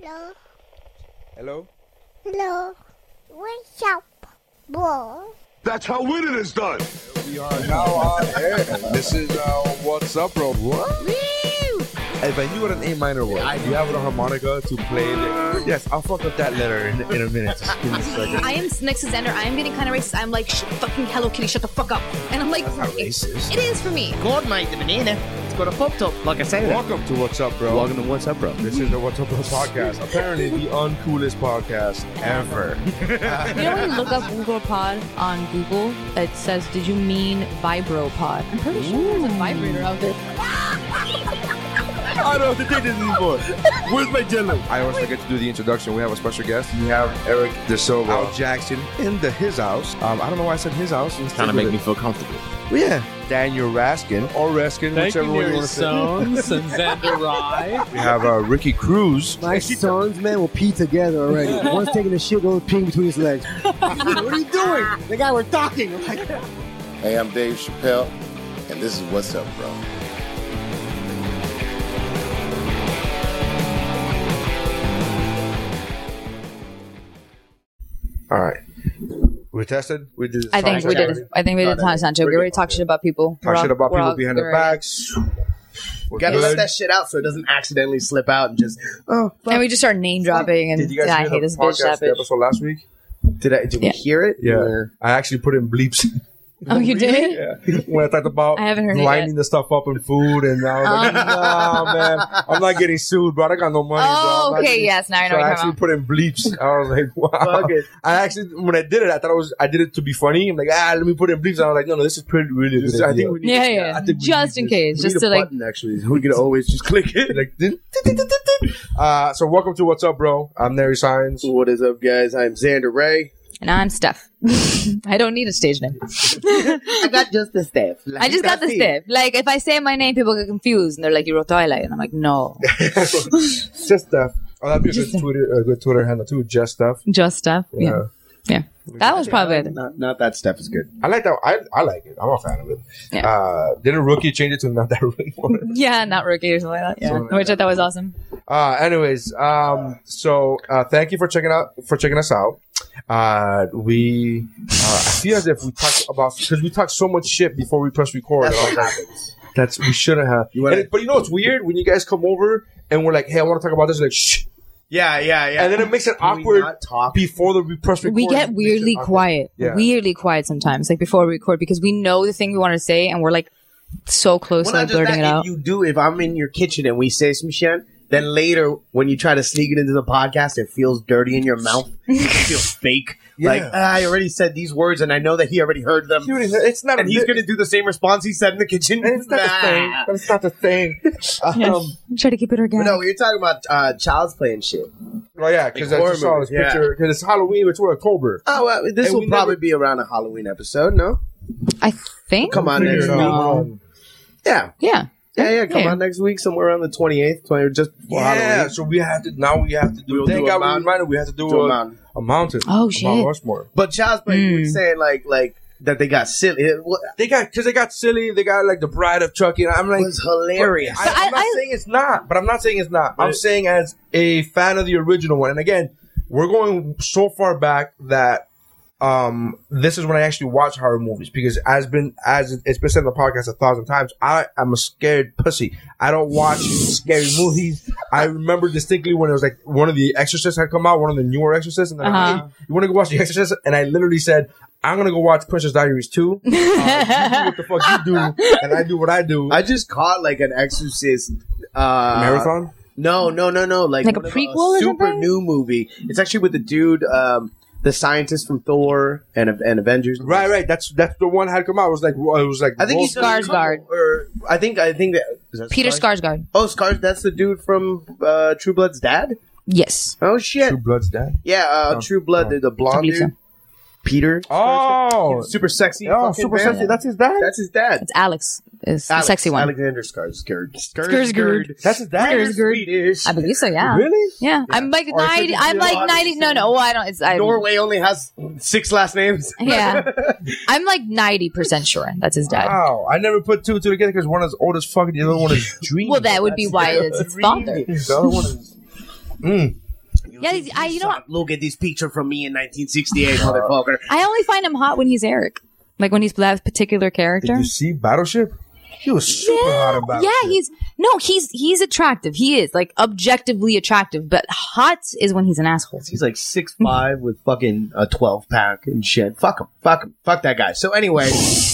Hello. Hello? Hello. What's up, boy? That's how winning is done. We are now on air. This is uh, What's Up, Rob. If I knew what an A minor was, do you have a harmonica to play the... Yes, I'll fuck up that letter in, in a minute. Just give me a second. I am next to Xander. I am getting kind of racist. I'm like, "Sh- fucking Hello Kitty, shut the fuck up. And I'm like, That's not racist. It is for me. God made the banana. It's got a pop top, like I said. Welcome to What's Up, Bro. Welcome to What's Up, bro. This is the What's Up, Bro podcast. Apparently the uncoolest podcast ever. You know when you look up Google Pod on Google, it says, "Did you mean vibropod?" I'm pretty sure there's a vibrator out there. I don't have to take this anymore. Where's my jello? I also get to do the introduction. We have a special guest. We have Eric DeSilva. Al Jackson in the his house. Um, I don't know why I said his house. Let's stick Kind of make with me it. feel comfortable. Yeah. Daniel Raskin or Raskin, Thank whichever you, one you Mary want to say. Soames and Xander Rye. We have uh, Ricky Cruz. My sons, man, will pee together already. One's taking a shit, goes peeing between his legs. what are you doing? The guy we're talking. I'm like, Hey, I'm Dave Chappelle, and this is What's Up, Bro. All right. We tested. We did. I think we did. I think we did a ton of sound check. We already talked shit about people. We're Talk shit all- about we're people all- behind their we're- backs. We're Gotta good. let that shit out so it doesn't accidentally slip out and just. Oh, And fuck. we just start name dropping and Did you guys yeah, I hear the hate this bitch. podcast That bitch. episode last week? did, I, did Yeah. we hear it? Yeah. Or- I actually put in bleeps Oh, you did? yeah. when I talked about I haven't heard it lining yet. Um. the stuff up in food, and I was like, nah, man, I'm not getting sued, bro. I got no money. Oh, bro. I'm not okay, getting- yes, now I know So what I you're actually talking put in bleeps. I was like, wow. Fuck it. I actually, when I did it, I thought I was, I did it to be funny. I'm like, ah, let me put in bleeps. I was like, no, no, this is pretty, really. This, I think we need. Yeah, to- yeah. I think we Just need in this. case, We just need to a like. button, actually. We could always just click it. Like, din- din- din- din- din. uh, so welcome to What's Up, Bro. I'm Nary Signs. What is up, guys? I'm Xander Ray. And I'm Steph. I don't need a stage name. I got just the staff. I just got the stiff. Like if I say my name, people get confused and they're like, "You're Twilight," and I'm like, "No, Just Stuff. Oh, that'd be a good Twitter, a good Twitter handle too. Just Stuff. just Steph." Yeah. Yeah, yeah. That was probably it. Not, not that stuff is good. I like that. I, I like it. I'm a fan of it. Yeah. Uh, didn't Rookie change it to not that rookie one? Yeah, not rookie or something like that. Yeah, Something like which I thought was awesome. Uh, anyways, um, so uh, thank you for checking out for checking us out. Uh, we uh, I feel as if we talked about because we talked so much shit before we press record. That's And I was what like, happens. That's, we shouldn't have. You wanna- And- but you know what's weird when you guys come over and we're like, hey, I want to talk about this. You're like, shh, Yeah, yeah, yeah. and then it makes it Can we awkward not talk? before the we press record. We It makes get it weirdly awkward. quiet, Yeah. weirdly quiet sometimes, like before we record, because we know the thing we want to say, and we're like so close Well, to not like, just blurting that, it if out. you do, if I'm in your kitchen and we say some shit, then later when you try to sneak it into the podcast, it feels dirty in your mouth. it feels fake. Yeah. Like "Ah, I already said these words, and I know that he already heard them, Dude, it's not. and a he's bit- going to do the same response he said in the kitchen. It's not the thing. Nah. It's not the thing. Um, Try to keep it But organic. no, we were talking about uh, child's play and shit. Oh yeah, because Like I just saw horror this movies, yeah. picture. Because it's Halloween. It's October. Oh, well, this And will we probably never- be around a Halloween episode. No, I think. come on Figure next it week. out. Yeah, Yeah. yeah, yeah. Come Yeah. on next week, somewhere around the twenty eighth, twenty just before yeah, Halloween. so we have to now we have to do. We'll thank do a God we mountain. reminded we have to do, Do a, a a mountain. mountain. Oh, Mount shit. Rushmore. But child's play, you were saying like like that they got silly. It wa- They got because they got silly. They got like the Bride of Chucky. And I'm like, was hilarious. I, am I- not I- saying it's not, but I'm not saying it's not. I'm saying as a fan of the original one, and again, we're going so far back that um this is when I actually watch horror movies because as been as it's been said on the podcast a thousand times, I am a scared pussy. I don't watch scary movies. I remember distinctly when it was like one of the Exorcists had come out, one of the newer Exorcists, and they're like, Uh-huh. hey, you want to go watch the Exorcist? And I literally said. I'm gonna go watch Princess Diaries 2. Uh, you do what the fuck you do, and I do what I do. I just caught like an Exorcist uh, Marathon. No, no, no, no. Like, Like a one of prequel or super something? new movie. It's actually with the dude, um, the scientist from Thor and and Avengers. Right, right. That's that's the one that had come out. It was like it was like I think he's Wolf- Wolf- Skarsgård. Or I think I think that, is that Peter Skarsgård? Skarsgård. Oh, Skarsgård. That's the dude from uh, True Blood's dad. Yes. Oh shit. True Blood's dad. yeah, uh, Oh. True Blood. the- The I blonde believe dude, so. Peter. Oh, super sexy. oh, fucking super man. sexy. That's his dad. That's his dad. It's Alex. Is the Alex- sexy one. Alexander Skarsgård. Skarsgård. That's his dad. Skarsgård. Swedish. I believe so. Yeah. Really? Yeah. I'm like Or it could ninety. be I'm a like lot of ninety. No, no. Well, I don't. It's I. Norway only has six last names. Yeah. I'm like ninety percent sure that's his dad. Wow, I never put two and two together because one is old as fuck and the other one is dreamy. Well, that would be why it's his father. the other one is. Mm. You Yeah, think I- you know suck. Look at this picture from me in 1968, motherfucker. I only find him hot when he's Eric, like when he's that particular Did character. you see Battleship? He was super hot Yeah, on Battleship. yeah, he's no, he's he's attractive. He is like objectively attractive, but hot is when he's an asshole. He's like six five with fucking a 12 pack and shit. Fuck him. Fuck him. Fuck that guy. So anyway,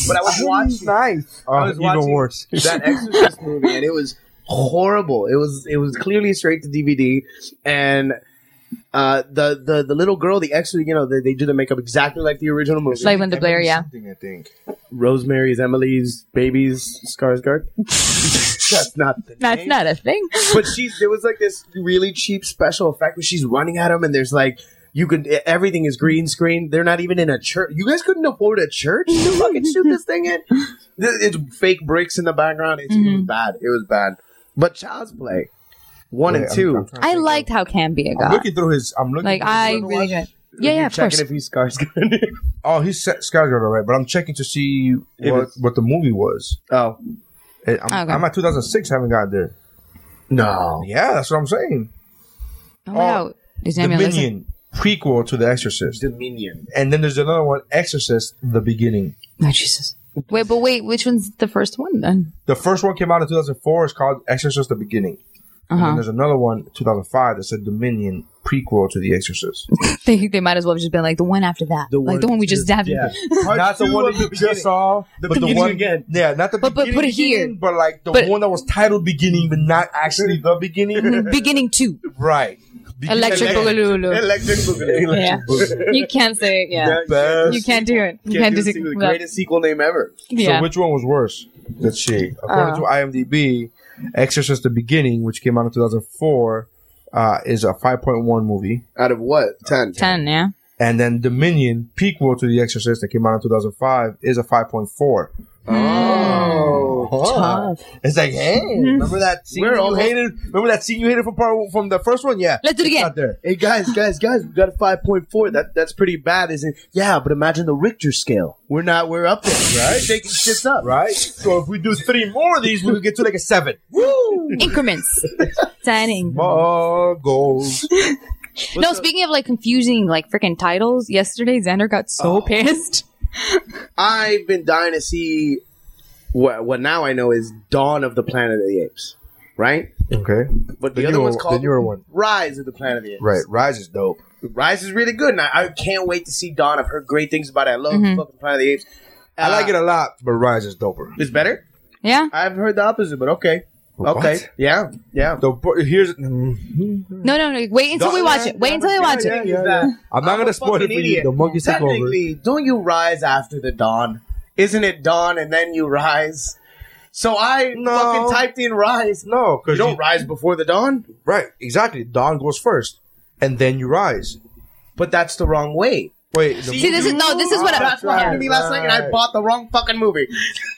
but I was watching nice. Uh, I was even watching- worse. that Exorcist movie, and it was horrible. It was it was clearly straight to DVD, and uh, the the the little girl, the ex, you know, they, they do the makeup exactly like the original movie. Like Linda Blair, yeah. Something, I think. Rosemary's Emily's baby's Skarsgård. That's not the That's name. not a thing. But she's there was like this really cheap special effect where she's running at him, and there's like. You could e, everything is green screen. They're not even in a church. You guys couldn't afford a church to fucking shoot this thing in. It's fake bricks in the background. It's, It Mm-hmm. was bad. It was bad. But Child's Play, one Wait, and I'm- 2 I'm trying to I think. liked how Cambia I'm got. looking through his. I'm looking. Like through his I other really ones. did. Yeah, yeah, You're of checking course. if he's Skarsgård. Oh, he's Sa- Skarsgård, all right. But I'm checking to see If what, it's- what the movie was. oh Eh, I'm, Okay. I'm at 2006. Haven't got there. no! Yeah, that's what I'm saying. Oh, wow. Is Samuel the listening? Minion prequel to The Exorcist, Dominion. and then there's another one, Exorcist: The Beginning. Oh, Jesus. Wait, but wait, which one's the first one then? The first one came out in 2004. It's called Exorcist: The Beginning. And then Uh-huh. there's another one, 2005, that said Dominion prequel to The Exorcist. They, they might as well have just been like the one after that, The like the one- one we just yeah. have. not the two one of that you the just saw, The but the beginning one again. Yeah, not the But- but beginning, put it here. beginning, but like the But- one that was titled beginning, but not actually the beginning. Beginning two, right. Beginning- electric Boogaloo. Electric Boogaloo. Yeah, you can't say it. Yeah, Best. you can't do it. You Can't can't, do do a it. sequel- the without- greatest sequel name ever. Yeah, So which one was worse? Let's see. According Uh. to IMDb, Exorcist: The Beginning, which came out in 2004, uh, is a 5.1 movie, Out of what? Ten. ten. Yeah. and then Dominion, prequel to The Exorcist, that came out in 2005, is a 5.4. Oh. It's like, hey, remember that scene We're you almost- hated? Remember that scene you hated from part from the first one? Yeah, Let's do it It's again. Not there. Hey guys, guys, guys! We got a five point four. That that's pretty bad, isn't? it? Yeah, but imagine the Richter scale. We're not. We're up there, right? Shaking shits up, right? So if we do three more of these, we could get to like a seven. Increments. Dining. More Oh, goals. No, speaking of like confusing like freaking titles, yesterday Xander got so pissed. I've been dying to see what what now I know is Dawn of the Planet of the Apes, right? Okay. But the, The other newer- one's the called newer one. Rise of the Planet of the Apes. Right. Rise is dope. Rise is really good, and I, I can't wait to see Dawn. I've heard great things about it. I love fucking Planet of the Apes. I Ah. like it a lot, but Rise is doper. It's better. Yeah. I've heard the opposite, but okay, What? okay, yeah, yeah. The bo- here's. mm, No, no, no. Wait until we watch it. Wait until we watch it. Is that- I'm not I'm gonna a spoil it fucking for you. idiot. The monkeys took over. Technically, don't you rise after the dawn? Isn't it dawn and then you rise? So I No. fucking typed in rise. No, You because don't rise before the dawn, right. Exactly. Dawn goes first, and then you rise. but that's the wrong way. Wait. the See, this is no. This is what. I, That's what happened to me last night, and I right. bought the wrong fucking movie.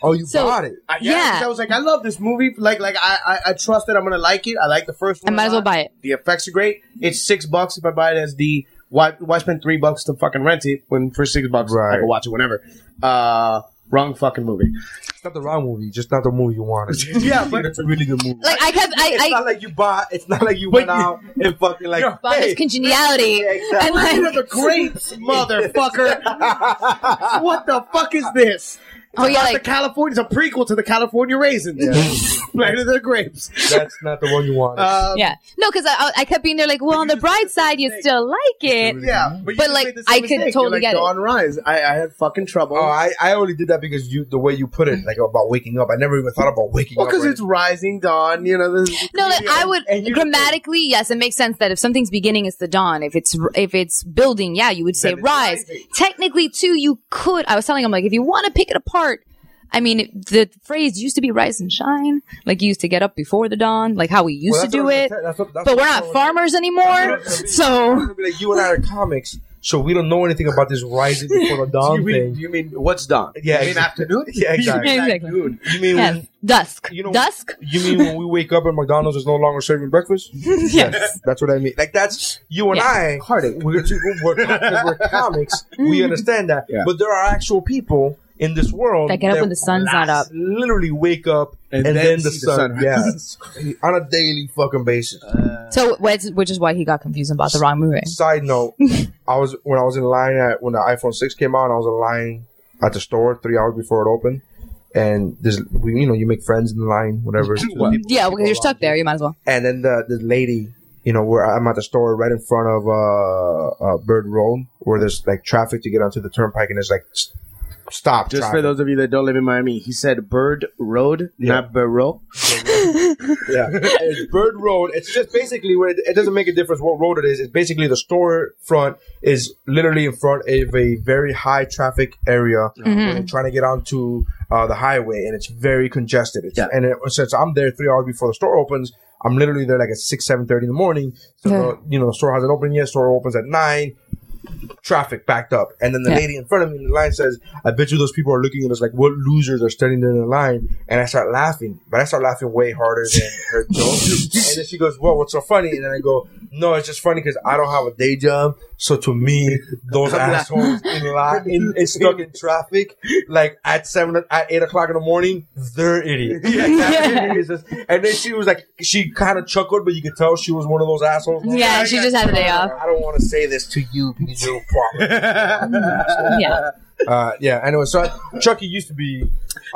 oh, you So- got it. I, yeah, Yeah. 'cause I was like, I love this movie. Like, like I, I, I trust that I'm gonna like it. I like the first I one. might as well buy it. The effects are great. It's six bucks if I buy it as the. Why, why spend three bucks to fucking rent it when for six bucks I Right. can watch it whenever? Uh, wrong fucking movie. It's not the wrong movie. Just not the movie you wanted. Yeah, but- it's a really good movie. Like I kept. I. it's I not like you bought. It's not like you But went out and fucking like. Yo, bought his congeniality. And You're the like, grapes, motherfucker. what the fuck is this? oh yeah, About the like California's a prequel to the California raisins. Planet of the grapes. That's not the one you wanted. Uh, yeah. No, because I, I kept being there like, well, on the bright side, you still like it. yeah, but, you But, just like, made the I same could mistake. You're totally like, get it. Dawn Rise. I, I had fucking trouble. Oh, I, I only did that because you the way you put it, like about waking up. I never even thought about waking well, up. because right? it's rising dawn. You know, this, No, like, I would and you- grammatically, yes, it makes sense that if something's beginning, it's the dawn. If it's if it's building, yeah, you would say Then it's rise. rising. Technically, too, you could. I was telling him like, if you want to pick it apart, I mean, the phrase used to be rise and shine. Like you used to get up before the dawn, like how we used Well, to that's do what I was it. gonna say. That's what- that's but we're what I not was- farmers anymore, That's what I was so It'd be like you and I are comics, so we don't know anything about this rising before the You dawn thing. mean, you mean what's dawn? Yeah, you mean exactly. afternoon. Yeah, exactly. Yeah, exactly. Afternoon. You mean yes, when, dusk, you know dusk. You mean when we wake up and McDonald's is no longer serving breakfast? Yes. that's what I mean. Like that's you and Yeah. Mm. I. Heartache. We're, two- we're, because we're comics. We understand that. Yeah. But there are actual people in this world That get up when the sun's not up. Literally wake up and, then, the, see sun, Uh-huh. sunrise. yeah, on a daily fucking basis. So, which which is why he got confused about the wrong movie. Side note: I was when I was in line at when the iPhone six came out. I was in line at the store three hours before it opened, and there's we, you know you make friends in the line, whatever. Yeah, because you're stuck there. You might as well. and then the the lady, you know, where I'm at the store right in front of uh, uh Bird Road, where there's like traffic to get onto the turnpike, and it's like s- stop. Just for traffic. those of you that don't live in Miami, he said Bird Road, not Burrow. Yeah, it's Bird Road. It's just basically where it, it doesn't make a difference what road it is. It's basically the store front is literally in front of a very high traffic area where they're trying to get onto uh, the highway, and it's very congested. It's, Yeah. And it, since I'm there three hours before the store opens, I'm literally there like at six, seven thirty in the morning. So Yeah. the, you know, the store hasn't opened yet. Store opens at nine. Traffic backed up, and then the Yeah. lady in front of me in the line says, "I bet you those people are looking at us like what losers are standing there in the line." And I start laughing, but I start laughing way harder than her joke. and then she goes, "Well, what's so funny?" And then I go, "No, it's just funny because I don't have a day job, so to me, those assholes in line, in, in stuck in traffic, like at seven, at eight o'clock in the morning, they're idiots." Yeah, Yeah. it's just- and then she was like, she kind of chuckled, but you could tell she was one of those assholes. Like, Yeah, she just had a day off. I don't want to say this to you because you're a problem. Yeah. uh, yeah, anyway, so I, Chucky used to be.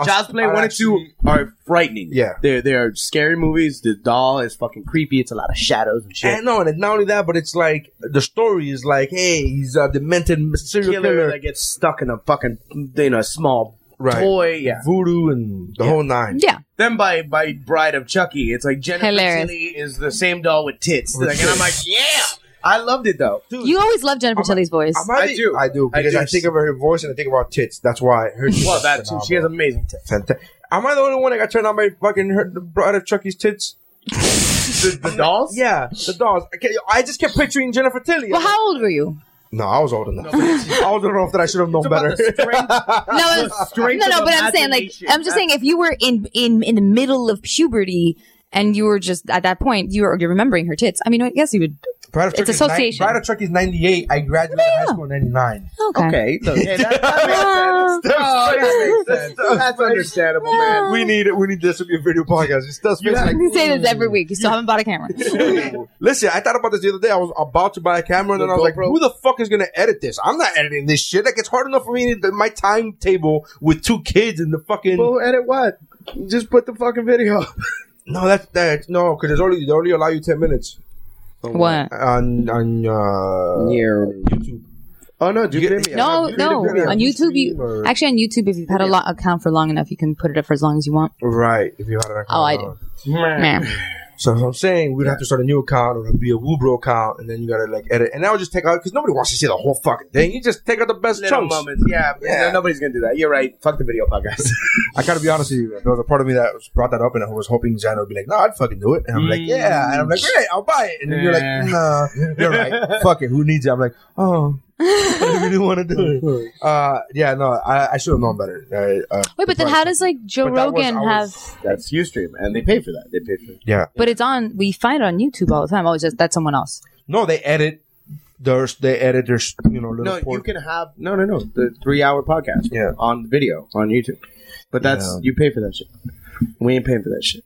Child's Play I'd one and two actually- are frightening. Yeah. they're they're scary movies. The doll is fucking creepy. It's a lot of shadows and shit. I know, and not only that, but it's like the story is like, hey, he's a demented serial killer, killer, that gets stuck in a fucking in a small Right. toy. Yeah. voodoo, and the whole nine. Yeah. Then by by Bride of Chucky, it's like Jennifer Hilarious. Tilly is the same doll with tits. With Like, and I'm like, tits. yeah, I loved it though. You always love Jennifer Tilly's voice. I, might I be- do. I do I because do. I, think of her voice and I think about tits. That's why her. Well, that too. She has amazing tits. Fanta- Am I the only one that got turned on by fucking her, the bride of Chucky's tits? The, the dolls. Yeah, the dolls. I, can't- I just kept picturing Jennifer Tilly. well, how old were you? no, I was old enough. I was old enough that I should have known better. No, it's- no, strength no. of But I'm saying, like, imagination. I'm just saying, if you were in in in the middle of puberty and you were just at that point, you were you're remembering her tits. I mean, I guess you would. Bride of It's Chucky's nine- association. bride of Chucky's 98. I graduated high school in 99. Okay. So, yeah, that, that makes sense. Oh, That makes sense. That's understandable, Uh, man. We need it. We need this to be a video podcast. It's stuff like You say this every week. You still haven't bought a camera. Listen, I thought about this the other day. I was about to buy a camera, and then I was like, "Who the fuck is gonna edit this? I'm not editing this shit. Like, it's hard enough for me to my timetable with two kids and the fucking Well, edit what? Just put the fucking video. no. That's that no, because it's only they only allow you ten minutes Oh, What? on on uh, YouTube. Oh no, do You you get- get me? No, you did a no. video On on YouTube, YouTube you or- actually on YouTube, if you've had a lot account for long enough, you can put it up for as long as you want. Right. If you had an account. Oh, I did. Meh. So that's what I'm saying we'd have to start a new account or it'd be a Woobro account, and then you gotta like edit, and that would just take out because nobody wants to see the whole fucking thing. You just take out the best Little chunks. moments. Yeah, Yeah. no, nobody's gonna do that. You're right. Fuck the video podcast. I gotta be honest with you. There was a part of me that was- brought that up, and I was hoping Xana would be like, "No, I'd fucking do it," and I'm like, Mm. "Yeah," and I'm like, "Great, I'll buy it," and then you're like, "Nah, you're right. Fuck it. Who needs it?" I'm like, "Oh." I really want to do it. Uh, yeah, no, I, I should have known better. I, uh, Wait, but then how does like Joe But that was- Rogan I have? was- That's Ustream, and they pay for that. They pay for it. Yeah, But it's on. We find it on YouTube all the time. Oh, it's just that's someone else. no, they edit their they edit their you know little No, por- you can have no, no, no. The three-hour podcast. Yeah. on video on YouTube, but that's Yeah. you pay for that shit. We ain't paying for that shit.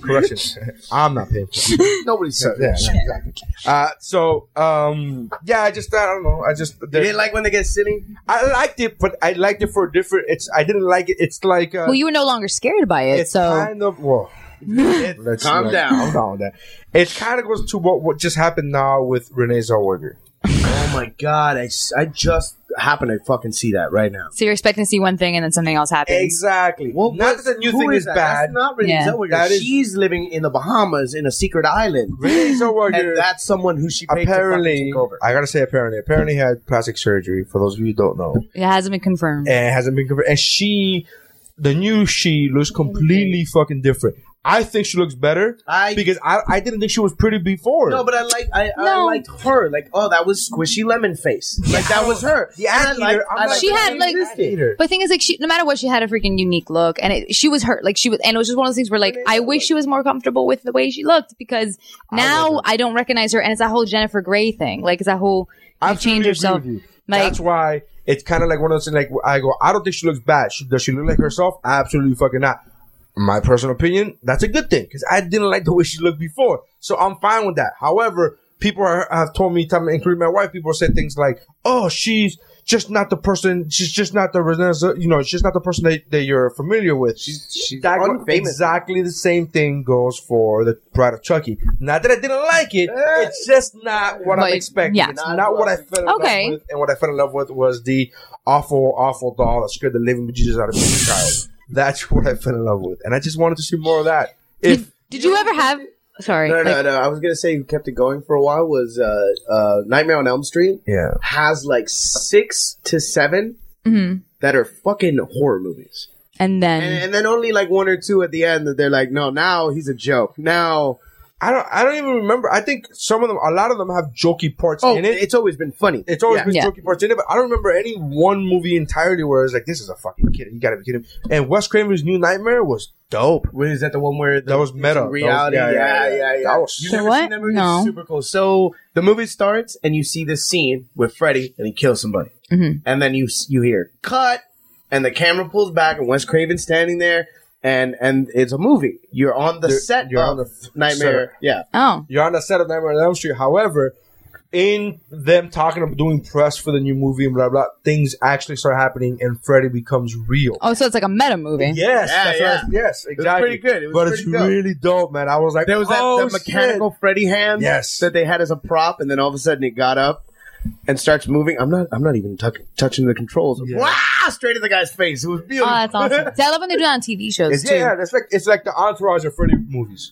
corrections. I'm not paying. For it. Nobody So, yeah, no, exactly. Uh, so um, yeah, I just I don't know. I just You didn't like when they get silly. I liked it, but I liked it for a different. It's I didn't like it. It's like uh, Well, you were no longer scared by it, it's so kind of well. let's calm not- Calm down. down. with That it kind of goes to what what just happened now with Renee Zellweger. Oh my god! I, s- I just happen to fucking see that right now. so you're expecting to see one thing and then something else happens. Exactly. Well, not that the new Who thing is, that? bad. That's not really Yeah. Zellweger. That is- She's living in the Bahamas in a secret island, Renee Zellweger. and that's someone who she paid to fucking apparently, take over. I gotta say, apparently, apparently had plastic surgery. For those of you who don't know, It hasn't been confirmed. and it hasn't been confirmed. And she, the new she, looks completely fucking different. I think she looks better I- because I, I didn't think she was pretty before. No, but I like I, I No. liked her. Like, oh, that was squishy lemon face. Like that was her. The And I Anteater, liked- I'm I like, liked She that had, she like- existed. Peter. But the thing is, like, she, no matter what, she had a freaking unique look, and it, she was hurt. Like, she was, and it was just one of those things where, like, I wish she was more comfortable with the way she looked because now I, don't recognize her, and it's that whole Jennifer Grey thing. Like, it's that whole you Absolutely change agree yourself. with you. Like, That's why it's kind of like one of those things. Like I go, I don't think she looks bad. She, does she look like herself? Absolutely fucking not. my personal opinion, that's a good thing because I didn't like the way she looked before. So I'm fine with that. However, people are, have told me, time, including my wife, people said things like, "Oh, she's just not the person. She's just not the Renessa- you know, she's not the person that, that you're familiar with." She's she's that go- unfamous. exactly the same thing goes for the Pride of Chucky. Not that I didn't like it, Eh. it's just not what But I'm it- expecting. yeah. It's not what I fell in Okay. love with, and what I fell in love with was the awful, awful doll that scared the living bejesus out of me as a child. That's what I fell in love with, and I just wanted to see more of that. If Did you ever have? Sorry. No, no, like- no. I was gonna say who kept it going for a while was uh, uh, Nightmare on Elm Street. yeah, Has like six to 7 Mm-hmm. that are fucking horror movies, And then and, and then only like one or two at the end that they're like, no, now he's a joke. Now, I don't, I don't even remember. I think some of them, a lot of them have jokey parts oh, in it. it's always been funny. It's always Yeah. been Yeah. jokey parts in it, but I don't remember any one movie entirely where it's like, "This is a fucking kid. You gotta be kidding." me. And Wes Craven's New Nightmare was dope. Wait, is that the one where the, That was meta. That was- reality? yeah, yeah, yeah, yeah, yeah. yeah, Oh, That was- You've The never what? seen that movie? No. It's super cool. So the movie starts and you see this scene with Freddy and he kills somebody, Mm-hmm. and then you you hear cut, and the camera pulls back and Wes Craven's standing there, and and it's a movie. You're on the You're- set you're of on the f- Nightmare. set. Yeah, oh, You're on the set of Nightmare on Elm Street. However, in them talking about doing press for the new movie and blah blah, things actually start happening, and Freddy becomes real. oh, so it's like a meta movie. Yes, Yeah, that's yeah. What I, yes, exactly. pretty good. It was but pretty it's dope. really dope, man. I was like, there was that, oh, that mechanical Freddy hand. Yes. that they had as a prop, and then all of a sudden it got up. And starts moving. I'm not. I'm not even tuck, touching the controls. Wow! Straight in the guy's face. It was Oh, beautiful. that's awesome. See, I love when they do that on TV shows Shit. too. Yeah, that's like it's like the entourage of Freddy movies.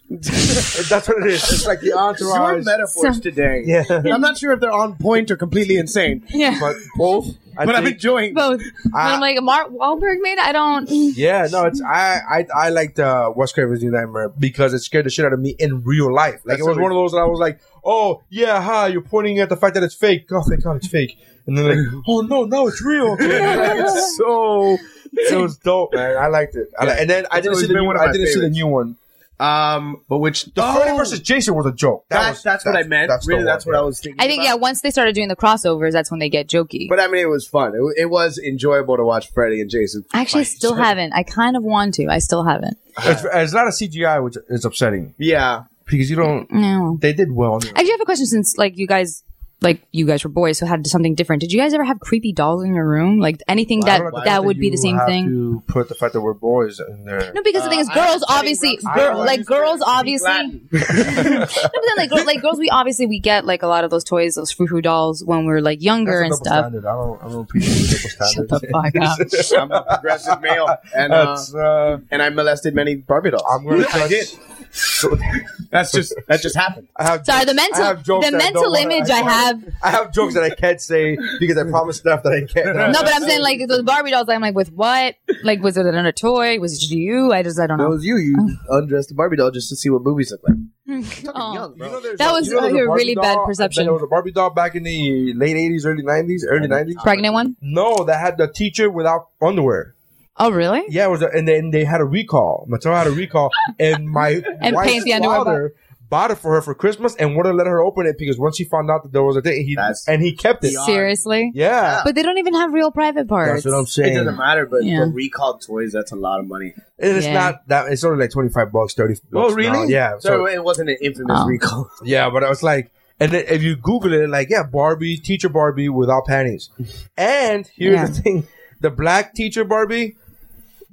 that's what it is. It's like the Your entourage. metaphors So- today. Yeah. I'm not sure if they're on point or completely insane, Yeah. but both. I but I'm think- enjoying. Both. But I'm like Mark Wahlberg made. it? I don't. yeah, no, it's I I I liked uh, Wes Craven's New Nightmare because it scared the shit out of me in real life. Like That's it was what one of we- those that I was like, oh yeah, ha, you're pointing at the fact that it's fake. Oh thank God it's fake. And then like, oh no, no, it's real. Like, it's so it was dope, man. I liked it. I li- and then I didn't always see the been new one one. of I my didn't see the favorites. new one. Um, but which The Freddy versus Jason was a joke. That that's was- that's what I meant. Oh! that's the really, one, that's what yeah. I was thinking. I think about. yeah. Once they started doing the crossovers, that's when they get jokey. But I mean, it was fun. It, wa- it was enjoyable to watch Freddy and Jason. I actually fight. still haven't. I kind of want to. I still haven't. It's, it's not a CGI, which is upsetting Yeah. because you don't. No. They did well. on it. I do have a question since like you guys like you guys were boys so had something different. Did you guys ever have creepy dolls in your room? Like anything I that don't know that why would be you the same have thing? To Uh, put the fact that we're boys in there. No, because the thing is, girls obviously, I girl, always like used girls to speak obviously. no, Latin. but then like, girl, like girls, we obviously we get like a lot of those toys, those frou frou dolls when we are like younger That's a double and stuff. Standard. I don't. I don't appreciate the double standard. Shut the fuck up. I'm a progressive male, and uh, That's, uh, and I molested many Barbie dolls. I'm gonna. I touch- did. That's just that just happened. I have Sorry, the I mental, have jokes the that I mental don't wanna- image I have. I have jokes that I can't say because I promised stuff that I can't. No, but I'm saying like those Barbie dolls. I'm like, with what? Like, was it another toy? Was it just you? I just, I don't That know. was you. You undressed the Barbie doll just to see what boobies look like. Oh. Young, bro. there's That a- was there's a Barbie really bad perception. There was a Barbie doll back in the late '80s, early '90s, early '90s. Pregnant one? No, that had the teacher without underwear. Oh, really? Yeah, it was, a, and then they had a recall. Mattel had a recall, and my And wife's paint the underwear father bought it for her for Christmas and wouldn't let her open it because once he found out that there was a thing, he That's and he kept it. Seriously? Yeah, But they don't even have real private parts. that's what I'm It saying. doesn't And matter, but, Yeah. but recalled toys, that's a lot of money. it's Yeah. not that. It's only like twenty five bucks, thirty. Bucks now. Yeah. Oh, So, So it wasn't an infamous Oh. recall. yeah, but I was like, and then if you Google it, like yeah, Barbie teacher Barbie without panties, and here's Yeah. the thing: the black teacher Barbie.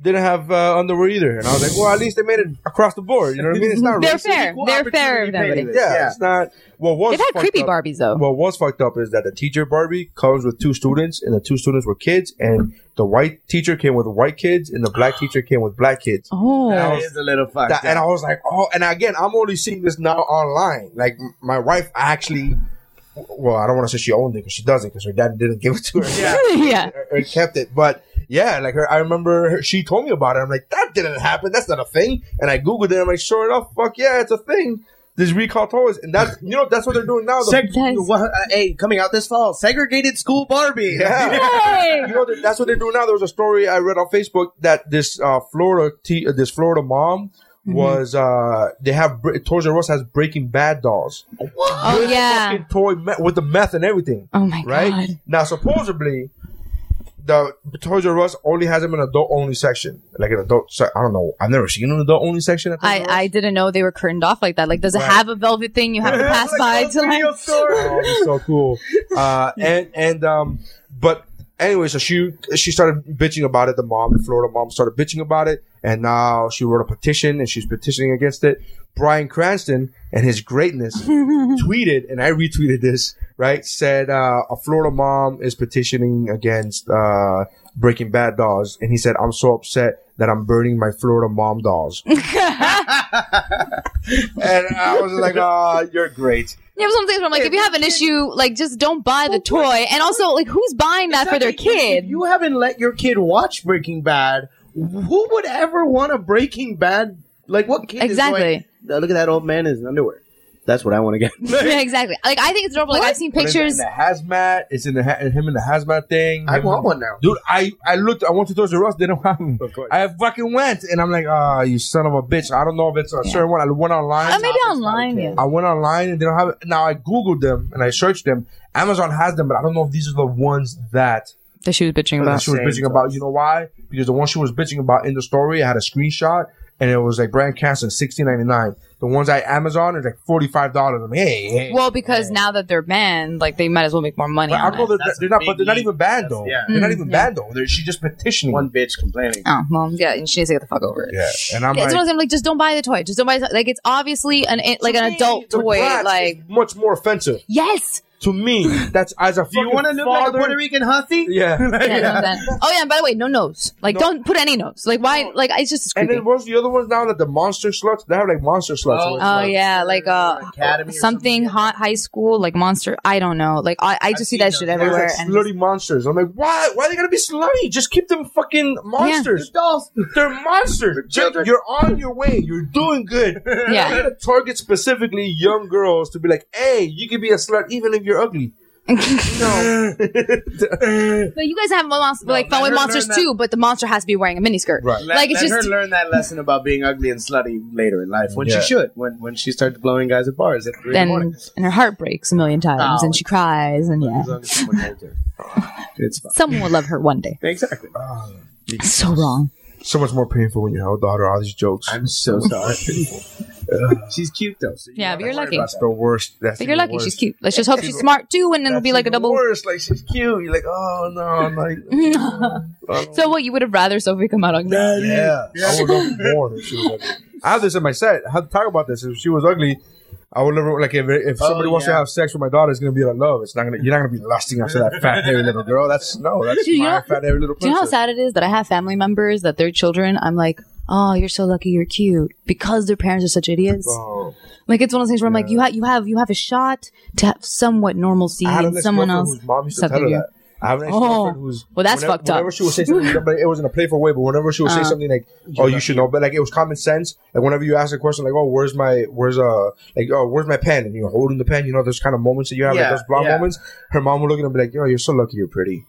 Didn't have uh, underwear either, and I was like, "Well, at least they made it across the board." You know what I mean? It's not They're racist. fair. They're fair of everybody. pay. Yeah, Yeah. it's not. What was They've had fucked creepy up- Barbies though. What was fucked up is that the teacher Barbie comes with two students, and the two students were kids, and the white teacher came with white kids, and the black teacher came with black kids. oh, That is a little fucked That- up. and I was like, oh, and again, I'm only seeing this now online. Like m- my wife actually, well, I don't want to say she owned it because she doesn't, because her dad didn't give it to her. Yeah, yeah. or, or kept it. But yeah, like her, I remember her, she told me about it. I'm like, that didn't happen. That's not a thing. And I googled it. I'm like, sure enough, fuck yeah, it's a thing. This recall toys, and that's you know that's what they're doing now. The- Seg- That is- Well, uh, hey, coming out this fall, segregated school Barbie. yeah. You know that- that's what they're doing now. There was a story I read on Facebook that this uh, Florida t- uh, this Florida mom Mm-hmm. was uh, they have Br- Toys R Us has Breaking Bad dolls. Oh yeah. fucking toy me- with the meth and everything. Oh my right god. now, supposedly the Toys R Us only has them in adult only section, like an adult. Se- I don't know. I've never seen an adult only section. At Toys I, R Us. I didn't know they were curtained off like that. Like, does it Right. have a velvet thing you have to pass by to like? Oh, it's so cool. Uh, and and um, but anyway, so she she started bitching about it. The mom, the Florida mom, started bitching about it, and now she wrote a petition and she's petitioning against it. Brian Cranston and his greatness tweeted, and I retweeted this. Right, said uh, a Florida mom is petitioning against uh, Breaking Bad dolls, and he said, "I'm so upset." That I'm burning my Florida mom dolls, and I was like, "Ah, you're great." You have some things where I'm like, if you have an issue, like, just don't buy the Oh toy. And also, like, who's buying that for their If kid? you haven't let your kid watch Breaking Bad, who would ever want a Breaking Bad? Like what kid? is Exactly. going, "Now look at that old man in his underwear. That's what I want to get. yeah, exactly. Like, I think it's adorable. Like, I've seen But it's pictures. in the hazmat. It's in the ha- him in the hazmat thing. I Him want in- one now. dude. I I looked. I went to Toys R Us. They don't have them. Of course. I fucking went, and I'm like, ah, you son of a bitch. I don't know if it's a certain one. I went online. Uh, maybe online, yeah. I went online and they don't have it. Now I googled them and I searched them. Amazon has them, but I don't know if these are the ones that That she was bitching that she was Same bitching about. You know why? Because the one she was bitching about in the story, I had a screenshot and it was like Brand Cast and sixteen ninety nine. The ones I Amazon are like forty five dollars. I'm like, hey, hey. Well, because now that they're banned, like, they might as well make more money. But I on know it. they're, That's they're a not, but they're not biggie. even banned That's- though. yeah. They're not even Mm-hmm. banned though. They're, she's just petitioning. One bitch complaining. Oh, well, yeah, and she needs to get the fuck over it. yeah, and I'm It's like, one of them, like, just don't buy the toy. Just don't buy the Like, it's obviously an like an adult to toy. Bratz is Like, much more offensive yes. to me. That's as a Do you fucking want to look like a father. Puerto Rican hussy? yeah. Yeah, no, that- Oh, yeah, and by the way, no nose. Like, don't put any nose. Like, why? Like, it's just it's And creepy. then what's the other ones now that the monster sluts? They have like monster sluts. Oh, It's Oh like- yeah, like uh, Academy or something, something. hot high school, like monster. I don't know. Like I, I just see seen that those. shit Yeah, There's everywhere. like and slutty monsters. I'm like, why? Why are they gonna be slutty? Just keep them fucking monsters. Dolls. They're monsters. You're, children. you're on your way. You're doing good. Yeah. You gotta target specifically young girls to be like, hey, you can be a slut even if you're ugly. no. but you guys have monster, like fun let with her monsters learn that. too. But the monster has to be wearing a miniskirt. Right. Let, like it's let just her learn that lesson about being ugly and slutty later in life when Yeah. she should. When when she starts blowing guys at bars at three in the then morning. and her heart breaks a million times Oh, and she cries and yeah. As long as someone holds her. It's fine. Someone will love her one day. Exactly. So wrong. so much more painful when you have a daughter. All these jokes. I'm so sorry. She's cute though. so you Yeah, don't have but you're to worry lucky. about That's the worst. That's the But you're lucky. worst. She's cute. Let's just hope she's smart too, and then it'll be like a double. Worst, like she's cute. You're like, oh no, I'm like, So what you would have rather Sophie come out on? yeah, I would love her more if she was ugly. I have this in my set. I have to talk about this. If she was ugly, I would never like if, if somebody wants to Oh, yeah. have sex with my daughter, it's gonna be out of love. It's not gonna you're not gonna be lusting after that fat hairy little girl. That's no, that's Dude, you my know- fat hairy little Do you know how princess. sad it is that I have family members that their children? I'm like, oh, you're so lucky, you're cute, because their parents are such idiots. Oh. Like it's one of those things where I'm like, you have you have you have a shot to have somewhat normalcy I had and an someone ex-girlfriend else. whose mom used to something tell her you- that. I have an Oh. ex-girlfriend who's Well, that's whenever, fucked up. Uh, Whenever she would say something, to somebody, it was in a playful way, but whenever she would say something like, "Oh, you should know," but like it was common sense. Like whenever you ask a question, like, "Oh, where's my where's uh like oh where's my pen?" and you're holding the pen, you know, those kind of moments that you have, like Yeah, those blonde yeah. moments. Her mom would look at her and be like, "Yo, you're so lucky, you're pretty,"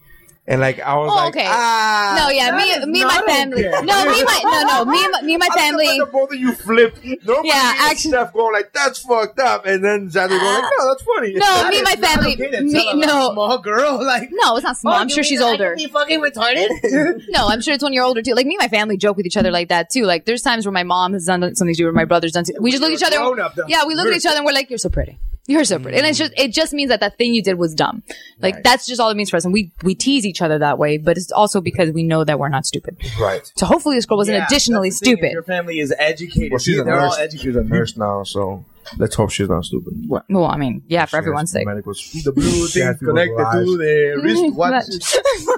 and like I was Oh, like, okay. "Ah." No, yeah, me, me, and my Uh, not family. okay. No, me, and my, no, no, me, and my- me, and my I'm the one family. that Both of you flip. Nobody Yeah, yeah, actually- Ah. Steph going like that's fucked up, and then Zadie going like no, that's funny. No, me, and my It's not family. okay to Me, tell a no, small girl like. no, it's not small. I'm sure she's older. fucking retarded. No, I'm sure it's when you're older too. Like me and my family joke with each other like that too. Like there's times where my mom has done something to do, or my brother's done. Too. We just look at each other. grown up, though. Mm. yeah, we look at each other and we're like, "You're so pretty. You're so pretty." And it's just it just means that that thing you did was dumb. Like that's just all it means for us. And we we tease each other that way, but it's also because we know that we're not stupid. right. So hopefully this girl wasn't additionally stupid. Your family is educated. Well, she's a They're all nurse. educated. She's a nurse now, so let's hope she's not stupid. Well, I mean, yeah, for She has everyone's sake. medical- The blue She has things connected people's to lives. the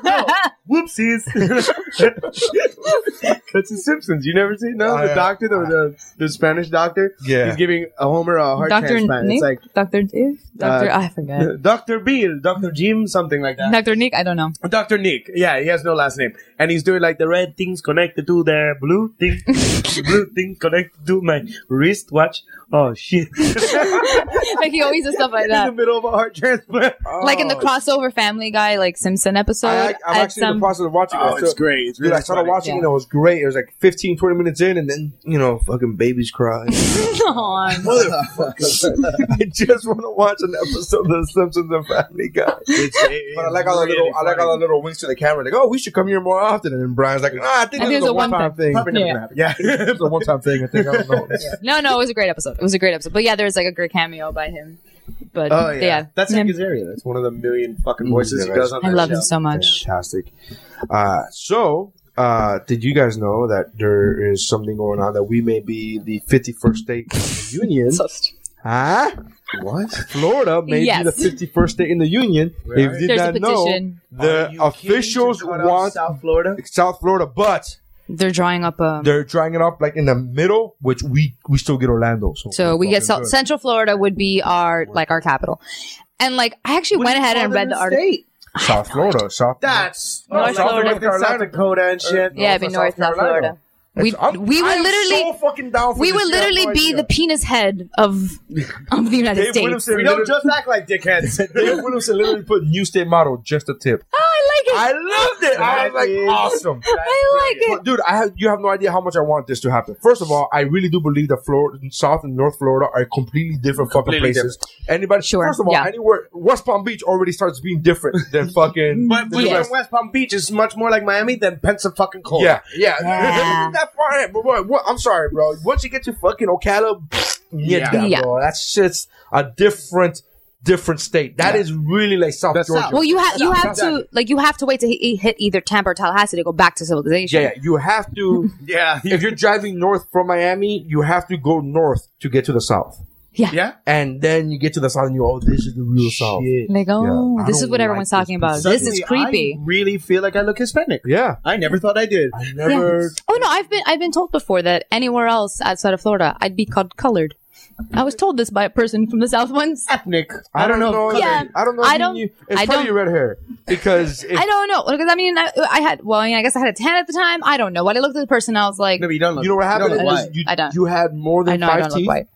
wristwatch. Whoopsies. That's the Simpsons. You never seen? No, Oh, the yeah. doctor, the, the the Spanish doctor. Yeah. he's giving a Homer a heart Doctor transplant. Nick, It's like uh, Doctor Dave, Doctor I forget. Doctor Bill, Doctor Jim, something like that. Doctor Nick, I don't know. Doctor Nick. Yeah, he has no last name, and he's doing like the red things connected to the blue thing, the blue thing connected to my wristwatch. oh shit! like he always does stuff like in the that. middle of a heart transplant. Like in the Oh. crossover Family Guy, like Simpson episode. I, am at actually in the some- process of watching it. So- great. It's Dude, I started watching Yeah. it. It was great. It was like 15, 20 minutes in, and then you know, fucking babies cry. Aw. I just want to watch an episode of The Simpsons and Family Guy. But I like all the little, I like all the little winks to the camera. Like, oh, we should come here more often. And then Brian's like, ah, I think I this think is it's a a one one-time thing. Probably never Yeah. gonna happen. Yeah. it's a one-time thing. I think I don't know. no, no, it was a great episode. It was a great episode. But yeah, there was like a great cameo by him. But Oh yeah. yeah, That's him. Hank Azaria. That's one of the million fucking Mm, voices yeah, he does on I that love show. him so much. Fantastic. Uh, so, uh, did you guys know that there is something going on that we may be the 51st state in the union? So st- huh? What? Florida may Yes. be the 51st state in the union. Where If are you did There's a not know, petition. Are the you officials kidding? To cut out want South Florida. South Florida, but They're drawing up a. they're drawing it up like in the middle, which we we still get Orlando. So, So we get South, Central Florida would be our like our capital, and like I actually went ahead and read the article. South Florida, South That's North North Florida. North Carolina, Dakota, and shit. Yeah, it'd be North South Florida. We I'm- we I would am literally so fucking down for we this. would You have literally no be idea. the penis head of of the United Dave States. Williamson We don't literally- just act like dickheads. Dave Williamson literally put new state model just a tip. Oh, I like I loved it. I was like, That is- awesome. it. I like it. But dude, I have you have no idea how much I want this to happen. First of all, I really do believe that Florida, South and North Florida are completely different Completely fucking places. Anybody, Sure, first of all, yeah. anywhere West Palm Beach already starts being different than fucking. But than the when you're rest. in West Palm Beach is much more like Miami than Pensacola. Yeah, yeah. Yeah. that far in, but what, what, I'm sorry, bro. Once you get to fucking Ocala, yeah, Yeah. bro. That shit's a different, different state. That is really like South That's Georgia. South. Well, you have you have Exactly. to like you have to wait to hit, hit either Tampa or Tallahassee to go back to civilization. yeah, yeah, you have to. Yeah. if you're driving north from Miami, you have to go north to get to the south, Yeah. and then you get to the south, and you oh, this is the real south. Like, oh, Yeah. I this is don't what everyone's like this talking about. This is Suddenly, creepy. I really feel like I look Hispanic. Yeah, I never thought I did. I never. Oh no, I've been I've been told before that anywhere else outside of Florida, I'd be called colored. I was told this by a person from the South once. Ethnic. I don't know. if- Yeah. I don't know. if I you don't- knew- It's I probably don't- red hair because if, I don't know because I mean I, I had well I, mean, I guess I had a tan at the time. I don't know. When I looked at the person, I was like, No, but you don't look. you know what happened You don't look is white. you, I don't. you had more than I know I five don't look teeth. white.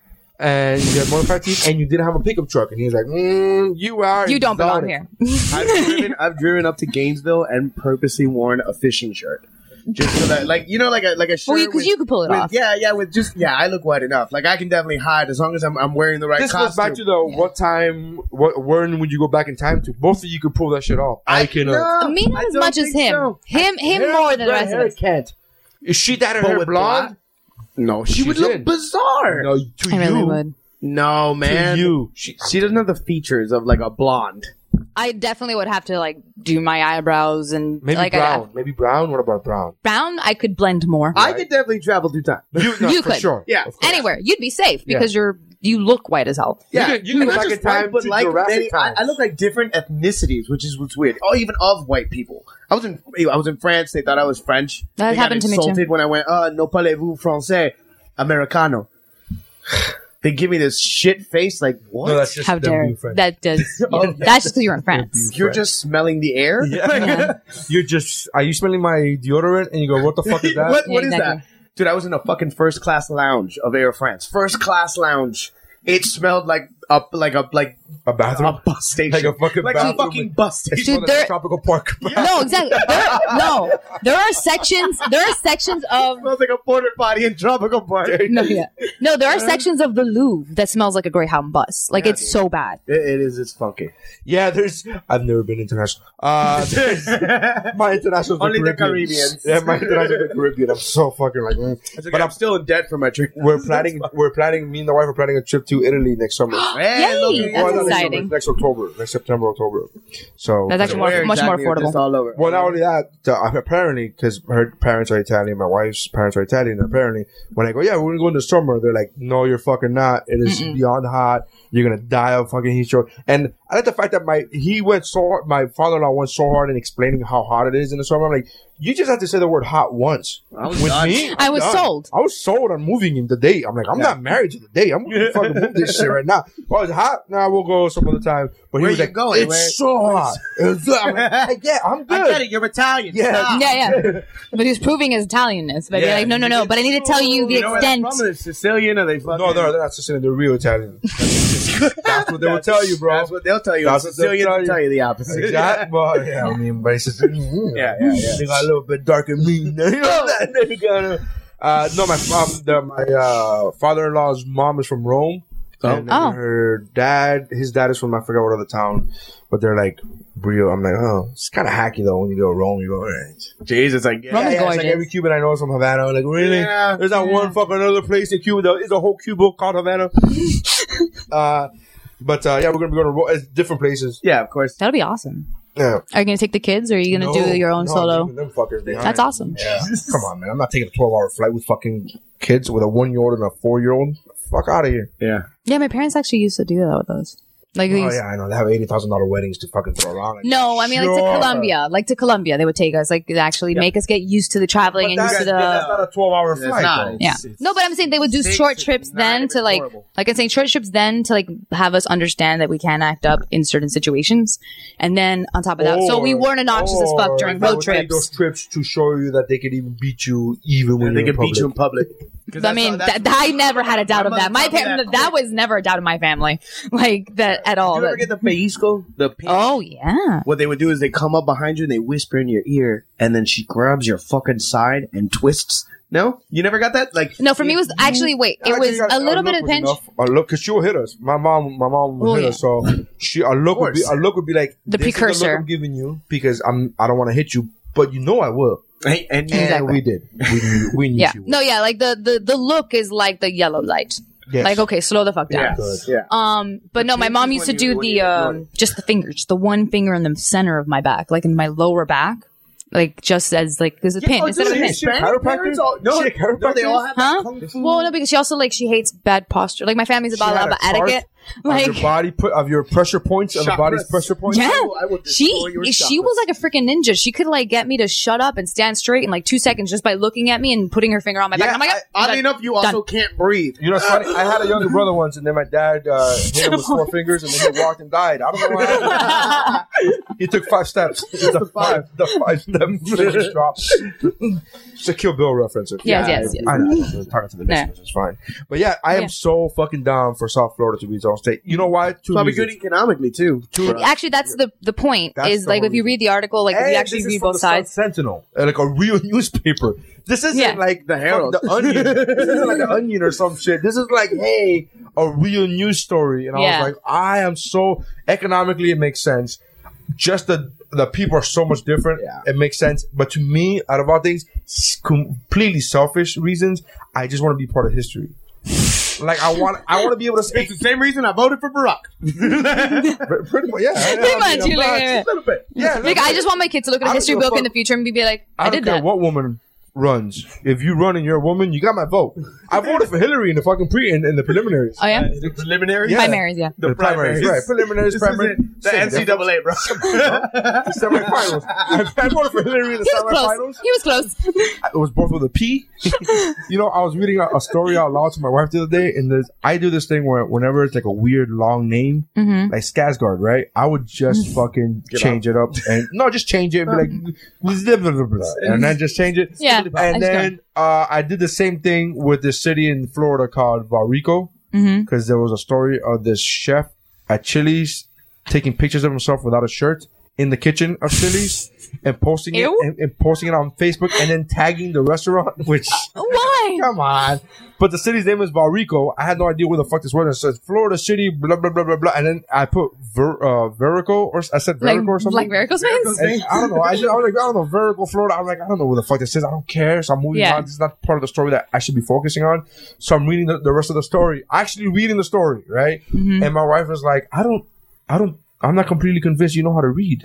and you had more than five teeth, and you didn't have a pickup truck. And he was like, mm, "You are You don't belong exotic." here. I've driven, I've driven up to Gainesville and purposely worn a fishing shirt. Just so that, like, you know, like a like a shirt. Well, because with- you could pull it with- off. Yeah, yeah, with just yeah, I look white enough. Like I can definitely hide as long as I'm I'm wearing the right This goes costume. back to the what time, what when would you go back in time to? Both of you could pull that shit off. I, uh, cannot. no, Me not I as don't much as think him. so. Him him Hair- more than the red rest of hair us. can't. Is she that her But hair with blonde? No, she would She's look in. bizarre. No, to I you, really would. No, man. to you. She, she doesn't have the features of like a blonde. I definitely would have to like do my eyebrows and Maybe like I, brown. Maybe brown. What about brown? brown. I could blend more. I could definitely travel through time. You, no, You for could. sure. Yeah. Of course. Anywhere you'd be safe because you're you look white as hell. Yeah, You can- you can not go back just in time white, but to like Jurassic many, I, times. I look like different ethnicities, which is what's weird. Oh, even of white people. I was in I was in France. They thought I was French. That they happened to got me too. insulted when I went. Uh, no parlez-vous français, americano. they give me this shit face. Like what? No, that's just How them dare being friends. that does? Oh, That's just because you're in France. You're just smelling the air. Yeah. You're just. Are you smelling my deodorant? And you go, what the fuck is that? what what Yeah, is exactly. that? Dude, I was in a fucking first class lounge of Air France. First class lounge. It smelled like a like a like A a bathroom. bus station. Like a fucking like bathroom. a fucking bus station. Well, Dude, that's there- a tropical park. No, exactly. There are, no, there are sections. There are sections of smells like a porter potty in tropical park. It, no, yeah. no. There are sections of the Louvre that smells like a Greyhound bus. Like it's so bad. it is. It's funky. Yeah, there's. I've never been international. Uh, there's my international. Only the Caribbeans. Yeah, my international the Caribbean. I'm so fucking like. mm. But I'm, still in debt for my drink. we're planning. We're planning. Me and the wife are planning a trip to Italy next summer. Well, Yay, not that's next summer, exciting. Next October, next September, October. So That's actually more, much more affordable. all over. Well, not only that, uh, apparently, because her parents are Italian, my wife's parents are Italian. Apparently, when I go, yeah, we're gonna go in the summer, they're like, no, you're fucking not. It is beyond hot. You're gonna die of fucking heat stroke. And I like the fact that my he went so hard, my father-in-law went so hard in explaining how hot it is in the summer. I'm like, You just have to say the word hot once. I was With done. me, I was done. sold. I was sold on moving in the date. I'm like, I'm not married to the date. I'm gonna fucking move this shit right now. Oh, it's hot. Nah, we'll go some other time. But he Where was you like, going? it's Where- so hot. It's- I'm like, yeah, I'm good. I get it. You're Italian. Yeah. Stop. Yeah, yeah. But he was proving his Italianness. But you're Yeah. like, no, no, no. But I need to tell you the You know where they're extent. from? They're Sicilian or they fucking. No, no, they're not Sicilian. They're real Italian. That's what they will tell you, bro. That's what they'll tell you. That's what they'll Sicilians tell will you. tell you the opposite. Exactly. Well, yeah, I mean, but it's just, mm, Yeah, yeah, yeah. They got a little bit dark and mean. you know that? They got a- uh, no, my mom, the, my uh, father-in-law's mom is from Rome, and then Oh. her dad, his dad is from I forgot what other town, but they're like real. I'm like, oh, it's kind of hacky though. When you go to Rome, you go, all right. Jesus, I get Roman's Yeah, it's like gorgeous. every Cuban I know is from Havana. I'm like, really? Yeah. There's not one fucking other place in Cuba. There's a whole Cuba called Havana. uh, but uh, yeah, we're gonna be going to ro- uh, different places. Yeah, of course. That'll be awesome. Yeah. Are you gonna take the kids, or are you gonna No, do your own no, solo? dude, Them fuckers, they That's awesome. Yeah. Come on, man. I'm not taking a 12 hour flight with fucking kids with a one year old and a four year old. Fuck out of here. Yeah. Yeah, my parents actually used to do that with us. Like, they Oh, used- yeah, I know. They have $80,000 weddings to fucking throw around. Like, no, I mean like sure. to Colombia, like to Colombia, they would take us, like to actually make us get used to the traveling But and used that's, to that's the. not a 12 hour It's flight. not. though. Yeah. It's- it's No, but I'm saying they would do six short to trips nine, then it's to like, horrible. like I'm saying short trips then to like have us understand that we can act up in certain situations, and then on top of that, so we Or- weren't obnoxious as or fuck during they road would take Those trips. trips to show you that they could even beat you, even when they you're can beat you in in public. public. I mean, that, I never had a doubt of mother that. My taught me parents, that, that quick. was never a doubt in my family, like that at all. You ever That- get the pellizco? The pin- oh yeah, What they would do is they come up behind you and they whisper in your ear, and then she grabs your fucking side and twists. No, you never got that. Like no, for me it Mm-hmm. was actually wait, it was a little bit of pinch. look, because she will hit us. My mom, my mom will Oh, hit yeah. us. So she, a look would be, a look would be like The this is precursor. look I'm giving you because I'm, I don't want to hit you, but you know I will. and, and you- Oh, And we did. We knew, we knew Yeah, she would. no, yeah, like the the the look is like the yellow light. Yes. Like okay, slow the fuck down. yeah. Um, but no, my pinch mom is used to when you- do when the you ignore um, just the finger, just the one finger in the center of my back, like in my lower back, like just as like there's a oh, pin instead of a pin. Parents all- no, Shit, no, they all have Huh? Well, no, because she also like she hates bad posture. Like my family's about a lot had about a chart etiquette. Of Like your body put of your pressure points of the body's Chakras. pressure points. Yeah, will- I will she destroy your if she chakras. was like a freaking ninja. She could like get me to shut up and stand straight in like two seconds just by looking at me and putting her finger on my back. Yeah, I'm like, I- oddly enough, you also can't breathe. You know, it's funny. I had a younger brother once, and then my dad uh, hit him with four fingers, and then he walked and died. I don't know why. he took five steps. The five, the five step fingers drop. It's a Kill Bill reference. Yes, Yes, yes, yes. I know. I'm talking to the Yeah. listeners. It's fine. But yeah, I am Yeah. so fucking down for South Florida to be its own state. You know why? Two Probably reasons. good e- economically too. actually, that's the the point. uh, That's is the like whole if you read the article, like if And you actually this is read from both the Sun sides. Sentinel, uh, like a real newspaper. This isn't Yeah. like The Herald. the Onion. this isn't like the Onion or some shit. This is like, hey, a real news story. And I Yeah. was like, I am so economically, it makes sense. Just the the people are so much different. It makes sense. But to me, out of all things, s- completely selfish reasons, I just want to be part of history. Like I want, I want to be able to speak. It's the same reason I voted for Barack. Pretty much, yeah. Pretty much, I'm you're like, not- yeah, yeah. just a little bit. Yeah, a little Like I bit. just want my kids to look at I a don't history give a book in the fuck. future and be like, I, I, don't did care that. what woman runs. If you run and you're a woman, you got my vote. I voted for Hillary in the fucking pre in, in the preliminaries. I am The preliminary. Yeah. primaries. Yeah. the, primaries, right? Preliminaries, This is primaries, it. The NCAA, bro. the semifinals. I, I voted for Hillary in the He was semifinals. close. He was close. I- It was both with a P. you know, I was reading a, a story out loud to my wife the other day, and there's I do this thing where whenever it's like a weird long name, Mm-hmm. like Skarsgård, right? I would Mm. just fucking change it up and no, just change it and be like, blah, blah, blah, blah, and then just change it. Yeah, and it's then uh, I did the same thing with this city in Florida called Valrico Mhm. because there was a story of this chef at Chili's taking pictures of himself without a shirt in the kitchen of Chili's and posting it Ew. and, and posting it on Facebook and then tagging the restaurant, which Why? come on. But the city's name is Valrico. I had no idea where the fuck this was. It says Florida City, blah blah blah blah blah, and then I put ver- uh, Verico or s- I said Like Verico or something. like miracles fans? And I don't know. I, just, I was like, I don't know, vertical Florida. I'm like, I don't know where the fuck this is. I don't care. So I'm moving Yeah. on. This is not part of the story that I should be focusing on. So I'm reading the, the rest of the story. Actually reading the story, right? Mm-hmm. And my wife was like, I don't, I don't, I'm not completely convinced you know how to read.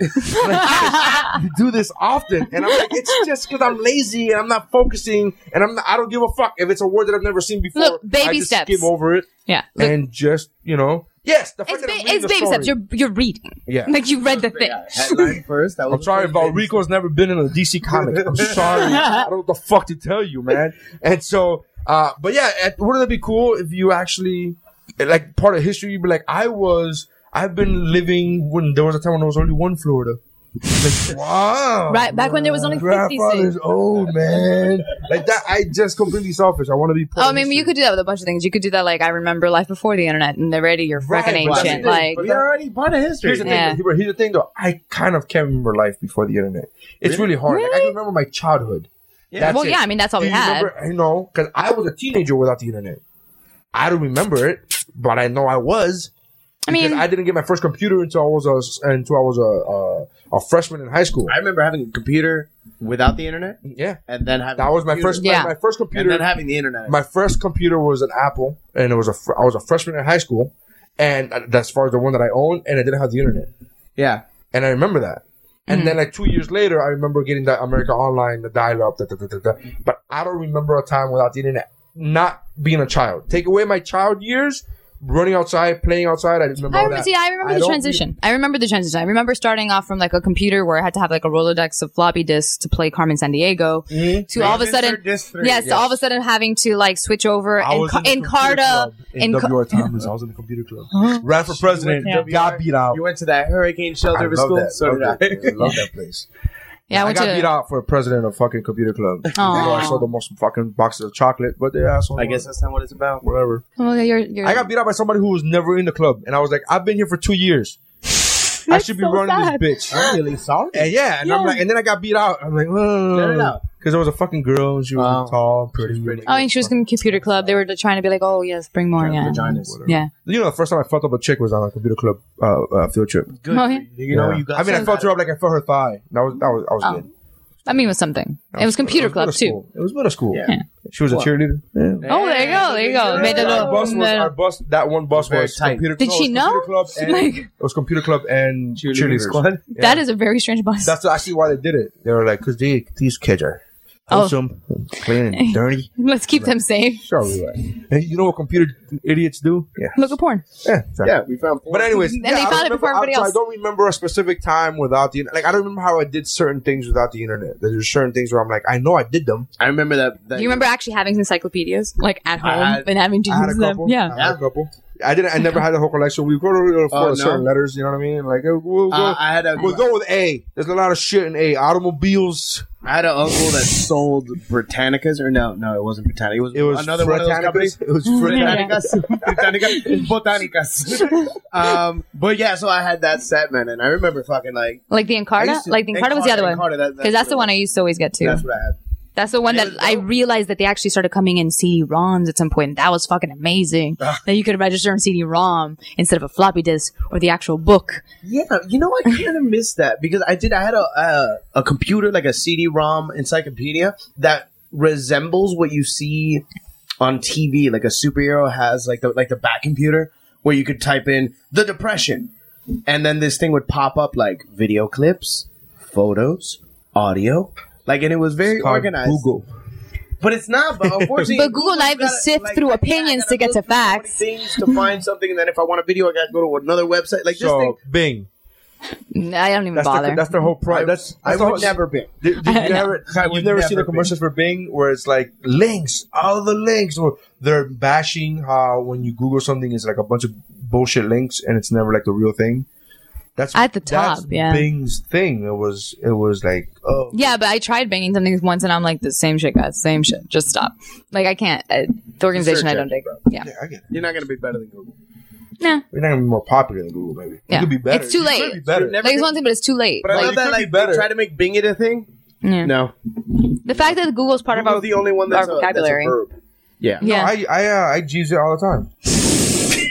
Like, you do this often, and I'm like, it's just because I'm lazy and I'm not focusing, and I'm not, I don't give a fuck if it's a word that I've never seen before. Look, baby I just steps. Skip over it Yeah. Look, and just you know Yes, the fact It's, that I'm ba- reading it's the baby story. steps. You're you're reading. Yeah. Like you read the thing. Yeah, headline first. That was I'm sorry, Valrico's never been in a DC comic. I'm sorry. I don't know what the fuck to tell you, man. And so, uh, but yeah, and wouldn't it be cool if you actually, like, part of history, you'd be like, I was, I've been living when there was a time when I was only one Florida. Like, wow. Right back when there was only fifty Grandfather's cents. old, man. Like that, I just completely selfish. I want to be. part Oh, I of mean, history. you could do that with a bunch of things. You could do that like I remember life before the internet, and already you're Right, fucking but that's ancient. the thing, Like but we are already part of history. Here's the Yeah. thing. Though, here's the thing, though. I kind of can't remember life before the internet. It's really, hard. Like, I can remember my childhood. That's Well, it. yeah, I mean, that's all Do we you had. Remember, I know because I was a teenager without the internet. I don't remember it, but I know I was. I mean, because I didn't get my first computer until I was a until I was a a, a freshman in high school. I remember having a computer without the internet, yeah, and then having that a was my computer, first Yeah. my, my first and computer. then having the internet. my first computer was an Apple, and it was a fr- I was a freshman in high school, and uh, that's as far as the one that I owned, and I didn't have the internet. yeah, and I remember that. And then like two years later, I remember getting that America Online, the dial-up, da, da, da, da, da. but I don't remember a time without the internet. Not being a child, take away my child years, running outside, playing outside. I remember. I all remember, that. see, I remember the don't transition. I remember the transition. I remember starting off from like a computer where I had to have like a Rolodex of floppy disks to play Carmen San Diego Mm-hmm. to all of a Carmen sudden, Sandisk three, yes, to all of a sudden having to like switch over I and was ca- in the in computer Carta club in in Ca- W.R. Thomas. I was in the computer club. Ran for president. Yeah. Got beat out. you went to that hurricane I shelter of love school. that. So did I. love, that. I love that place. yeah, I I went got beat to out for president of fucking computer club. Aw. I sold the most fucking boxes of chocolate, but yeah, I, I guess that's not what it's about. whatever. well, Oh, you're, you're, I got beat up by somebody who was never in the club, and I was like, I've been here for two years. I should be so running sad. this bitch. I'm really sorry. And yeah, and I'm like, and then I got beat out. I'm like, it out. because there was a fucking girl and she was Wow. tall, pretty, oh, and she was in computer club. They were trying to be like, oh yes, bring more, yeah, Vaginas. yeah. You know, the first time I felt up a chick was on a computer club uh, uh, field trip. Oh, yeah. You know, Yeah. you got. I mean, I felt her up like I felt her thigh. That was that was I was Oh. good. I mean, it was something. It was computer It was club middle too. school. It was middle school. Yeah. She was a cheerleader. Oh, there you go, there you go. Made a Our little- bus was our bus. That one bus Very was tight. computer. Did no, she it was know? Computer club and, Like- it was computer club and cheerleading cheerleaders. squad. That is a very strange bus. That's actually why they did it. They were like, because they, these kids are Oh. awesome, clean, and dirty. Let's keep them safe. Sure, we were. Hey, you know what computer idiots do? Yeah. Look at porn. Yeah. sorry. Yeah, we found. But anyways, And yeah, they I found it remember- before everybody I, so I else. don't remember a specific time without the like. I don't remember how I did certain things without the internet. There's certain things where I'm like, I know I did them. I remember that. that You remember actually having encyclopedias like at home had- and having to I had a use them? couple. uh, Yeah. I had a couple. I didn't. I never had the whole collection. We go to for Oh, no? certain letters. You know what I mean? Like we'll go. Uh, I had a. we'll go with A. There's a lot of shit in A. Automobiles. I had an uncle that sold Britannicas, or no, no, it wasn't Britannica. It was, It was another one of those Britannicas. companies. It was Britannicas. Britannicas, Britannicas, Botanicas. um, but yeah, so I had that set, man, and I remember fucking like Like the I Encarta? used to- Like the Encarta was the other one. Encarta, that- Because that's the one I used to always get too. That's what I had. That's the one that I realized that they actually started coming in CD-ROMs at some point, and that was fucking amazing. Ah. that you could register on CD-ROM instead of a floppy disk or the actual book. Yeah, you know, I kind of missed that because I did. I had a a, a computer like a CD-ROM encyclopedia that resembles what you see on TV. Like a superhero has like the like the back computer where you could type in the depression, and then this thing would pop up like video clips, photos, audio. Like and it was very organized, Google. but it's not. But unfortunately, But Google, Google's I have to gotta- sift like, through yeah, I opinions gotta to get go to through so many facts. things to find something, and then if I want a video, I gotta go to another website. Like this So thing, Bing. I don't even That's bother. the, that's the whole pro. That's, I that's the would whole- never be. Did, did you never, you've never seen the commercials for Bing where it's like links, all the links, or they're bashing how when you Google something, it's like a bunch of bullshit links, and it's never like the real thing. That's At the top, that's yeah. Bing's thing. It was, it was like, oh, yeah, but I tried banging something once, and I'm like, the same shit, guys, same shit. Just stop. Like I can't. Uh, the organization I don't engine, dig. Yeah, yeah, I get it. You're not gonna be better than Google. We're not gonna be more popular than Google, maybe. Yeah. It could be better. It's too You could late. be better. Never like it's one thing, but it's too late. But I Like, love could that, be like, they better. try to make Bing it a thing. Yeah. No, the fact that Google's part of Google's our the only one that's, our a, that's a vocabulary. verb. Yeah. yeah. I, I, uh, I use it all the time.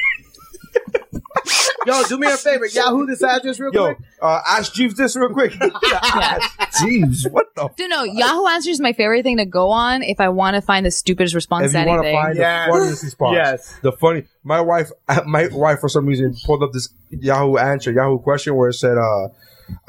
Yo, do me a favor, Yahoo this address real Yo, quick. uh, ask Jeeves this real quick. Jeeves, what the Dude, no, Yahoo Answers is my favorite thing to go on if I want to find the stupidest response if to you want to anything. find Yes. the funniest response, Yes. the funny. My wife, my wife, for some reason, pulled up this Yahoo answer, Yahoo question, where it said, uh,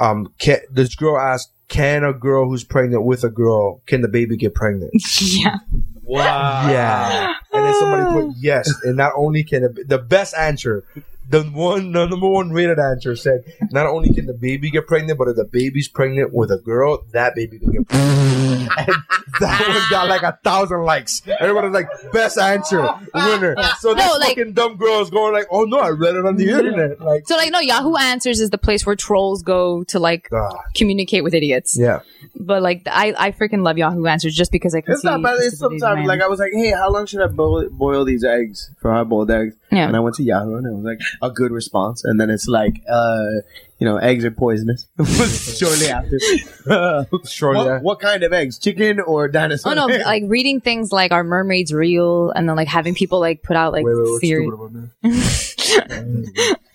um, can, this girl asked, "Can a girl who's pregnant with a girl, can the baby get pregnant?" yeah. Wow. yeah, and then somebody put yes, and not only can it, the best answer the one the number one rated answer said not only can the baby get pregnant, but if the baby's pregnant with a girl, that baby can get pregnant. and that one got like a thousand likes. Everybody's like, best answer, winner. So this No, like- fucking dumb girl is going like, oh no, I read it on the internet. Like, So like no, Yahoo Answers is the place where trolls go to like God. communicate with idiots. yeah. But like I, I freaking love Yahoo Answers just because I can It's see. not bad. It's stupidity, sometimes man. like I was like, hey, how long should I boil, boil these eggs for hard boiled eggs? Yeah. And I went to Yahoo and it was like a good response. And then it's like, uh, you know, eggs are poisonous. Shortly after. Sure, what, yeah. what kind of eggs? Chicken or dinosaur? Oh no! eggs? Like reading things like "Are mermaids real?" and then like having people like put out like Wait, wait, what's theory. stupid about that?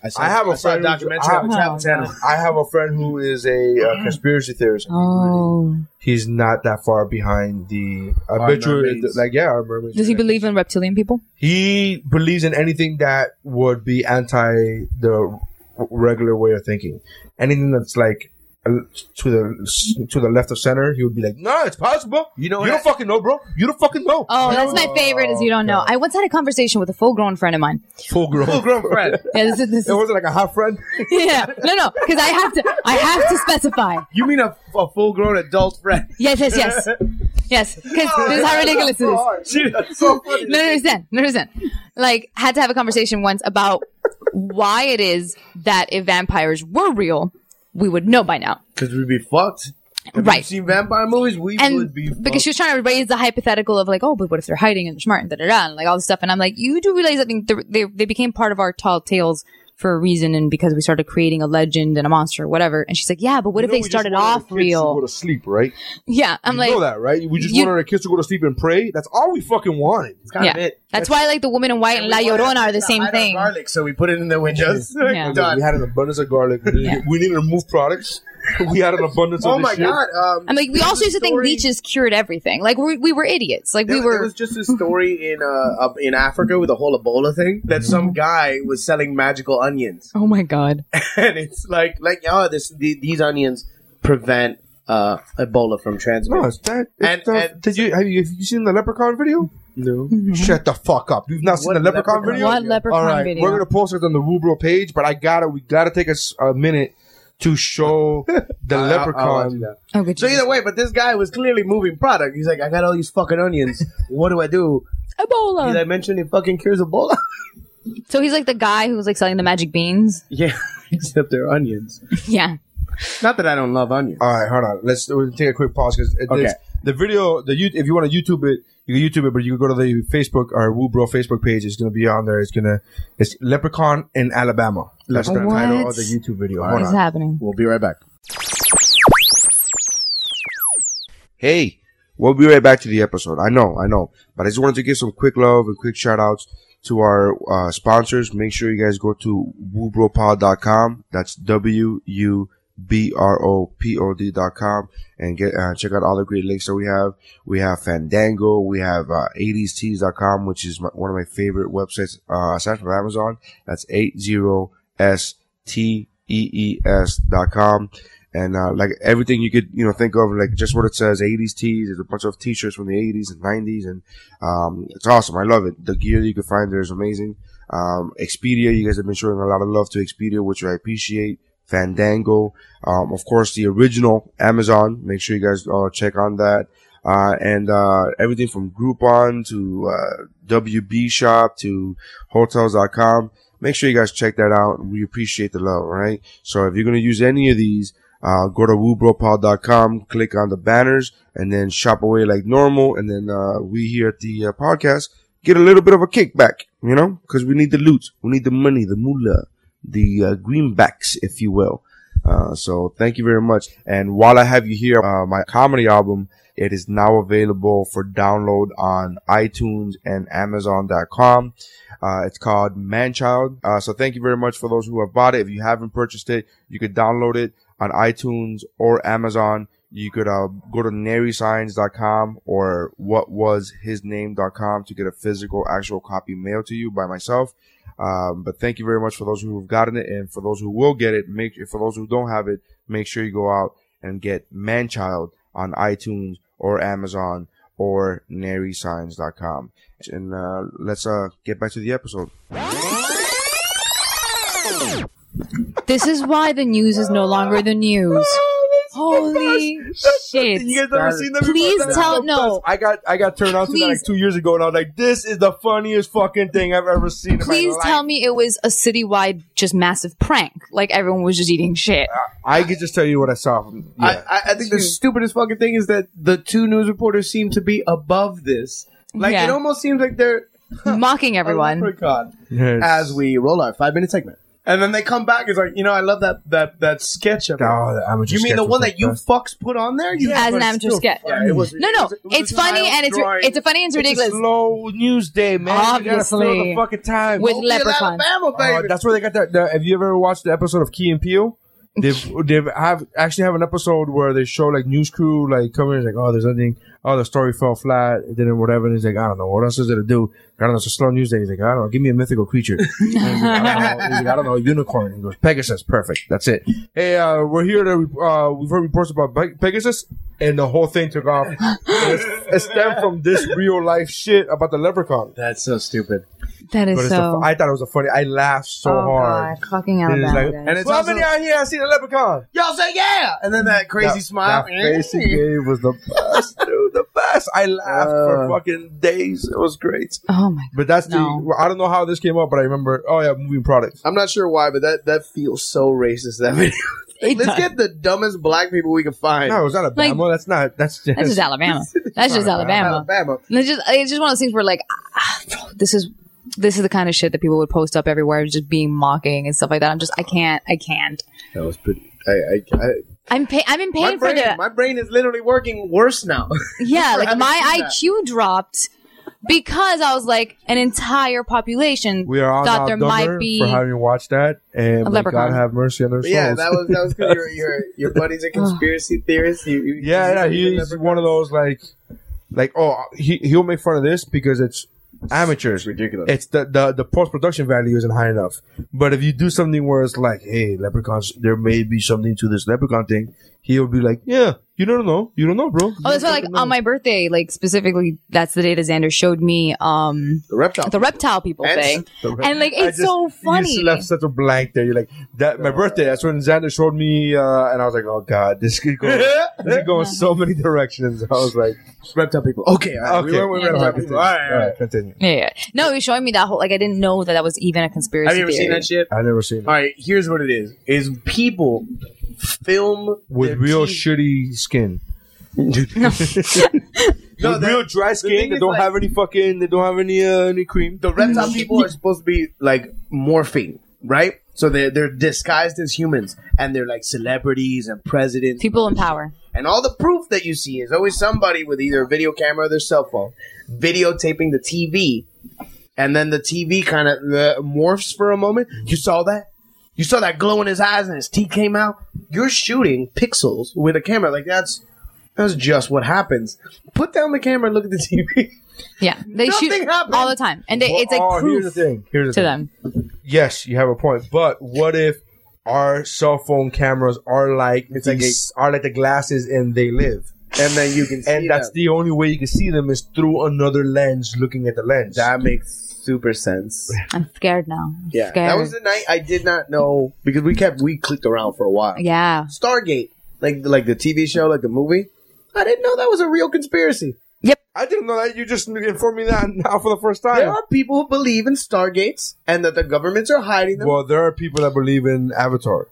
I, saw, I have a I saw a friend who's- documentary I- Oh. on Travel Channel. I have a friend who is a uh, conspiracy theorist. Oh, He's not that far behind the. I Our bet you, mermaids. like, yeah, our mermaids. does he are- believe in reptilian people? He believes in anything that would be anti the r- regular way of thinking. Anything that's like uh, to the to the left of center, he would be like, "No, it's possible. You know, you don't fucking know, bro. You don't fucking know." Oh, that's my favorite. Is you don't know. I once had a conversation with a full grown friend of mine. full grown, full grown friend. Yeah, this is, this It is, wasn't like a half friend. yeah. no, no, because I have to, I have to specify. You mean a, a full grown adult friend? Yes, yes, yes, yes. Because this is how ridiculous it is. Dude, that's so funny. No, no, understand. No, understand. Like, had to have a conversation once about why it is that if vampires were real, we would know by now. Because we'd be fucked. Have you Right. seen vampire movies? We would And be fucked. because she was trying to raise the hypothetical of like, oh, but what if they're hiding and they're smart and da da da, and like all this stuff. And I'm like, you do realize I think they, they, they became part of our tall tales for a reason and because we started creating a legend and a monster, whatever. And she's like, yeah, but what if they started off Go real? to sleep, right? Yeah. I'm you like, know that, right? We just you- wanted our kids to go to sleep and pray. That's all we fucking wanted. God, yeah. it- That's why like the woman in white and La Llorona are the same I don't thing. Garlic, so we put it in the windows. Yeah. Done. We had an abundance of garlic. We needed, we needed to move products. We had an abundance Oh of this my shit. god! Um, I'm like, we there's also a used to think story- leeches cured everything. Like, we we were idiots. Like, There, we there were. was just a story in uh up in Africa with the whole Ebola thing that Mm-hmm. some guy was selling magical onions, Oh my god. and it's like like oh this the, these onions prevent uh Ebola from No, transmitting. it's that. It's And- that- and- did you have, you have you seen the leprechaun video? No, Shut the fuck up! You've not seen What the leprechaun, leprechaun? video. What leprechaun All right, video? we're gonna post it on the Rubro page, but I gotta we gotta take a, s- a minute to show the I'll- I'll watch leprechaun. that. Oh, good. So either way, but this guy was clearly moving product. He's like, I got all these fucking onions. What do I do? Did I Ebola. mention it fucking cures Ebola? So he's like the guy who was like selling the magic beans. yeah, except they're onions. Yeah. Not that I don't love onions. All right, hold on. Let's we'll take a quick pause because Okay. the video. The you- if you want to YouTube it, you can YouTube it, but you can go to the Facebook or Rubro Facebook page. It's gonna be on there. It's gonna it's leprechaun in Alabama. That's the Leprechaun. title What? of the YouTube video. What Hold is on. happening? We'll be right back. Hey, we'll be right back to the episode. I know, I know, but I just wanted to give some quick love and quick shout outs to our uh, sponsors. Make sure you guys go to woobropod.com. That's W U B R O P O D.com and get uh, check out all the great links that we have. We have Fandango, we have uh, 80stees.com, which is my, one of my favorite websites uh, aside from Amazon. That's E 80stees.com and uh, like everything you could you know think of like just what it says 80s tees there's a bunch of t-shirts from the 80s and 90s and um, it's awesome i love it the gear that you can find there is amazing um, expedia you guys have been showing a lot of love to expedia which i appreciate fandango um, of course the original amazon make sure you guys uh, check on that uh, and uh, everything from groupon to uh, wb shop to hotels.com make sure you guys check that out we appreciate the love all right so if you're going to use any of these uh, go to woobropod.com, click on the banners, and then shop away like normal. And then uh, we here at the uh, podcast get a little bit of a kickback, you know, because we need the loot, we need the money, the moolah, the uh, greenbacks, if you will. Uh, so thank you very much. And while I have you here, uh, my comedy album, it is now available for download on iTunes and Amazon.com. Uh, it's called Manchild. Uh, so thank you very much for those who have bought it. If you haven't purchased it, you could download it on iTunes or Amazon. You could uh, go to narysigns.com or whatwashisname.com to get a physical, actual copy mailed to you by myself. Um, but thank you very much for those who have gotten it, and for those who will get it, make for those who don't have it, make sure you go out and get Manchild on iTunes or Amazon or narysigns.com. And uh, let's uh, get back to the episode. This is why the news is no longer the news. Oh, Holy shit. You guys never seen that? before? Please That's tell- the no. best. I got I got turned on to that like Please. two years ago, and I was like, "This is the funniest fucking thing I've ever seen." in Please my life. tell me it was a citywide, just massive prank. Like everyone was just eating shit. I could just tell you what I saw. From, yeah. I, I, I think the stupidest fucking thing is that the two news reporters seem to be above this. Like Yeah. it almost seems like they're Mocking everyone. leprechaun. Yes. As we roll our five minute segment, and then they come back. It's like you know, I love that that that sketch of it. Oh, the amateur You mean sketch the was one the that you best. fucks put on there? You As an but it's amateur still sketch. funny. It was, No, no, it was- it was it's a funny child's and it's drawing. it's a funny and it's ridiculous. slow news day, man. you gotta Obviously. fill the fucking time With Mobile, leprechaun. Alabama, baby. Oh, that's where they got that. The, have you ever watched the episode of Key and Peele? They've they've have actually have an episode where they show like news crew like coming in, like oh there's nothing oh the story fell flat it didn't whatever and he's like I don't know what else is there to do I don't know it's a slow news day he's like I don't know give me a mythical creature And he's like, I, don't know. He's like, I don't know unicorn he goes Pegasus perfect that's it hey uh, we're here to uh, we've heard reports about Pe- Pegasus and the whole thing took off it stemmed from this real life shit about the leprechaun that's so stupid. That but is it's the so. fu- I thought it was a funny I laughed so oh hard. god, fucking And it's Alabama. like, guys. and it's well, also, out here, I seen a leprechaun. Y'all say yeah, and then that crazy smile. That face he gave was the best, dude. The best. I laughed for fucking days. It was great. oh my But that's Uh. No. the. I don't know how this came up, but I remember. Oh yeah, moving products. I'm not sure why, but that that feels so racist. That video. Like, It let's does. get the dumbest black people we can find. No, it's not Alabama. that's not. That's just. That's just Alabama. That's just Alabama. Alabama. And It's just it's just one of those things where like ah, this is this is the kind of shit that people would post up everywhere, just being mocking and stuff like that. I'm just I can't I can't. That was pretty. I, I, I, I'm pa- I'm in my pain for brain, the my brain is literally working worse now. yeah for like having my seen that. IQ dropped because I was like an entire population We are all thought now there dumber might be for having watched that, and may God leprechaun. have mercy on their But souls. yeah, that was that was because your your your buddy's a conspiracy theorist. You, you, Yeah, you yeah, believe in he's leprechauns. one of those like, like oh he he'll make fun of this because it's amateurs. ridiculous. It's the the, the post production value isn't high enough. But if you do something where it's like, hey, leprechauns, there may be something to this leprechaun thing. He'll be like, yeah, you don't know, you don't know, bro. You Oh, that's don't why, like, fucking on know." my birthday, like, specifically, that's the day that Xander showed me, um, the reptile. the reptile people And- thing. The re- And, like, I it's just- so You funny. just left such a blank there. You're like that. My birthday. That's when Xander showed me, uh, and I was like, "Oh God, this could go. this could go in so many directions." I was like, reptile people. Okay, all right, Okay. we went with Yeah, reptile continue. people. All right, all right. continue. Yeah, yeah. No, he was showing me that whole, like, I didn't know that that was even a conspiracy Have you ever seen theory. that shit? I never seen it. All right, here's what it is: is people film with their real teeth. shitty skin. No, with that- real dry thing skin. They is, don't like- have any fucking. They don't have any uh, any cream. the reptile people are supposed to be like morphing, right? So they're they're disguised as humans, and they're like celebrities and presidents. People in power. And all the proof that you see is always somebody with either a video camera or their cell phone videotaping the TV. And then the TV kind of uh, morphs for a moment. You saw that? You saw that glow in his eyes and his teeth came out? You're shooting pixels with a camera. Like, that's that's just what happens. Put down the camera and look at the TV. Yeah. They Nothing shoot happened. all the time. And they, it's, like, Oh, here's the proof thing. Here's the to thing. them. Yes, you have a point. But what if our cell phone cameras are like It's like these- are like the glasses and they live, and then you can see and that's them. the only way you can see them is through another lens, looking at the lens. that makes super sense. I'm scared now. I'm Yeah. Scared. That was the night I did not know because we kept, we clicked around for a while. yeah. Stargate, like like the TV show, like the movie. I didn't know that was a real conspiracy. I didn't know that. You just informed me that now for the first There time. are people who believe in Stargates and that the governments are hiding them. Well, there are people that believe in Avatar.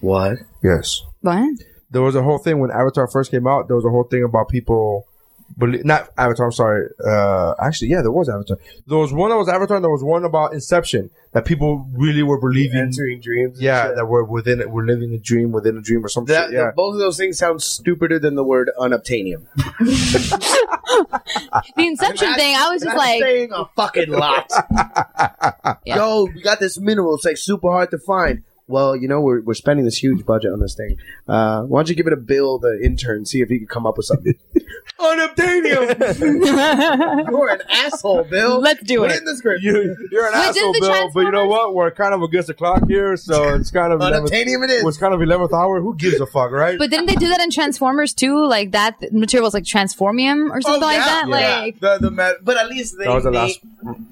What? Yes. What? there was a whole thing when Avatar first came out. There was a whole thing about people, belie- not Avatar. I'm sorry. Uh, actually, yeah, there was Avatar. There was one that was Avatar. and There was one about Inception that people really were believing. Entering dreams. and yeah, shit. that we're within it. We're living a dream within a dream or something. That- yeah. both of those things sound stupider than the word unobtainium. The Inception thing, I was just That's like, saying a fucking lot. Yeah. Yo, we got this mineral. It's like super hard to find. Well, you know we're, we're spending this huge budget on this thing. Uh, why don't you give it a bill, the intern, see if he can come up with something? unobtainium. You're an asshole, Bill. let's do Put it. in the script. You, you're an Wait, asshole, didn't the Bill. But you know Transformers- what? We're kind of against the clock here, so it's kind of 11th, Unobtainium it is. it's kind of eleventh hour. Who gives a fuck, right? But didn't they do that in Transformers too? Like Oh, that material was like Transformium or something like that. Like the, the ma- but at least they That was the na- last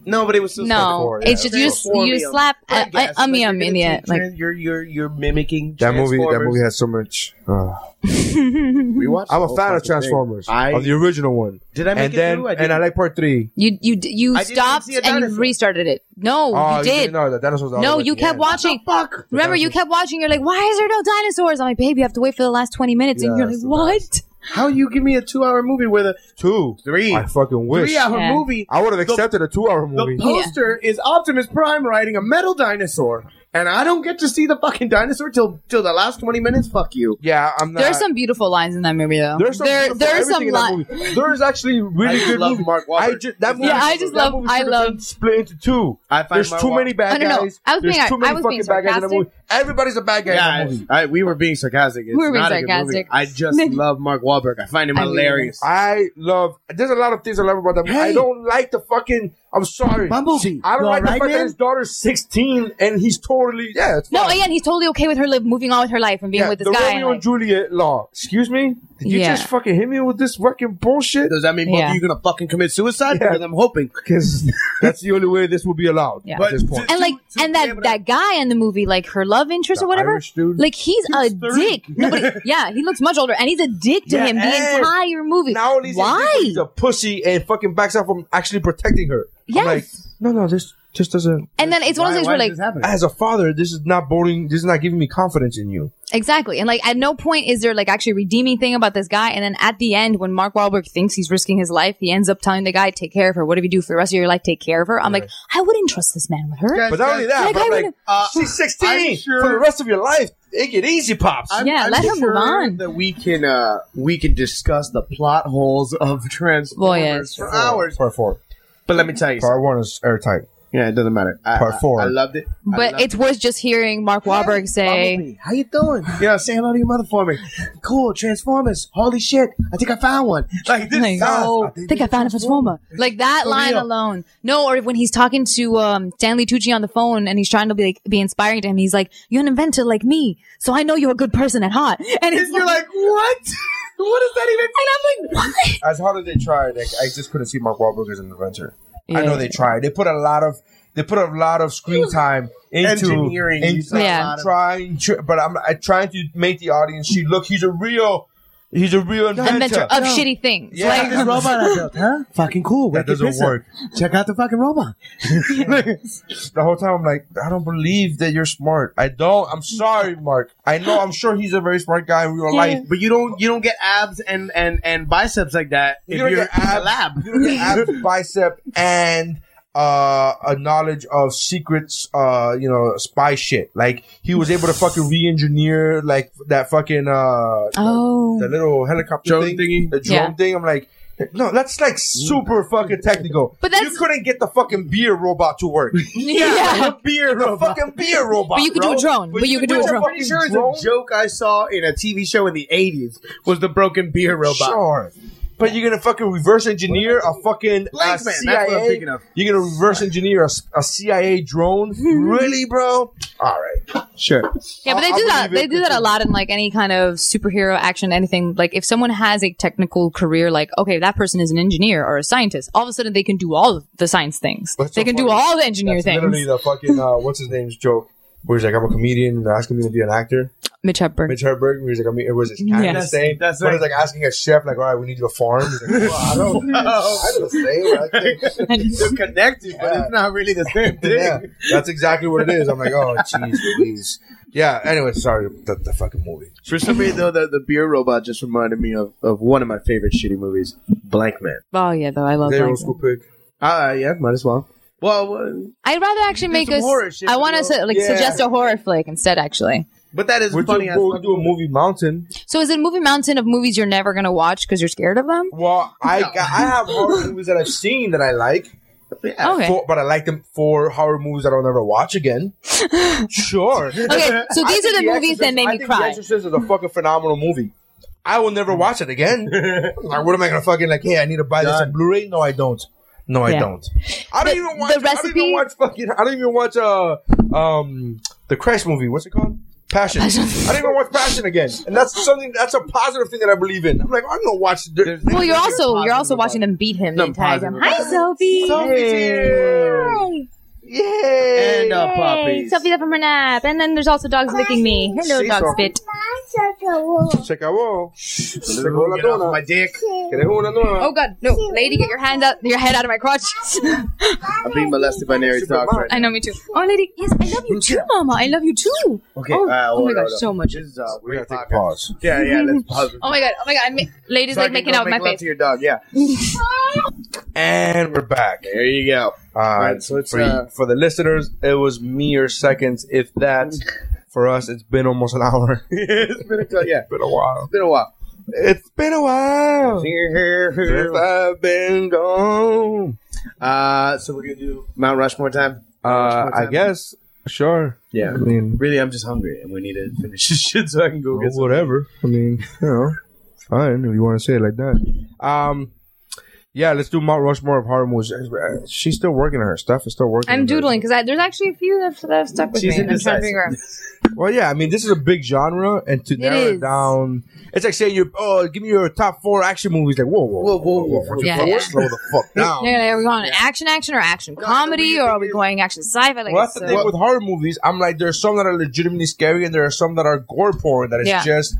No, but it was still No, Before, it's yeah, just you. Just, you Transformium. slap I a, a, guess, a like, yum you're in gonna the take end. Like trans- you're you're you're mimicking That movie, that Transformers. movie has so much. uh, Rewatch I'm the a fan whole fucking of thing. Transformers, I of the original one, did I make and it then through? I and I like part three. you, you, d- you I didn't even stopped see a and you dinosaur. restarted it. No, Oh, you did. No, the dinosaurs. are No, all at you the kept end. watching. fuck. Remember, you kept watching. You're like, why is there no dinosaurs? I'm like, babe, you have to wait for the last 20 minutes. and Yeah, you're like, it's the what? How you give me a two hour movie with a two, Three. I fucking wish. three hour Yeah. movie? I would have accepted a two-hour movie. The poster is Optimus Prime riding a metal dinosaur, and I don't get to see the fucking dinosaur till till the last twenty minutes. Fuck you. yeah, I'm not. There's some beautiful lines in that movie, though. There's some. there, beautiful- there's some everything in that lines. movie. There is actually really I good love movie. Mark Wahlberg. I just that movie. Yeah, I just that love- movie I should've been love- Split into two. I find There's Mark too many bad I don't know. guys. I was There's being- too many I was fucking being bad guys in the sarcastic. movie. Everybody's a bad guy in Yeah, that movie. I, we were being sarcastic. It's We were being not a good sarcastic. movie. I just love Mark Wahlberg. I find him I really hilarious. I love. There's a lot of things I love about that movie. I Hey. don't like the fucking. I'm sorry. Bumblebee. I don't you like the alright, fact that man? his daughter's 16 and he's totally yeah. It's No, fine. again, he's totally okay with her live, moving on with her life and being Yeah, with this the guy. Romeo and, like- and Juliet law. Excuse me? Did you Yeah. just fucking hit me with this fucking bullshit? Does that mean both of Yeah. you gonna fucking commit suicide? Yeah. Because I'm hoping. Because that's the only way this will be allowed Yeah. at this point. and like to and be that able to- that guy in the movie like her love interest The or whatever Irish dude? like he's a 30. dick Nobody, yeah he looks much older and he's a dick to Yeah, him the and entire movie Now he's why he's a pussy and fucking backs out from actually protecting her. Yes. I'm like, no, no, this this doesn't. and then it's one of Why- those things why where is like this happening? As a father, this is not boarding. This is not giving me confidence in you. exactly and like at no point is there like actually redeeming thing about this guy and then at the end when Mark Wahlberg thinks he's risking his life he ends up telling the guy take care of her what do you do for the rest of your life take care of her I'm like I wouldn't trust this man with her Guys, But not only that, Like, but I I'm like, would've- Uh, she's 16 I'm sure- for the rest of your life. Take it easy, pops. Yeah, let her move on. That we can uh, we can discuss the plot holes of Transformers Voyage. for hours. Part four. But let me tell you, something. Part one is airtight. yeah, it doesn't matter. I, Part I- four. I, loved it. I but loved it's worth just hearing Mark Wahlberg say Bumblebee, how you doing? Yeah, say hello to your mother for me. Cool, Transformers. Holy shit, I think I found one. Like this. Like, oh, I think I found a transformer. Like that line real. alone. No, or when he's talking to um, Stanley Tucci on the phone and he's trying to be like be inspiring to him, he's like, "You're an inventor like me, so I know you're a good person at heart." And it's And you're like, what? what does that even? and I'm like, "What?" as hard as they tried, like, I just couldn't see Mark Wahlberg as an inventor. I know they tried. They put a lot of they put a lot of screen time into Engineering, you into said a Yeah. lot of- trying, tr- but I'm I trying to make the audience see. Look, he's a real, he's a real inventor. inventor Oh, of shitty things. Yeah. Like, This robot I built, huh? Fucking cool. That Wicked doesn't listen. work. Check out the fucking robot. The whole time I'm like, I don't believe that you're smart. I don't. I'm sorry, Mark. I know. I'm sure he's a very smart guy in real life. But you don't you don't get abs and and and biceps like that You if don't you're get in the abs. lab. You don't have abs, bicep, and uh, a knowledge of secrets, uh, you know, spy shit. Like he was able to fucking re-engineer like that fucking uh, oh, the little helicopter Drone thing, thingy? the drone Yeah. thing. I'm like, no, that's like super fucking technical. But that's- you couldn't get the fucking beer robot to work. yeah. A beer the robot. fucking beer robot. But you could do bro. a drone. But you could do a Which I'm drone. pretty sure is a joke I saw in a TV show in the '80s was the broken beer robot. Sure. But you're gonna fucking reverse engineer a fucking uh, Blank man, that's what I'm CIA. thinking of. You're gonna reverse engineer a, s- a CIA drone? really, bro? All right. Sure. Yeah, but I'll- they do I'll that. believe it. They do that a lot in like any kind of superhero action, anything. Like if someone has a technical career, like okay, that person is an engineer or a scientist. All of a sudden, they can do all of the science things. That's they so can do funny. all the engineer That's literally things. the fucking uh, what's his name's joke. Where he's like, I'm a comedian, and they're asking me to be an actor. Mitch Hepburn. Mitch Hedberg, where he's like, I mean, it was his kind Yes. of thing. That's But right. it's like asking a chef, like, all right, we need you to farm. He's like, well, I don't, I don't say what I think. They're connected, but it's not really the same thing. Yeah, that's exactly what it is. I'm like, oh, jeez, please. Yeah, anyway, sorry, the, the fucking movie. For some reason, though, the, the beer robot just reminded me of, of one of my favorite shitty movies, Blank Man. Oh yeah, though I love They that. old school pick. Uh, yeah, might as well. Well, uh, I'd rather actually make some us. horror shit, I want you us know? to like Yeah. suggest a horror flick instead. Actually, but that is We're funny. doing, we do a movie mountain. so is it movie mountain of movies you're never gonna watch because you're scared of them? Well, I got- I have horror movies that I've seen that I like, Yeah. Okay. for, but I like them for horror movies that I'll never watch again. sure. Okay, so I these think are the, Exorcist- movies that made I me think The cry. Exorcist is a fucking phenomenal movie. I will never watch it again. like, what am I gonna fucking like? Hey, I need to buy this on Blu-ray. No, I don't. No, I Yeah. don't. I don't The- even watch. the I don't even recipe- watch fucking. I don't even watch uh um the Crash movie. What's it called? Passion. Passion. I don't even watch Passion again, and that's something that's a positive thing that I believe in. I'm like, I'm gonna watch. The- There's- Well, you're There's also you're positive also about watching them beat him the Nothing entire time. positive Hi, about Sophie. Sophie's here. Yay! And a Hey, puppy. Sophie's up from her nap, and then there's also dogs licking me. Hello, See, dog Sophie. spit. Se acabó. Se acabó la Get off dona. my dick. Querés una nueva. Oh God, no, lady, get your hands out, your head out of my crotch. I'm being molested by Nary Superman. dogs right I know, me too. Oh, lady, yes, I love you too, Mama. I love you too. Okay. Oh, uh, oh hold on, my gosh, hold on. so much. This is, uh, We gotta take a podcast. pause. Yeah, yeah. Let's pause. Oh my God, oh my God, I'm ma- lady's So I like can making go out with make my love face. To your dog. Yeah. And we're back. There you go. All right. Right, so it's, for, uh, for the listeners, it was mere seconds, if that. For us, it's been almost an hour. it's been a co- yeah. been a while. It's been a while. It's been a Oh. while since I've been gone. Uh, so we're gonna do Mount Rushmore time. Uh, I guess. Sure. Yeah. I mean, Really, I'm just hungry, and we need to finish this shit so I can go well, get some. whatever. I mean, you know, fine if you want to say it like that. Um, yeah, let's do Mount Rushmore of horror movies. Uh, She's still working on her stuff. Is still working. on I'm her- doodling because there's actually a few that, that have stuck with She's me. I'm trying indecisive. to figure out. Well, yeah, I mean, this is a big genre, and to narrow it is. down, it's like saying, "You oh, give me your top four action movies." Like, whoa, whoa, Whoa, whoa, whoa, whoa. Yeah, Slow- yeah. slow the fuck down. Yeah, are we going action, action, or action comedy, or are we going action sci-fi? Like, Well, that's the so- thing with horror movies. I'm like, there's some that are legitimately scary, and there are some that are gore porn that is Yeah. just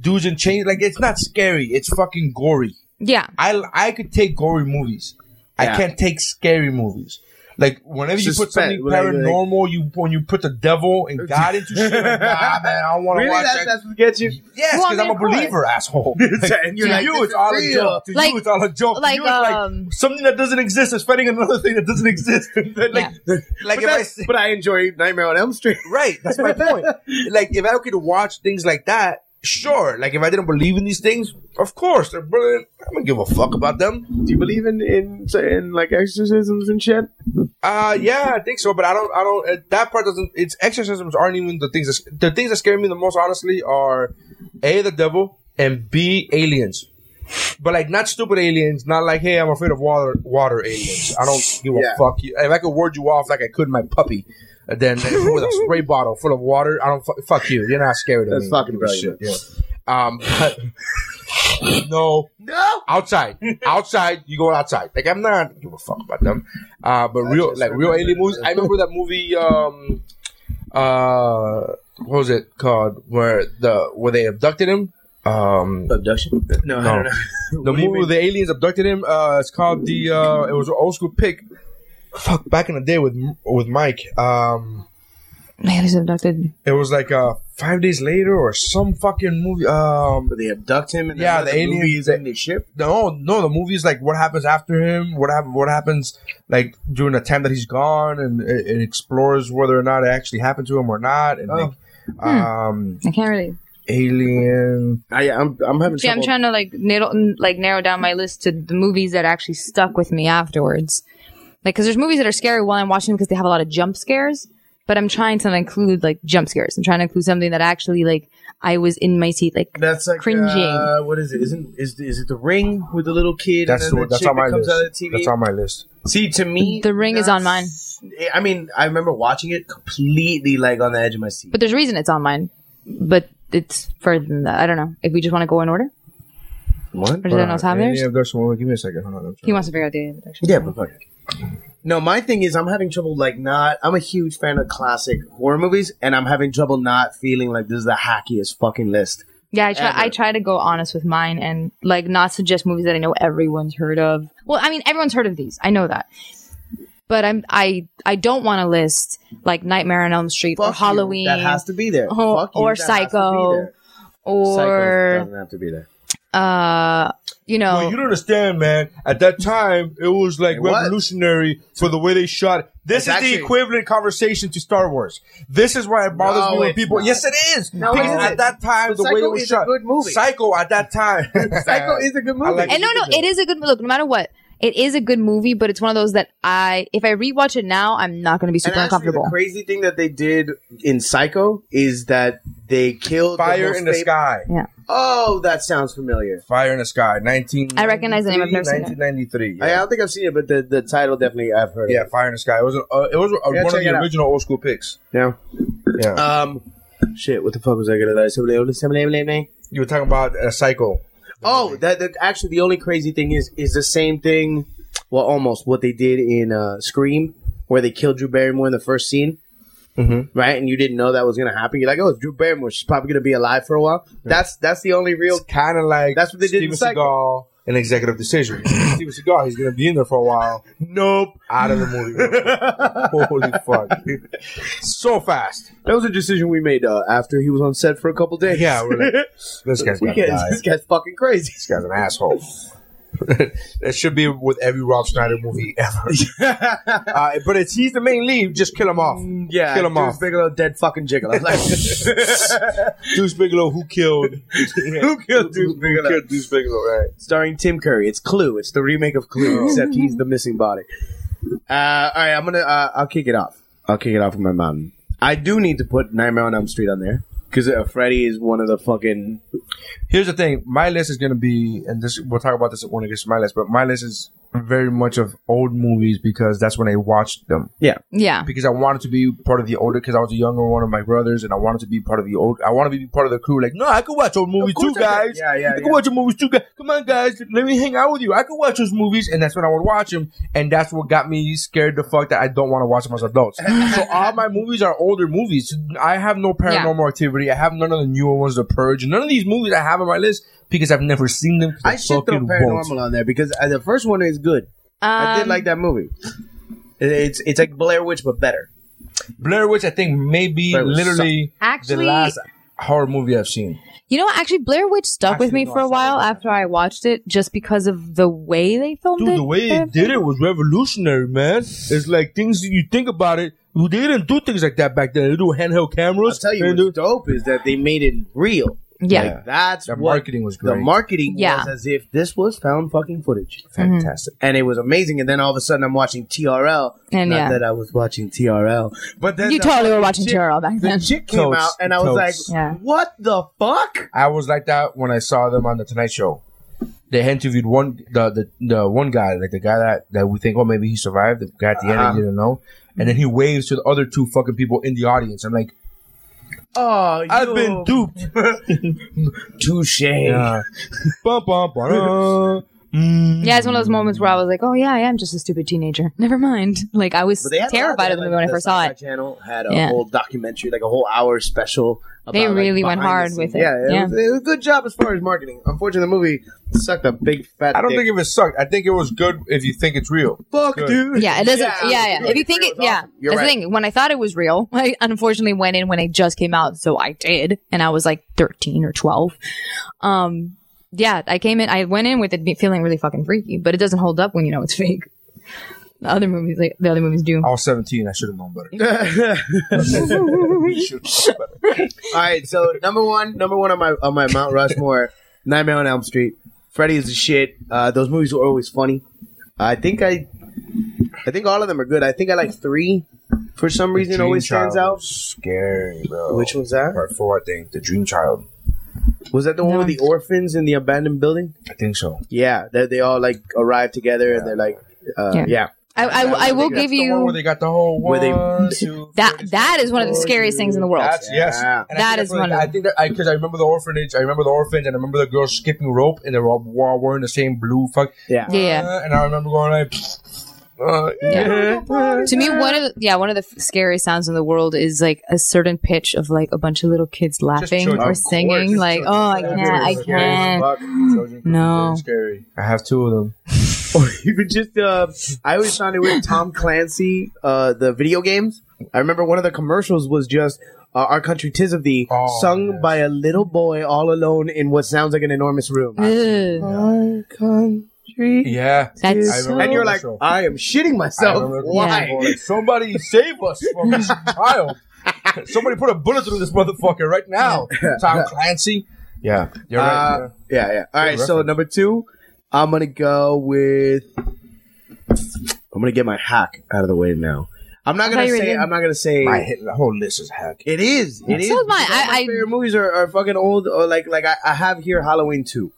dudes and chains. Like, it's not scary. It's fucking gory. yeah, I I could take gory movies. I Yeah. can't take scary movies. Like whenever you put Suspense, something like- like- paranormal, you when you put the devil and God into shit, like, nah, man, I don't want to Really, watch that's, that. that's what gets you. yes, Well, I because mean, I'm a of course. believer, asshole. and you're to like, you, this it's is all a real. joke. To Like- you, it's all a joke. like, to you, it's like um, something that doesn't exist is fighting another thing that doesn't exist. like, Yeah. like But, if I that's- say, but I enjoy Nightmare on Elm Street. right, that's my point. like, if I could watch things like that, sure. Like, if I didn't believe in these things, of course they're brilliant. I don't give a fuck about them. Do you believe in in, in like exorcisms and shit? Uh, yeah, I think so, but I don't, I don't. Uh, that part doesn't. It's exorcisms aren't even the things. That, the things that scare me the most, honestly, are a the devil and b aliens. But like, not stupid aliens. Not like, hey, I'm afraid of water. Water aliens. I don't give a Yeah. fuck. You. If I could ward you off like I could my puppy, then with a spray bottle full of water, I don't fu- fuck you. You're not scared of That's me. fucking brilliant. Shit. Yeah. Um. But, no, No. outside, outside, you going outside. Like I'm not give a fuck about them. Uh, but real, just like real remembered alien movies. I remember that movie. Um, uh, what was it called? Where the where they abducted him. Um, Abduction? No. No, I don't know. the movie where the aliens abducted him. Uh, it's called the. Uh, it was an old school pick. Fuck, back in the day with with Mike. Um, man, he's abducted. it was like uh five days later or some fucking movie. Um, Where they abduct him and Yeah, then the aliens- movie is in the ship. no, no, the movie's like what happens after him, what happened, what happens like during the time that he's gone, and it, it explores whether or not it actually happened to him or not, Oh. and like Hmm. um, I can't really. alien. I, I'm I'm having See, I'm trouble. trying to like narrow, like narrow down my list to the movies that actually stuck with me afterwards. Like, because there's movies that are scary while I'm watching because they have a lot of jump scares. But I'm trying to include like jump scares. I'm trying to include something that actually like I was in my seat. Like, That's like Cringing. Uh, what is it? Isn't is is it the ring with the little kid? That's and the, then the that's chick on my that comes list. out of the TV. That's on my list. See, to me, The Ring is on mine. I mean, I remember watching it completely like on the edge of my seat. but there's a reason it's on mine. But it's further than that. I don't know if we just want to go in order. What? Or does anyone else have theirs? Alien abduction. Well, give me a second. Hold on. I'm He trying- wants to figure out the abduction. Yeah, but fuck it. No, my thing is I'm having trouble like not. I'm a huge fan of classic horror movies, and I'm having trouble not feeling like this is the hackiest fucking list. Yeah, I try. Ever. I try to go honest with mine and like not suggest movies that I know everyone's heard of. Well, I mean, everyone's heard of these. I know that, but I'm I I don't want to list like Nightmare on Elm Street Fuck or you, Halloween that has to be there. Oh, Fuck you, or that has to be Psycho. there. Psycho or doesn't have to be there. uh you know Well, you don't understand, man. At that time, it was like Oh. It was. revolutionary for the way they shot. it. This It's is actually- the equivalent conversation to Star Wars. This is why it bothers No, me when it's people. not. Yes, it is. because it at isn't. that time, But the way Psycho it was is a shot. good movie. Psycho at that time. Psycho is a good movie. like and no no it is a good look no matter what it is a good movie but it's one of those that I if I rewatch it now I'm not going to be super and actually, uncomfortable The crazy thing that they did in Psycho is that they killed the Fire most in the fam- sky. Oh, that sounds familiar. Fire in the sky. Nineteen. I recognize the name, I've never seen it. 1993. I, I Yeah. don't think I've seen it, but the, the title definitely I've heard. Yeah, Fire in the Sky. It was a, uh, it was a, Yeah, one of check the it out. original old school picks. Of it. Yeah. Yeah. Um, Shit, what the fuck was I gonna like? You were talking about a psycho. Oh, that, that actually the only crazy thing is is the same thing. Well, almost what they did in uh, Scream, where they killed Drew Barrymore in the first scene, mm-hmm. right? And you didn't know that was gonna happen. You're like, oh, it's Drew Barrymore. She's probably gonna be alive for a while. That's that's the only real. It's kind of like That's what they did in Steven Psycho. Seagal in Executive Decision. Steven Seagal, he's gonna be in there for a while. Nope, out of the movie. Holy fuck, so fast. That was a decision we made uh, after he was on set for a couple days. Yeah, we're like, this guy's we gonna can't, die. this guy's fucking crazy. This guy's an asshole. that should be with every Rob Schneider movie ever. uh, but it's he's the main lead. Just kill him off. Yeah, kill him Deuce off. Bigelow, dead fucking jiggle. I was like, Deuce Bigelow, who killed? who killed Deuce Bigelow? killed Deuce Bigelow? Right. starring Tim Curry. It's Clue. It's the remake of Clue, except he's the missing body. Uh, all right, I'm gonna. Uh, I'll kick it off. I'll kick it off with my mountain. I do need to put Nightmare on Elm Street on there because uh, Freddy is one of the fucking. Here's the thing. My list is gonna be, and this we'll talk about this when it gets to my list. But my list is very much of old movies because that's when I watched them. Yeah. Because I wanted to be part of the older, because I was a younger one of my brothers, and I wanted to be part of the old. I want to be part of the crew. Like, no, I could watch old movies too, course I can. guys. Yeah, yeah, I could yeah. watch your movies too, guys. Come on, guys, let me hang out with you. I could watch those movies, and that's when I would watch them, and that's what got me scared the fuck that I don't want to watch them as adults. so all my movies are older movies. I have no Paranormal Activity. I have none of the newer ones, The Purge. None of these movies I have on my list because I've never seen them. 'cause I should throw fucking won't. Paranormal on there because uh, the first one is good. I did Um, like that movie. It- It's it's like Blair Witch but better. Blair Witch, I think, may be Blair Witch literally Actually- the last horror movie I've seen. You know, what? actually, Blair Witch stuck with me for a while after I watched it, just because of the way they filmed it. Dude, the way they did it was revolutionary, man. It's like things that you think about it. They didn't do things like that back then. They do handheld I'll cameras. tell you They do- what's dope is that they made it real. yeah. Like, that's The what- marketing was The great. marketing Yeah. was as if this was found fucking footage. Mm-hmm. Fantastic. And it was amazing. And then all of a sudden I'm watching TRL. And Not yeah. that I was watching TRL. But then you the totally were fucking watching chick- TRL back The then. chick came Totes, out and I was like, totes. Yeah. what the fuck? I was like that when I saw them on the Tonight Show. They had interviewed one the, the the one guy, like the guy that, that we think, oh maybe he survived. The guy at the end, Uh-huh. he didn't know, and then he waves to the other two fucking people in the audience. I'm like, Oh, I've been duped. touche. Yeah. Bum, bum, ba-da. Mm. Yeah, it's one of those moments where I was like, "Oh yeah, I am just a stupid teenager. Never mind." Like I was But they had a lot terrified that, of the like, movie when I the first saw Sci-Fi it. Channel had a Yeah. whole documentary, like a whole hour special. They about, like, really behind went the hard scenes. with it. Yeah, Yeah. was, it was a good job as far as marketing. Unfortunately, the movie sucked a big fat. I don't dick. think it sucked. I think it was good if you think it's real. fuck, dude. Yeah, it doesn't. Yeah, yeah. If you think it, yeah, You're that's right. the thing. When I thought it was real, I unfortunately went in when it just came out, so I did, and I was like thirteen or twelve. Um, yeah, I came in, I went in with it be- feeling really fucking freaky, but it doesn't hold up when you know it's fake. The other movies, like, the other movies do. I was 17. I should have known better. All right, so number one, number one on my on my Mount Rushmore, Nightmare on Elm Street. Freddy is the shit. Uh, those movies were always funny. I think I, I think all of them are good. I think I like three, for some reason, Dream always stands Child out. was Scary, bro. Which was that? Part four, I think. The Dream Child. Was that the one with the orphans in the abandoned building? I think so. Yeah, they, they all like arrive together and they're like, uh, Yeah. yeah. I, I, I will That's give the one where you they got the whole Where they- one, two, that. three, That is one of the scariest things in the world. That's, Yes, Yeah. And I That think is that's what one of I think that because I, remember the orphanage. I remember the orphans, and I remember the girls skipping rope, and they were all were all wearing the same blue fuck. Yeah. Yeah. Uh, and I remember going like, uh, Yeah. to me, one of the, yeah, one of the f- scariest sounds in the world is like a certain pitch of like a bunch of little kids laughing children, or of singing. course. Like, oh, I can't, I can't. can't. No. scary. I have two of them. Or even just uh, I always found it with Tom Clancy, uh, the video games. I remember one of the commercials was just uh, "Our Country Tis of Thee," Oh, sung yes. by a little boy all alone in what sounds like an enormous room. Ugh, Our country. Yeah. that's I so. remember- And you're like, I am shitting I myself. remember Why? going, Somebody save us from this child. Somebody put a bullet through this motherfucker right now. Tom Clancy. Yeah. You're right. Uh, yeah, yeah. All right. Good So reference. number two, I'm gonna go with. I'm gonna get my hack out of the way now. I'm not thought gonna you were say. doing- I'm not gonna say. My hit, the whole list is hack. It is. It is. So is mine. Because all I- my I- favorite movies are, are fucking old. Or like like I, I have here Halloween two.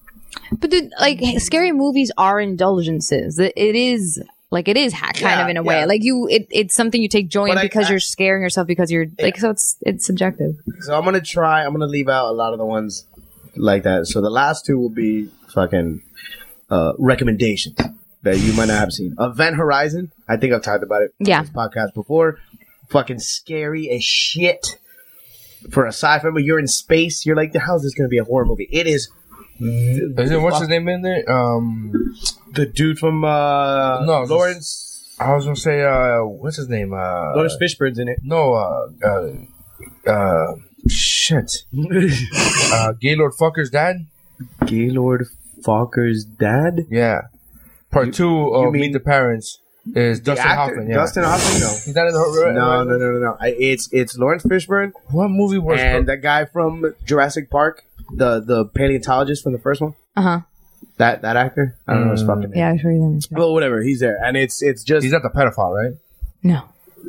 But dude, like, scary movies are indulgences. It it is. Like it is hack kind Yeah, of in a yeah. way. Like you, it, it's something you take joy But in I- because I- you're scaring yourself because you're like so. It's it's subjective. So I'm gonna try. I'm gonna leave out a lot of the ones like that. So the last two will be fucking uh, recommendations that you might not have seen. Event Horizon. I think I've talked about it. on Yeah. this podcast before. Fucking scary as shit for a sci-fi movie. You're in space. You're like, how's this gonna be a horror movie? It is. Is it what's his name in there? Um, The dude from uh, No, this- Lawrence I was gonna say, uh, what's his name? Uh, Lawrence Fishburne's in it. no, uh, uh, uh, shit, uh, Gaylord Fucker's dad. Gaylord Fawker's dad. Yeah, part two of mean- Meet the Parents is Dustin Actor- Hoffman. Yeah, Dustin Hoffman. No. He's not in the horror. No, no, no, no, no. I, it's it's Lawrence Fishburne What movie was and that guy from Jurassic Park, the the paleontologist from the first one. Uh huh. That that actor. I don't know his fucking name. Yeah, I sure you didn't. Well, whatever. He's there, and it's it's just He's not the pedophile, right? No,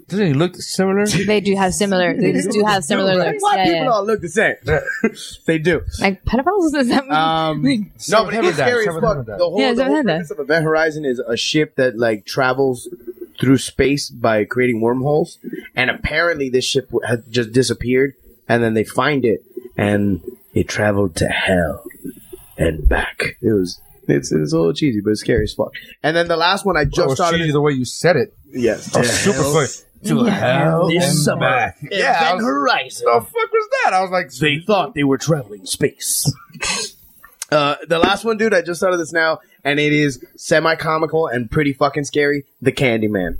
Doesn't he look similar? they do have similar. They just do have similar Dude, looks. White Yeah, people yeah. all look the same. they do. Like pedophiles is that? Um, no, but Seven it's Heaven scary Died, as Seven fuck. Heaven The Died. whole, Yeah, the Seven whole Heaven Died. premise of Event Horizon is a ship that like travels through space by creating wormholes, and apparently this ship w- had just disappeared, and then they find it, and it traveled to hell and back. It was. It's, it's a little cheesy, but it's scary as fuck. And then the last one I just It was started. cheesy the way you said it. Yes, That was Oh, super funny. To hell and back. Yeah, I was- Horizon. the fuck was that? I was like, They thought they were traveling space. Uh, the last one, dude, I just started this now, and it is semi comical and pretty fucking scary. The Candyman,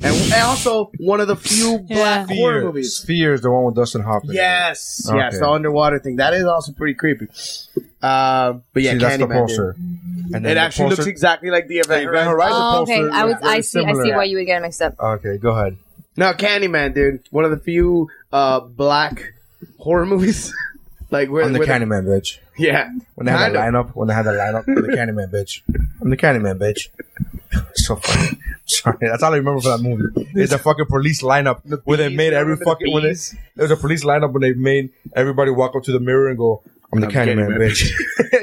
and, and also one of the few black Sphere. horror movies. Sphere is the one with Dustin Hoffman. Yes, Okay. yes, the underwater thing that is also pretty creepy. Uh, but yeah, See, that's the Candyman. poster. dude. And then It the actually looks poster- exactly like the event. Event Horizon oh, okay. poster I was. looks very I see. I similar. see why you would get mixed up. Okay, go ahead. No, Candyman, dude, one of the few uh, black horror movies. like where I'm the where Candyman, bitch. yeah, When they had Kind that of. lineup, when they had that lineup, I'm the Candyman, bitch. I'm the Candyman, bitch. so funny. Sorry, that's all I remember for that movie. It's a fucking police lineup where they bees, made you every remember the fucking. When they, bees? there's a police lineup when they made everybody walk up to the mirror and go, "I'm the Candyman, bitch."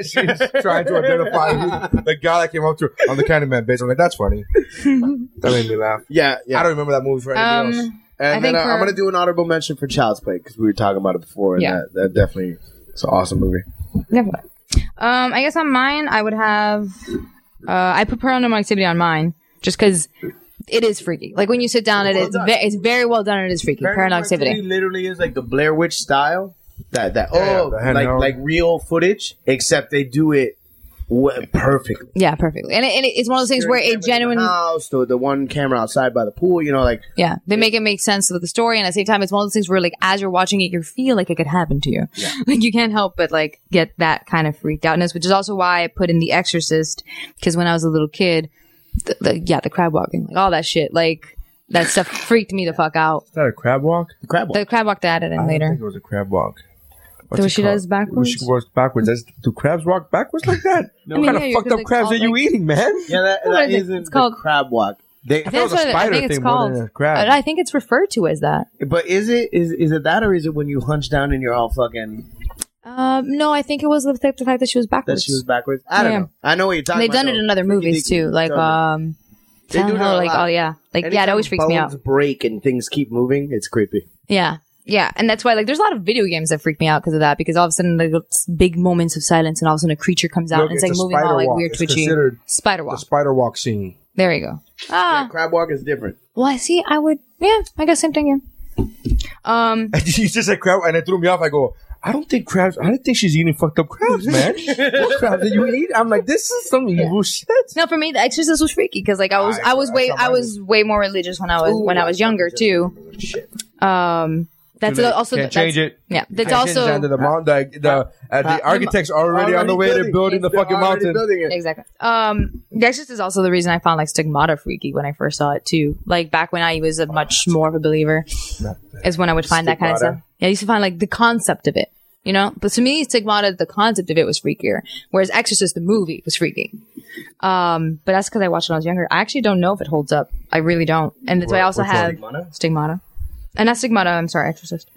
She's trying to identify who- the guy that came up to. her, I'm the Candyman, bitch. I'm like, that's funny. that made me laugh. yeah, yeah. I don't remember that movie for anything else. Um, And I then think uh, I'm for- gonna do an honorable mention for Child's Play because we were talking about it before, and Yeah. that, that definitely it's an awesome movie. definitely. Um, I guess on mine, I would have. Uh, I put paranormal activity on mine just because it is freaky. Like when you sit down, it is ve- it's very well done. and It is freaky. Paranormal activity. literally is like the Blair Witch style. That that yeah, oh the hand like held. like real footage, except they do it w- perfect. Yeah, perfectly. And, it, and it- it's one of those things where it genuinely. house, the, the one camera outside by the pool. You know, like Yeah, they make it make sense with the story, and at the same time, it's one of those things where, like, as you're watching it, you feel like it could happen to you. Like, you can't help but like get that kind of freaked outness, which is also why I put in The Exorcist because when I was a little kid, the, the, yeah, the crab walking, like all that shit, like that stuff freaked me the fuck out. Is that a crab walk? the crab one. The crab walk they added in I don't later. think it was a crab walk. What's So it she called? does When backwards. she walks backwards. That's, do crabs walk backwards like that? I mean, what kind yeah, of you fucked could, up like, crabs all, are you like- eating, man? yeah, that, What that is it? isn't It's called- the crab walk. They, I thought it was a That's what I spider think it's thing more than called. a crab. I think it's referred to as that. but is it is is it that or is it when you hunch down and you're all fucking Um, no, I think it was the, fact- the fact that she was backwards. that she was backwards? I don't Yeah. know. I know what you're talking. They've about. done it though. in other movies too, like um, They do Silent it Hill, a like lot. oh yeah, like yeah, it always freaks me out. bones Break and things keep moving. It's creepy. Yeah. Yeah. And that's why, like, there's a lot of video games that freak me out because of that, because all of a sudden, like, it's big moments of silence and all of a sudden a creature comes out Look, and it's, it's a like moving all spider like walk. weird It's twitchy. considered Spider The walk. spider walk scene. there you go. Ah. Crab walk is different. Well, I see. I would, yeah, I guess same thing here. Um, you just said crab, and it threw me off. I go, I don't think crabs. I don't think she's eating fucked up crabs, man. what crabs did you eat? I'm like, this is some evil shit. no, for me, The Exorcist was freaky because, like, I was, I, was way, I was way more religious when I was, when I was younger, too. Um, that's Too late. also, Can't that's, change it. yeah, that's It's also, under the mountain. The, the, uh, the architects are already, on the way to building the They're fucking already mountain. building it. Exactly. Um, The Exorcist is also the reason I found like stigmata freaky when I first saw it too. Like back when I was a much more of a believer, is when I would find that kind of stuff. Yeah, I used to find like the concept of it, you know. But to me, stigmata, the concept of it was freakier, whereas Exorcist, the movie, was freaky. Um, but that's because I watched it when I was younger. I actually don't know if it holds up. I really don't, and that's why I also have stigmata. And not Stigmata, I'm sorry, Exorcist.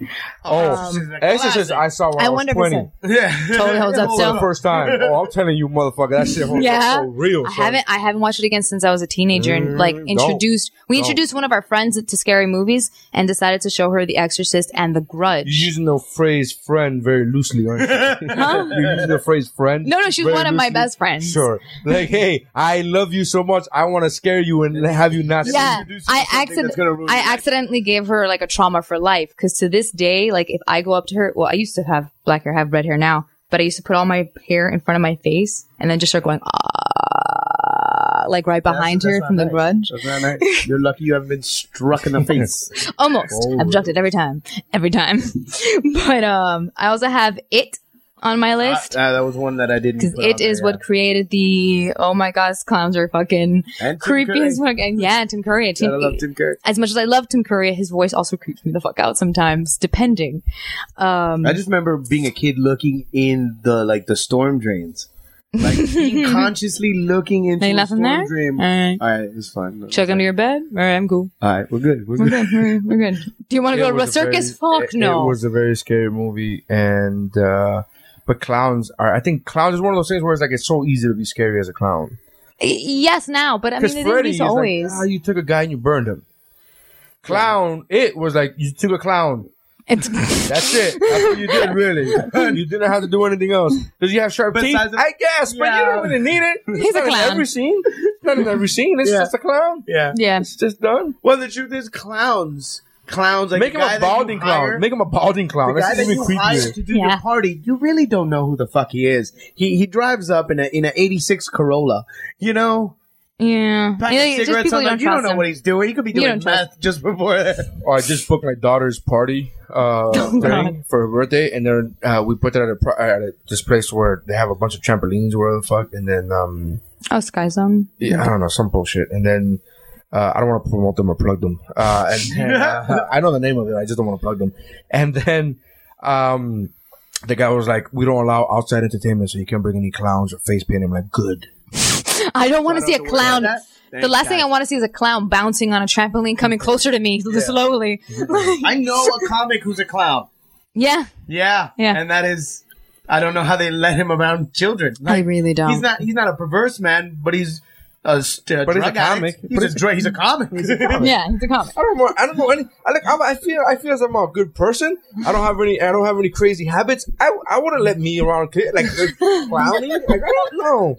Oh, Exorcist, I saw when I, I was wonder if it's 20. Yeah. Totally holds up For still. the first time. Oh, I'm telling you, motherfucker, that shit holds Yeah. up so real. I son. haven't I haven't watched it again since I was a teenager and like Mm, introduced we don't. introduced one of our friends to scary movies and decided to show her The Exorcist and The Grudge. You're using the phrase friend very loosely, aren't you? You're using the phrase friend. no, no, she's very one of my loosely. best friends. Sure. Like, hey, I love you so much. I want to scare you and have you not. Yeah, I that's gonna ruin accident- your I life. accidentally gave her like a trauma for life because to this day, like if I go up to her, well, I used to have black hair, I have red hair now, but I used to put all my hair in front of my face and then just start going ah, like right behind her from the grudge, That's not nice. You're lucky you haven't been struck in the face. almost abducted every time, every time. but um, I also have it on my Uh, list. uh, that was one that I didn't. because put it on is there, what created the oh my gosh clowns are fucking yeah. And Tim creepy Curry. as fuck and yeah Tim Curry Tim, I love Tim Curry. as much as I love Tim Curry, his voice also creeps me the fuck out sometimes, depending. Um, I just remember being a kid looking in the like the storm drains, like being consciously looking into Ain't a nothing storm there? drain. All right. All right, it's fine. No, check it's under your bed. All right, I'm cool. fine. All right, we're good. We're We're good. good. We're, we're good. Do you want to go to a circus? fuck it, no. It was a very scary movie, and uh, but clowns are. I think clowns is one of those things where it's like it's so easy to be scary as a clown. Y- yes, now, but I mean, Because they didn't Freddy used is to always. like, ah, you took a guy and you burned him. Clown, it was like you took a clown. It's- That's it. That's what you did, really. you didn't have to do anything else. Did you have sharp Besides teeth? the- I guess, but you Yeah. didn't really need it. He's It's a not in clown. Every scene, It's not in every scene. It's Yeah. just a clown. Yeah. yeah. It's just done. Well, the truth is, clowns, clowns, like Make the him guy a that you balding hire- clown. Make him a balding clown. the guy That's that even you hire creepier. to do Yeah. your party, you really don't know who the fuck he is. He he drives up in a in an '86 Corolla, you know, Yeah. packing You know, just cigarettes. people I'm like, you don't know trust what him. he's doing. He could be You doing don't trust meth just before that. Oh, I just booked my daughter's party uh, Oh, thing for her birthday, and then uh, we put that at a, pro- at a this place where they have a bunch of trampolines, where the fuck, and then um, Oh, Sky Zone. yeah, I don't know, some bullshit, and then. Uh, I don't want to promote them or plug them. Uh, and then, uh, I know the name of it. I just don't want to plug them. And then um, the guy was like, "We don't allow outside entertainment, so you can't bring any clowns or face paint." I'm like, "Good." I don't want to see a clown. that. The last thing I Thank want to see is a clown bouncing on a trampoline coming closer to me slowly. God. I know a comic who's a clown. yeah. Yeah, Yeah. and that is, I don't know how they let him around children. I really don't. He's not he's not a perverse man, but he's a, st- a But he's drug a comic. addict. He's, But a dra- he's a comic. yeah, he's a comic. I don't know. I don't know any. I like. I'm, I feel. I feel as I'm a good person. I don't have any. I don't have any crazy habits. I. I wouldn't let me around ki- like uh, clowny. Like I don't know.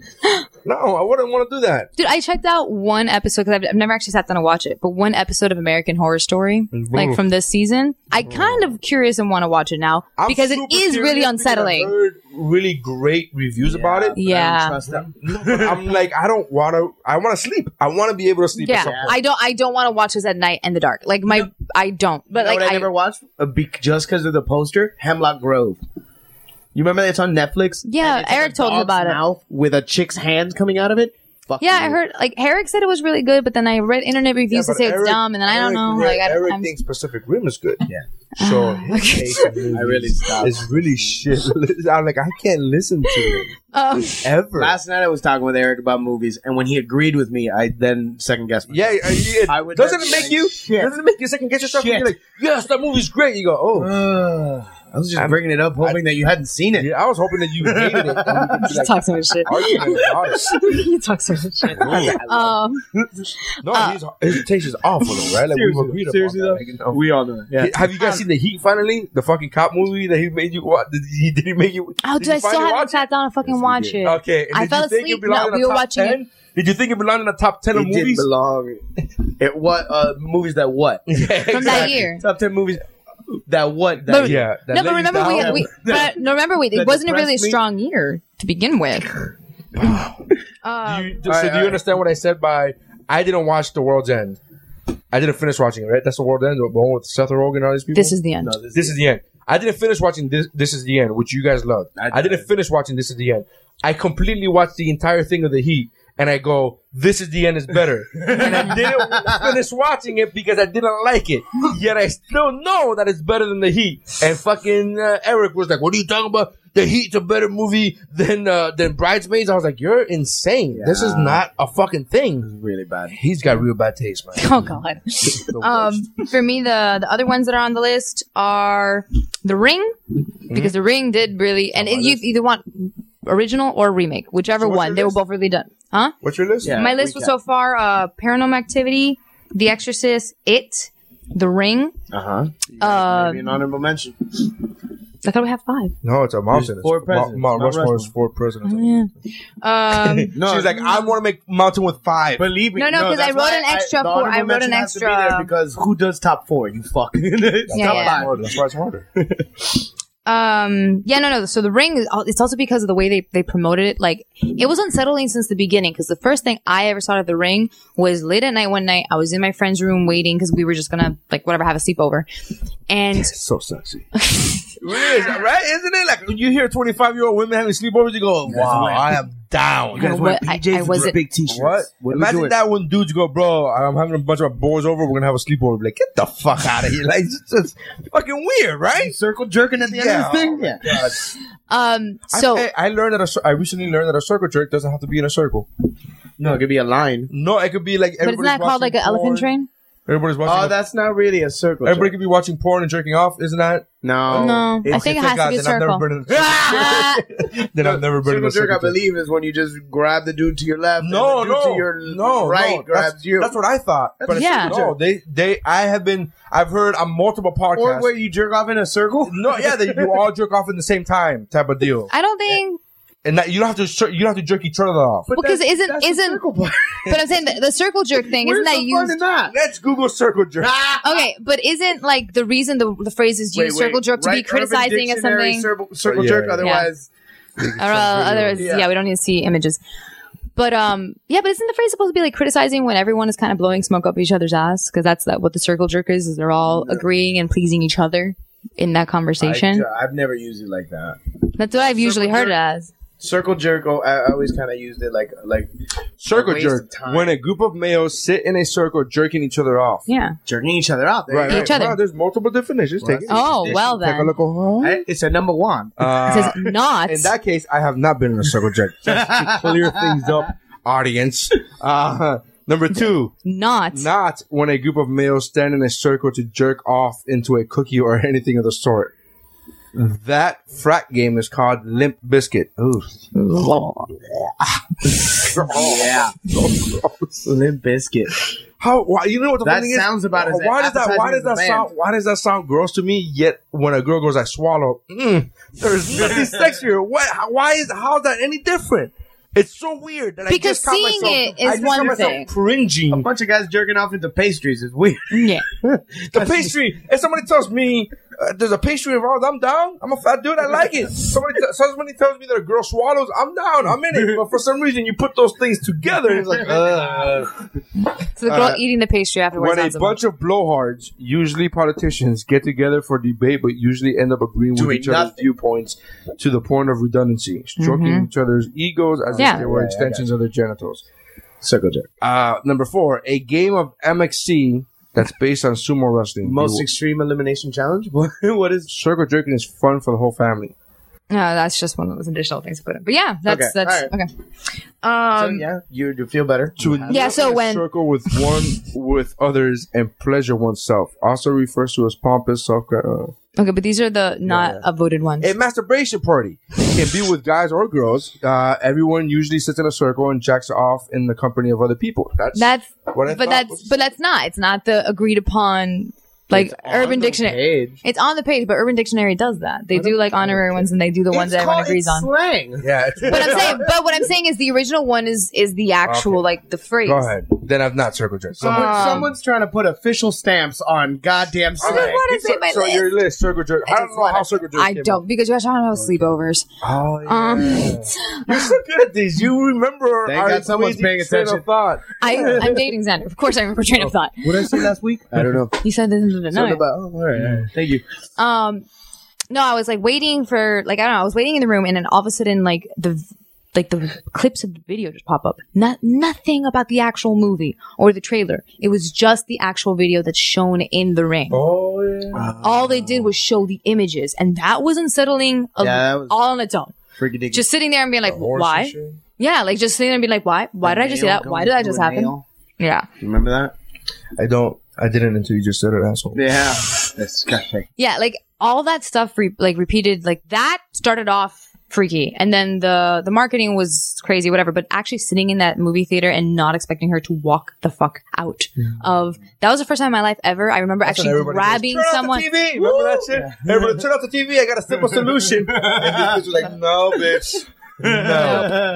No, I wouldn't want to do that. Dude, I checked out one episode because I've, I've never actually sat down to watch it, but one episode of American Horror Story, Mm-hmm. like from this season. I kind of curious and want to watch it now I'm because it super is curious really because I've unsettling. heard really great reviews about it. Yeah, I'm like, I don't want to. I want to sleep. I want to be able to sleep. At yeah. some point. I don't. I don't want to watch this at night in the dark. Like my, I don't. But You know like what I, I, never watched Uh, be- just because of the poster, Hemlock Grove. You remember that it's on Netflix? Yeah, And it's like Eric a told me dog's about it. mouth With a chick's hand coming out of it. Fuck yeah, you. I heard like Eric said it was really good, but then I read internet Mm. Yeah, reviews that but say it's Eric- dumb, and then I Eric don't know. Ri- Like I Eric don't. I'm, Oh, thinks Pacific Rim is good. Yeah. So his taste in movies really stopped. is really shit. I'm like, I can't listen to it um, ever. Last night I was talking with Eric about movies, and when he agreed with me, I then second guessed. myself. Yeah, uh, yeah, I would doesn't not it make say you shit. doesn't it make you second guess yourself? when Shit. Uh, You're like, yes, that movie's great. You go, oh, Ugh. I was just I'm- bringing it up, hoping that you hadn't seen it. yeah, I was hoping that you hated it. and we could be he like, talks so much shit. arguing about it. he talks so much shit. Um, No, his, his taste is awful, though, right? Like we've agreed Ah. seriously upon though, that. Like, you know. we all know. that. Yeah. Ah. Have you guys seen the Heat finally? The fucking cop movie that he made you watch? Did he, did he make you? did oh, dude, you I still finally watch haven't it? sat down and fucking watch it. Okay, and I did fell you think asleep. it belonged No, in the we were top watching it. 10? Did you think it belonged in the top ten of It did movies? Oh, belong. It what uh, movies that what Yeah, From that exactly. year. top ten movies that what that But- year. Yeah, that no, but let you remember down. we, we but no, remember we it That wasn't a really depressed me. strong year to begin with. Um, You, so do you understand what I said by I didn't watch The World's End? I didn't finish watching it, right? That's The World's End, the one with Seth Rogen and all these people. this is the end. this, is the end. I didn't finish watching this. This is the end, which you guys loved. I, I- didn't finish watching This is the end. I completely watched the entire thing of the Heat, and I go, "This is the end is better," and I didn't finish watching it because I didn't like it. Yet I still know that it's better than the Heat. And fucking uh, Eric was like, "What are you talking about? The Heat's a better movie than uh, than Bridesmaids." I was like, "You're insane. This is Yeah. not a fucking thing." really bad. He's got real bad taste, man. Oh God. Um, for me, the the other ones that are on the list are The Ring, Mm-hmm. because The Ring did really, and it, you either want original or remake, whichever So what's one. your They were list? both really done. Huh? What's your list? Yeah. My list was so far: uh, Paranormal Activity, The Exorcist, It, The Ring. Uh huh. Uh, Maybe an honorable mention. I thought we had five. No, it's a mountain. four It's Mount- presidents. Mount Mount Rushmore is Rushmore. four presidents. Oh, Um, No, she was like, "I want to make mountain with five. Believe me. No, no, 'cause I that's wrote why an extra the four. I honorable wrote an mention has to be extra- there because who does top four? You fuck. It's Yeah, top yeah. five. Harder. That's why it's harder. um yeah no no so the ring is al- it's also because of the way they, they promoted it like it was unsettling since the beginning because the first thing i ever saw of the ring was late at night one night i was in my friend's room waiting because we were just gonna like whatever have a sleepover and so sexy. it is, right? Isn't it? Like you hear twenty five year old women having sleepovers, you go, "Wow, I am down." guys wear I- PJs I and wasn't- big t-shirts. What? Imagine that when dudes go, bro, I'm having a bunch of my boys over. We're gonna have a sleepover. Be Like, get the fuck out of here! Like, it's just fucking weird, right? Circle jerking at the end Yeah. of the thing. Yeah. um I- so I, I learned that a cir- I recently learned that a circle jerk doesn't have to be in a circle. No, it could be a line. No, it could be like but isn't everybody's that called like watching an elephant porn. train Everybody's watching. Oh, that's not really a circle. everybody jerk. could be watching porn and jerking off, isn't that? no. No, I It's- think it Thank has to be a then I've never circle been in a- Then I've never been in a Circle jerk, I circle. jerk. believe, is when you just grab the dude to your left. No, and the dude no, to your no, right no, grabs that's, you. That's what I thought. But Yeah. no, they, they, I have been, I've heard on multiple podcasts. or where you jerk off in a circle. no, yeah, that you all jerk off in the same time, type of deal, i don't think and that you don't have to, jer- you don't have to jerk each other off. But Because that's- isn't- that's the isn't- circle part. but i'm saying the, the circle jerk thing Where's isn't that the fun used in that? Let's Google circle jerk. okay but isn't like the reason the, the phrase is used Wait, wait. circle jerk to be Right, Urban criticizing or Dictionary, something Circle, circle Yeah. jerk. Yeah. Otherwise, or uh, others. Yeah. Yeah. we don't need to see images. But um, yeah, but isn't the phrase supposed to be like criticizing when everyone is kind of blowing smoke up each other's ass? Because that's that what the circle jerk is. Is they're all agreeing and pleasing each other in that conversation. I, have never used it like that. that's what I've usually heard it as. Circle jerk. Oh, I, I always kind of used it like like Circle A waste jerk. of time. When a group of males sit in a circle jerking each other off. Yeah. jerking each other out. There you Right, go. right. Each other. Wow, there's multiple definitions. Take it. Oh well Take a then. look. Uh-huh. I- It's a number one. It says not. In that case, I have not been in a circle jerk. Just to clear things up, audience. Uh, number two, not. not when a group of males stand in a circle to jerk off into a cookie or anything of the sort. That frat game is called Limp Biscuit. Ooh. yeah, Limp Biscuit. How? Why, you know what the That funny thing is? sounds about as why does that? Why appetizing does as the that band. sound? Why does that sound gross to me? Yet when a girl goes, I swallow. Mm, there's nothing sexier. What? how- Why is? How's that any different? It's so weird that I just Because caught seeing myself, it I is just one caught myself thing. A Cringing. bunch of guys jerking off into pastries is weird. yeah. The pastry. If somebody tells me uh, there's a pastry involved, I'm down. I'm a fat dude. I like it. Somebody, t- somebody tells me that a girl swallows, I'm down. I'm in it. But for some reason, you put those things together, and it's like, uh, So the Uh, girl eating the pastry afterwards. when a sounds about- bunch of blowhards, usually politicians, get together for debate, but usually end up agreeing with Doing each other's nothing. viewpoints to the point of redundancy, stroking each other's egos as Mm-hmm. Yeah. if they were extensions of their genitals. Circle jerk. Uh, number four, a game of MXC that's based on sumo wrestling. Most You- extreme elimination challenge. What, what is? circle jerking is fun for the whole family. no, that's just one of those additional things to put in. But yeah, that's Okay, that's all okay. Um. yeah, you you feel better. To Yeah, so in a when- circle with one with others and pleasure oneself also refers to as pompous self. Uh, Okay, but these are the not upvoted ones. A masturbation party It can be with guys or girls. Uh, everyone usually sits in a circle and jacks off in the company of other people. That's that's what I but thought that's was- but that's not. It's not the agreed upon like Urban Dictionary. Page. It's on the page, but Urban Dictionary does that. They do like honorary ones, and they do the ones that everyone agrees on. slang. yeah. it's- But I'm saying, but what I'm saying is the original one is is the actual Okay. like the phrase. Go ahead. Then I've not circle jerked. So, Oh, Someone, someone's trying to put official stamps on goddamn slang. wanna say my so list. your list circle jerk. I, don't just know wanna- how circle jerk. I don't because you guys don't have sleepovers. Oh yeah. Um, You're so good at these. You remember. Thank our God someone's crazy paying train of attention. Thought. I, I'm dating Xander. Of course, I remember train of thought. Oh, What did I say last week? I don't know. You said this. this, this, Something no. about, oh, all right, all right. Thank you. um no i was like waiting for like i don't know i was waiting in the room and then all of a sudden like the like the clips of the video just pop up. Not nothing about the actual movie or the trailer. It was just the actual video that's shown in the ring. Oh yeah. All they did was show the images, and that was unsettling a- Yeah, that was- all on its own. Freaking Just sitting there and being like, Horse and why? shit. Yeah, like just sitting there and being like, why? Why did I just see that? Why did that just happen? Yeah. You remember that? I don't. I didn't until you just said it, asshole. Yeah. Disgusting. Yeah, like all that stuff, re- like repeated, like that started off freaky, and then the the marketing was crazy, whatever. But actually sitting in that movie theater and not expecting her to walk the fuck out of that was the first time in my life ever. I remember That's when actually everybody goes, grabbing turn off the someone. TV. Remember that shit? Everybody, turn off the TV. I got a simple solution. and this bitch was like, no, bitch, no,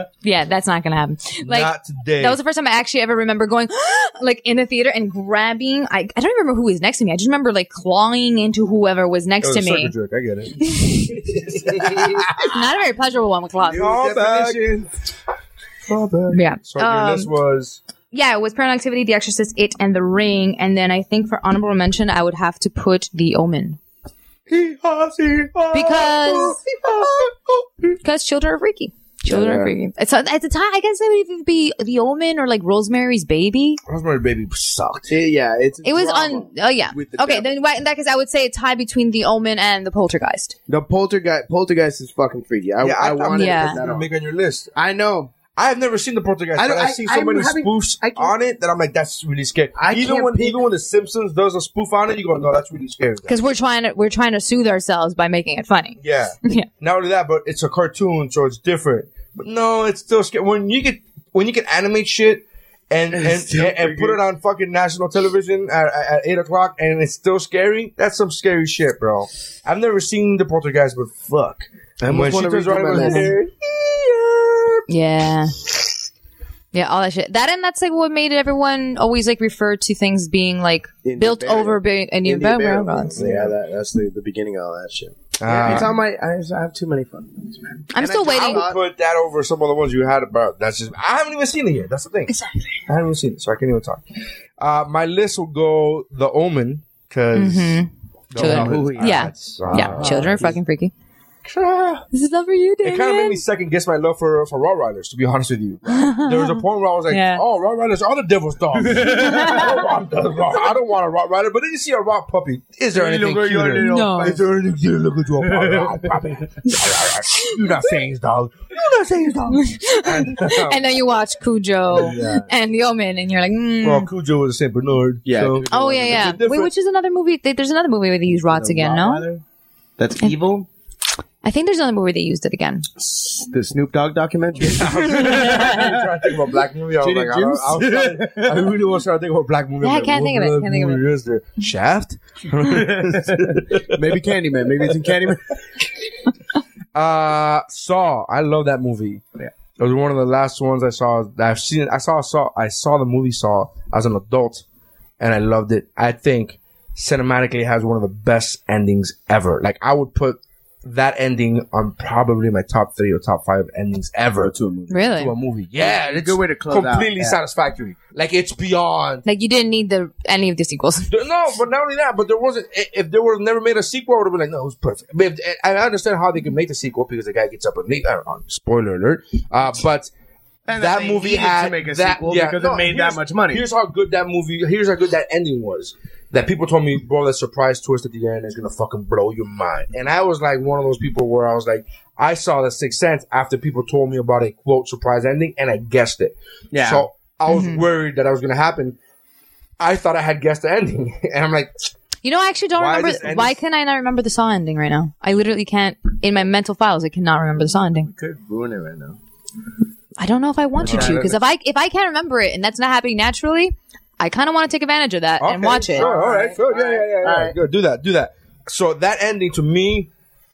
Oh. Yeah, that's not gonna happen. Like not today. that was the first time I actually ever remember going like in a theater and grabbing. I, I don't remember who was next to me. I just remember like clawing into whoever was It was next to a circle me. jerk. I get it. Not a very pleasurable one with claws. Call back. Call back. Yeah. So your Um, list was yeah, it was Paranormal Activity, The Exorcist, It, and The Ring. And then I think for honorable mention, I would have to put The Omen because because children are freaky. Children are freaky. So at the time, I guess it would even be The Omen or like Rosemary's Baby. Rosemary Baby sucked. yeah, it's It was on. Oh yeah. With the Okay, devil. then why, in that case, I would say a tie between The Omen and The Poltergeist. the poltergeist. Poltergeist is fucking freaky. I, Yeah, I I, thought- wanted Yeah. to put that on. Make on your list. I know. I have never seen the Poltergeist, I but don't- I've I- seen so I'm many having- spoofs I can't- on it that I'm like, that's really scary. I even can't when pick- even when The Simpsons does a spoof on it, you go, no, that's really scary. Because we're trying to we're trying to soothe ourselves by making it funny. Yeah. Yeah. Not only that, but it's a cartoon, so it's different. But no, it's still scary. When you get when you can animate shit and and, It's still and, and put freaking- it on fucking national television at, at at eight o'clock and it's still scary, that's some scary shit, bro. I've never seen the poltergeist, but fuck. And when almost she wanna turns redo around my and goes, list. "Eeyore." Yeah. Yeah, all that shit. That and that's like what made everyone always like refer to things being like Indian built burial. over being Indian, Indian burial burial grounds. grounds. Yeah, that, that's the, the beginning of all that shit. Ah. it's on my. I, just- I have too many fun movies, man. I'm still I waiting. would put that over some of the ones you had about. That's just I haven't even seen it yet. That's the thing. Exactly. I haven't even seen it, so I can't even talk. Uh, my list will go The Omen Ah. because Children. Yeah. yeah, children are fucking freaky. This is not for you, It kind of made me second guess my love for for raw riders. To be honest with you, there was a point where I was like, Yeah. "Oh, raw riders are the devil's dogs." I, don't want the raw- I don't want a raw rider, but then you see a raw puppy. Is there anything cuter? No. Is there anything cuter? Look at you, a raw puppy. You're not saying it's dog. You're not saying it's dog. And, and then you watch Cujo and The Omen, and you're like, mm. Well, Cujo was a Saint Bernard. Yeah, so- Cujo oh yeah, it's yeah. a different- Wait, which is another movie? They, there's another movie where they use rods again. No, Eh. That's evil. I think there's another movie they used it again. The Snoop Dogg documentary. I was trying to think of a black movie. I was Gin like, and I, don't- I, was trying- I really was trying to think of a black movie. Yeah, I can't think of it, can't think of it. Is there? Shaft. Maybe Candyman. Maybe it's in Candyman. Uh, Saw. I love that movie. Yeah. It was one of the last ones I saw. that I've seen. I saw Saw. I saw the movie Saw as an adult, and I loved it. I think cinematically it has one of the best endings ever. Like I would put that ending on probably my top three or top five endings ever to a movie. Really? To a movie. Yeah, it's Good way to close out, completely yeah. satisfactory. Like it's beyond. Like you didn't need the any of the sequels. There- No, but not only that, but there wasn't. i- If there were never made a sequel, I would have been like, no, it was perfect. I, mean, if- and I understand how they could make the sequel because the guy gets up and leaves. I don't know, spoiler alert. Uh, but And that they movie needed had to make a that, sequel yeah, because no, it made here's- that much money. Here's how good that movie. Here's how good that ending was. That people told me, bro, that surprise twist at the end is gonna fucking blow your mind. And I was like one of those people where I was like, I saw The Sixth Sense after people told me about a quote surprise ending, and I guessed it. Yeah. Mm-hmm. So I was worried that I was gonna happen. I thought I had guessed the ending, and I'm like, You know, I actually don't Why remember. this end Why is- can I not remember the Saw ending right now? I literally can't. In my mental files, I cannot remember the Saw ending. Could ruin it right now. I don't know if I want you to because if I if I can't remember it and that's not happening naturally, I kind of want to take advantage of that and Okay, watch it. Sure, all right, sure, yeah, yeah, yeah, yeah. All right. Good, do that, do that. So that ending to me,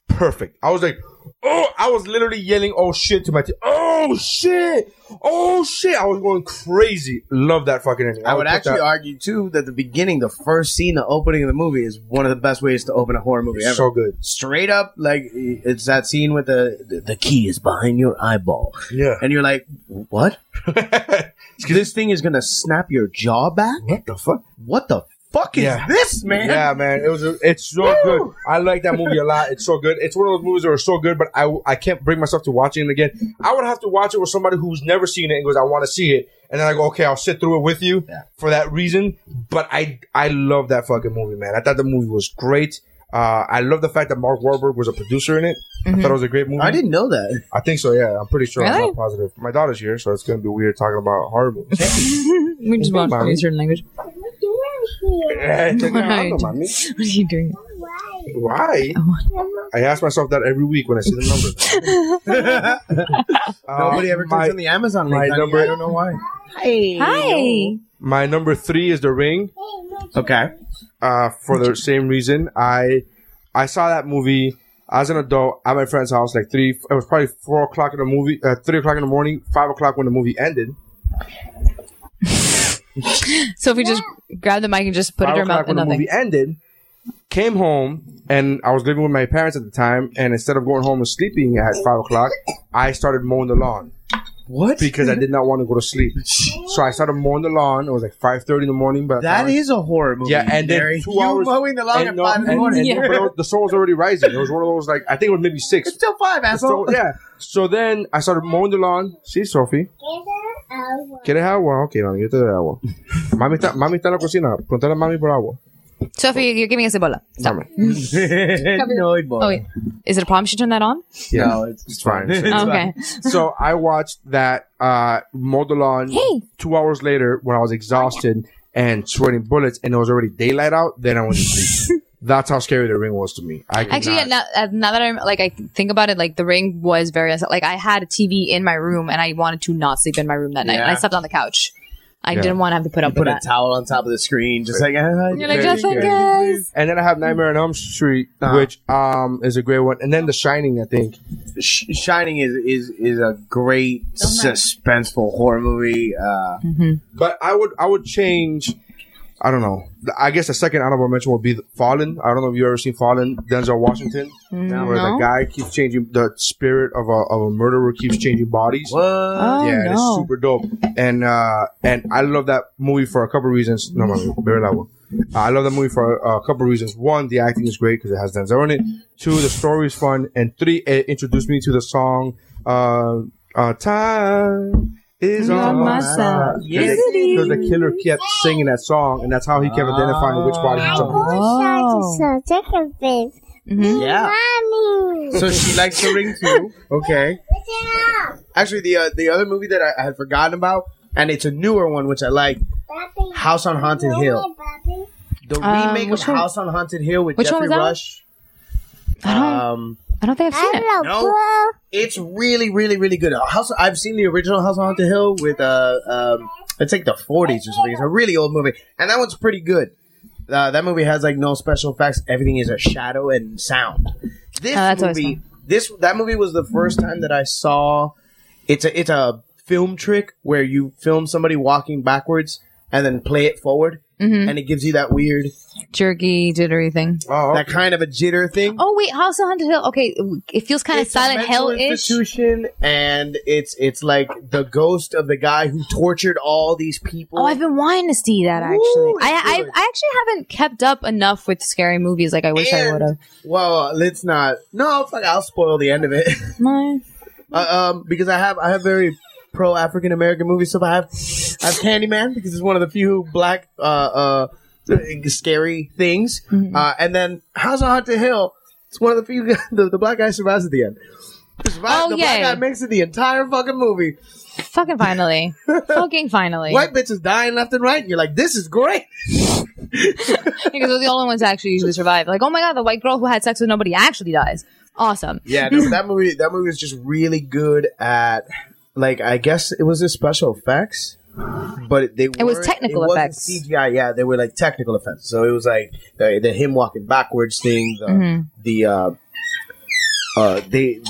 perfect. I was like, oh, I was literally yelling, oh shit, to my team. Oh shit, oh shit. I was going crazy. Love that fucking ending. I would put actually that- argue too that the beginning, the first scene, the opening of the movie is one of the best ways to open a horror movie ever. so good. Straight up, like it's that scene with the the- the key is behind your eyeball, Yeah. and you're like, what? this thing is gonna snap your jaw back. what the fuck? What the fuck is Yeah. this, man? Yeah, man, it was. A, it's so good. I like that movie a lot. It's so good. It's one of those movies that are so good, but I I can't bring myself to watching it again. I would have to watch it with somebody who's never seen it and goes, "I want to see it," and then I go, "Okay, I'll sit through it with you for that reason." But I I love that fucking movie, man. I thought the movie was great. Uh, I love the fact that Mark Wahlberg was a producer in it. I thought it was a great movie. Mm-hmm. I didn't know that. I think so. Yeah, I'm pretty sure. I'm Really? not positive. My daughter's here, so it's gonna be weird talking about horror movies. We just watched Mommy. in certain language. Right. What are you doing? Why? I ask myself that every week when I see the number. Uh, Nobody ever my, clicks on the Amazon my link. honey. number- I don't know why. Hi. my number three is the ring. Okay. Uh, for the same reason, I I saw that movie as an adult at my friend's house. Like three, it was probably four o'clock in the movie, uh, three o'clock in the morning, five o'clock when the movie ended. So if we just grab the mic and just put it five in her o'clock mouth when and the nothing. movie ended. Came home and I was living with my parents at the time, and instead of going home and sleeping at five o'clock, I started mowing the lawn. What? because I did not want to go to sleep. So I started mowing the lawn. It was like five thirty in the morning. But That is a horror movie. yeah, and then Gary. two you hours mowing the lawn and at no, five in the and- morning. and- but it was- the sun was already rising. It was one of those like I think it was maybe six. It's still five, asshole. So yeah. So then I started mowing the lawn. See, Sophie, ¿quieres agua? Okay, mami, yo te doy agua. Mami está, mami está en la cocina. Preguntale a mami por agua. Sophie, you're giving us a bola. Stop. no, it won't. Oh, wait. Is it a problem? Should turn that on? Yeah, No, it's, it's fine. It's Oh, okay. so I watched that uh mowed the lawn Hey. two hours later when I was exhausted and sweating bullets and it was already daylight out, then I went to sleep. That's how scary the ring was to me. I could Actually, yeah, not- now, uh, now that I'm like, I think about it, like the ring was very unse- like I had a TV in my room and I wanted to not sleep in my room that night. And I Yeah. slept on the couch. I Yeah. didn't want to have to put up put with a that. towel on top of the screen, just like. ah, You're like, Very just like scary. us. and then I have Nightmare on Elm Street, Uh-huh. which um is a great one. And then The Shining, I think. Sh- Shining is is is a great suspenseful horror movie. Uh, But I would I would change. I don't know. I guess the second honorable mention would be the Fallen. I don't know if you ever seen Fallen, Denzel Washington, where the Mm, no. guy keeps changing the spirit of a of a murderer keeps changing bodies. what? Oh, yeah, and it's no. super dope. And uh, and I love that movie for a couple reasons. No, no, very loud one. Uh, I love that movie for a, a couple reasons. One, the acting is great because it has Denzel in it. Two, the story is fun. And three, it introduced me to the song uh, uh, "Time Is You're on on My my Side." side. Yes, it Because the killer kept singing that song, and that's how he kept identifying which body he jumped. in. So chicken face. Mm-hmm. Yeah. Mommy. So she likes the ring too. Okay. Listen up. Actually, the uh, the other movie that I, I had forgotten about, and it's a newer one which I like, Papi. House on Haunted Go Hill. away, papi. The Um, remake of which one? House on Haunted Hill with Which one Jeffrey was that? Rush. I don't, Um, I don't think I've seen it. Hello, No. bro. it's really, really, really good. Uh, House. I've seen the original House on Haunted Hill with uh, um, it's like the '40s or something. It's a really old movie, and that one's pretty good. Uh, that movie has like no special effects. Everything is a shadow and sound. This Oh, that's always movie, this that movie was the first time that I saw. It's a it's a film trick where you film somebody walking backwards and then play it forward, Mm-hmm. and it gives you that weird, Jerky, jittery thing. Oh, that kind of a jitter thing. Oh, wait. House on Haunted Hill. Okay. It feels kind of It's a Silent mental Hill ish. institution, and it's it's like the ghost of the guy who tortured all these people. Oh, I've been wanting to see that actually. Ooh, I, I good. I actually haven't kept up enough with scary movies like I wish I And- would have. well, let's not. No, fuck, I'll spoil the end of it No. uh, um, because I have I have very pro African American movie stuff. I have I have Candyman because it's one of the few black uh, uh, scary things, Mm-hmm. uh, and then House on Haunted Hill. It's one of the few the, the black guy survives at the end. Oh, the black yay. guy makes it the entire fucking movie. Fucking finally. Fucking finally. White bitches dying left and right, and you're like, "This is great." Because they're the only ones that actually usually survive. Like, oh my god, the white girl who had sex with nobody actually dies. Awesome. Yeah, no, that movie that movie was just really good at like I guess it was the special effects, but it- they it was technical it wasn't effects. CGI. Yeah, they were like technical effects. So it was like the, the him walking backwards thing. The, Mm-hmm. the uh, uh, they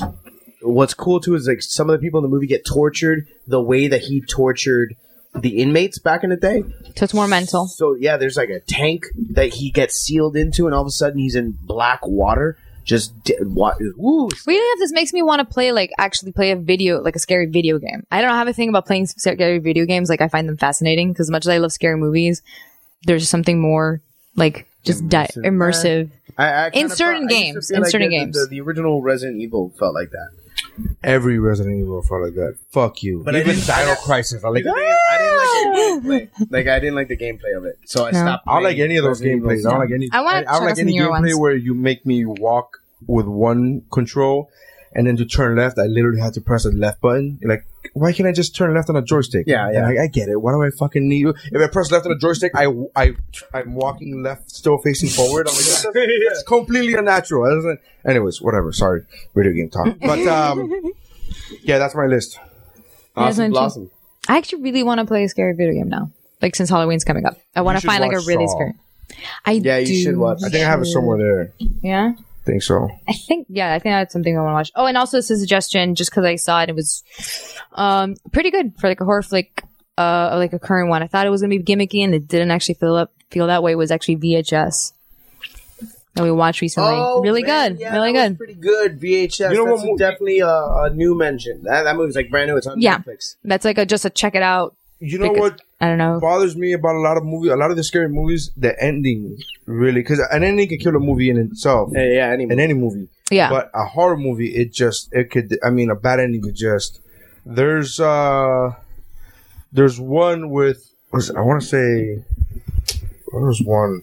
what's cool too is like some of the people in the movie get tortured the way that he tortured the inmates back in the day. So it's more mental. So yeah, there's like a tank that he gets sealed into, and all of a sudden he's in black water. Just de- wa- ooh, Reading up this makes me want to play like actually play a video like a scary video game. I don't have a thing about playing scary video games. Like I find them fascinating because much as I love scary movies, there's something more like just di- Immersive. immersive. I, I kinda In certain felt- I used to games, feel in like certain the- games. the, the, original Resident Evil felt like that. Every Resident Evil felt like that. Fuck you. But I Even didn't- Dino Crisis. I like The thing is, I didn't like the gameplay. Like I didn't like the gameplay of it, so I No. stopped. I don't like any of those Resident Evil. gameplays. I don't like any. I wanna don't check out like some any newer gameplay ones. where you make me walk with one control, and then to turn left, I literally have to press the left button. Like, why can't I just turn left on a joystick? Yeah, yeah. And I, I get it. Why do I fucking need? If I press left on a joystick, I I I'm walking left, still facing forward. I'm like, that's, that's completely unnatural. That doesn't- anyways, whatever. Sorry, video game talk. But um, yeah, that's my list. There's one Awesome, too. Blossom. I actually really want to play a scary video game now. Like since Halloween's coming up, I want You to should find like a watch really Saw. scary. I Yeah, you do- should watch. I think I have it somewhere there. Yeah, think so. I think yeah, I think that's something I want to watch. Oh, and also it's a suggestion just because I saw it, it was um pretty good for like a horror flick, uh, like a current one. I thought it was gonna be gimmicky, and it didn't actually feel up feel that way. It was actually VHS that we watched recently. Oh, really Oh, man, good, yeah, really that was good. pretty good. VHS. You know That's what movie- definitely a, a new mention. That, that movie's like brand new. It's on Yeah. Netflix. That's like a just a check it out. You know Pick a- what? I don't know. bothers me about a lot of movie, a lot of the scary movies, the ending really, because an ending can kill a movie in itself, Yeah, yeah. Anyway. in any movie. Yeah, But a horror movie, it just it could. I mean, a bad ending could just. There's uh, there's one with was I want to say, there was one.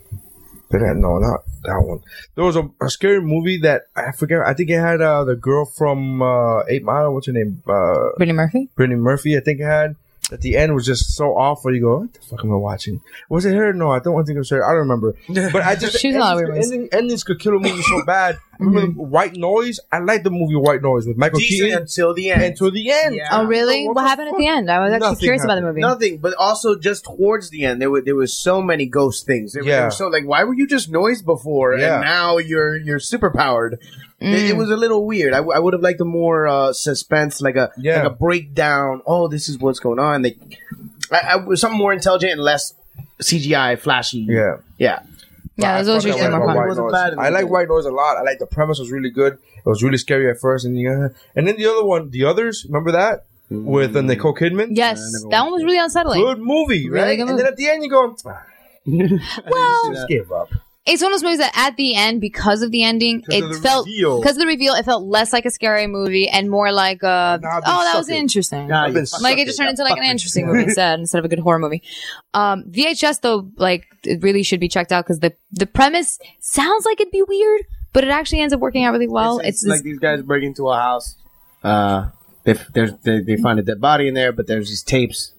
They didn't- No, not that one. There was a, a scary movie that I forget. I think it had uh, the girl from uh, Eight Mile. What's her name? Uh, Brittany Murphy. Brittany Murphy, I think it had. At the end was just so awful. You go, what the fuck am I watching? Was it her? No, I don't think it was her. I don't remember. But I just She was in a lot endings- of weird movies. ending- endings could kill a movie so bad. Mm-hmm. Remember White Noise? I like the movie White Noise with Michael Decent Keaton until the end. until the end. Yeah. Oh really? What What, the happened fuck? at the end? I was actually Nothing curious about the movie. Nothing, but also just towards the end, there were there was so many ghost things. There, were- there Yeah. were so like, why were you just noise before, Yeah. Mm. and now you're you're super powered? It, it was a little weird. I, w- I would have liked a more uh, suspense, like a Yeah. like a breakdown. Oh, this is what's going on. Like, I, I, something more intelligent and less CGI, flashy. Yeah. yeah. yeah, those I was fucking usually like more White fun. It wasn't Noise. bad in the I like movie. White Noise a lot. I like the premise was really good. It was really scary at first, and yeah. and then the other one, the others. Remember that Mm. with uh, Nicole Kidman? Yes, that one was really unsettling. good movie, Really right? good and then movie. at the end, you go, "Ah, Well, just give up. Ah, it's one of those movies that at the end, because of the ending, 'Cause it of the felt reveal. because of the reveal, it felt less like a scary movie and more like a Nah, I've been oh that was sucking. interesting. Nah, I've been you fucked like up. it just turned into like an interesting movie instead instead of a good horror movie. Um, VHS though, like it really should be checked out because the the premise sounds like it'd be weird, but it actually ends up working out really well. it's, It's, like these guys break into a house. Uh, they, there's, they they find a dead body in there, but there's these tapes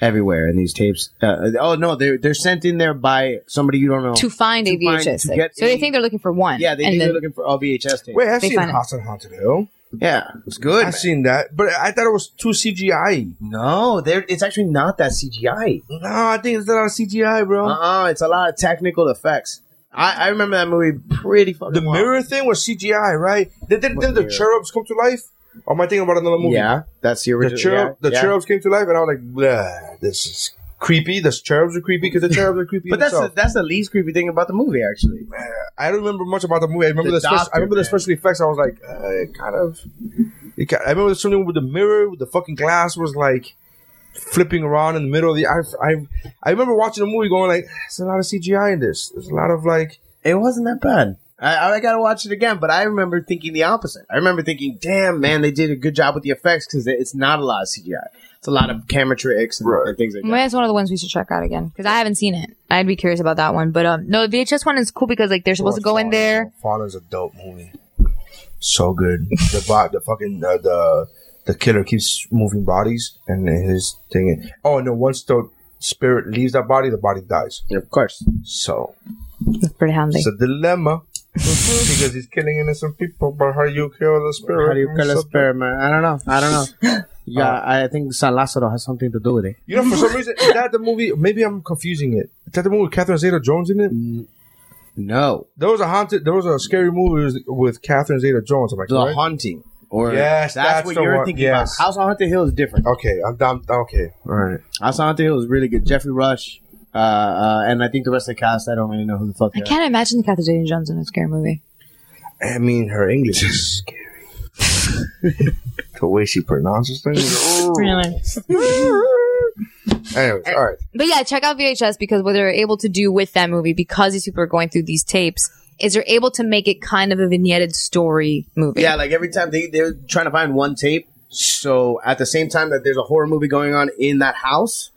everywhere, and these tapes. Uh, oh no, they're they're sent in there by somebody you don't know. to find a to find- VHS, to tape. get so they a- think they're looking for one. yeah, they and think then- they're looking for all VHS tapes. Wait, I've They seen find it. House on Haunted Hill. yeah, it's good. man. I've seen that, but I thought it was too CGI. No, there it's actually not that CGI. No, I think it's not on CGI, Uh bro. uh it's a lot of technical effects. I, I remember that movie pretty fucking the well. mirror thing was CGI, right? Did, did, did the mirror? cherubs come to life? Or am I thinking about another movie? Yeah, that's the the original. cherub, yeah, the yeah. cherubs came to life, and I was like, "Bleh, this is creepy. The cherubs are creepy because the cherubs are creepy." But But that's the, that's that's the least creepy thing about the movie, actually. I don't remember much about the movie. I remember the, The special, doctor, I remember the man. special effects. I was like, uh, it kind of. It kind, I remember something with the mirror, with the fucking glass was like flipping around in the middle of the. I, I, I remember watching the movie, going like, "There's a lot of CGI in this. There's a lot of like." It wasn't that bad. I, I gotta watch it again, but I remember thinking the opposite. I remember thinking, "Damn, man, they did a good job with the effects because it's not a lot of CGI. It's a lot of camera tricks and, and things like Maybe that." that's one of the ones we should check out again because I haven't seen it. I'd be curious about that one. But um, no, the VHS one is cool because like they're supposed to go in there. Fallen's a dope movie. So good. The bot, the fucking uh, the the killer keeps moving bodies, and his thing. Oh no! Once the spirit leaves that body, the body dies. Of course, So It's pretty handy. It's a dilemma because he's killing innocent people, but how do you kill the spirit? how do you kill a So- spirit, man? I don't know. I don't know. Yeah, I think San Lazaro has something to do with it. You know, for some reason, is that the movie? Maybe I'm confusing it. Is that the movie with Catherine Zeta-Jones in it? Mm. No, There was a haunted, there was a scary movie with- with Catherine Zeta-Jones. I'm like, the right? haunting. Or Yes, that's what the you're one. thinking Yes. about. House on Haunted Hill is different. okay, I'm done. Okay, all right. House on Haunted Hill is really good. Jeffrey Rush, uh, uh, and I think the rest of the cast. I don't really know who the fuck. They I are. can't imagine Catherine Zeta Jones in a scary movie. I mean, her English is scary. the way she pronounces things. Really? Anyways, all right. But yeah, check out VHS because what they're able to do with that movie, because these people are going through these tapes, is they're able to make it kind of a vignetted story movie. Yeah, like every time they they're trying to find one tape. So at the same time that there's a horror movie going on in that house,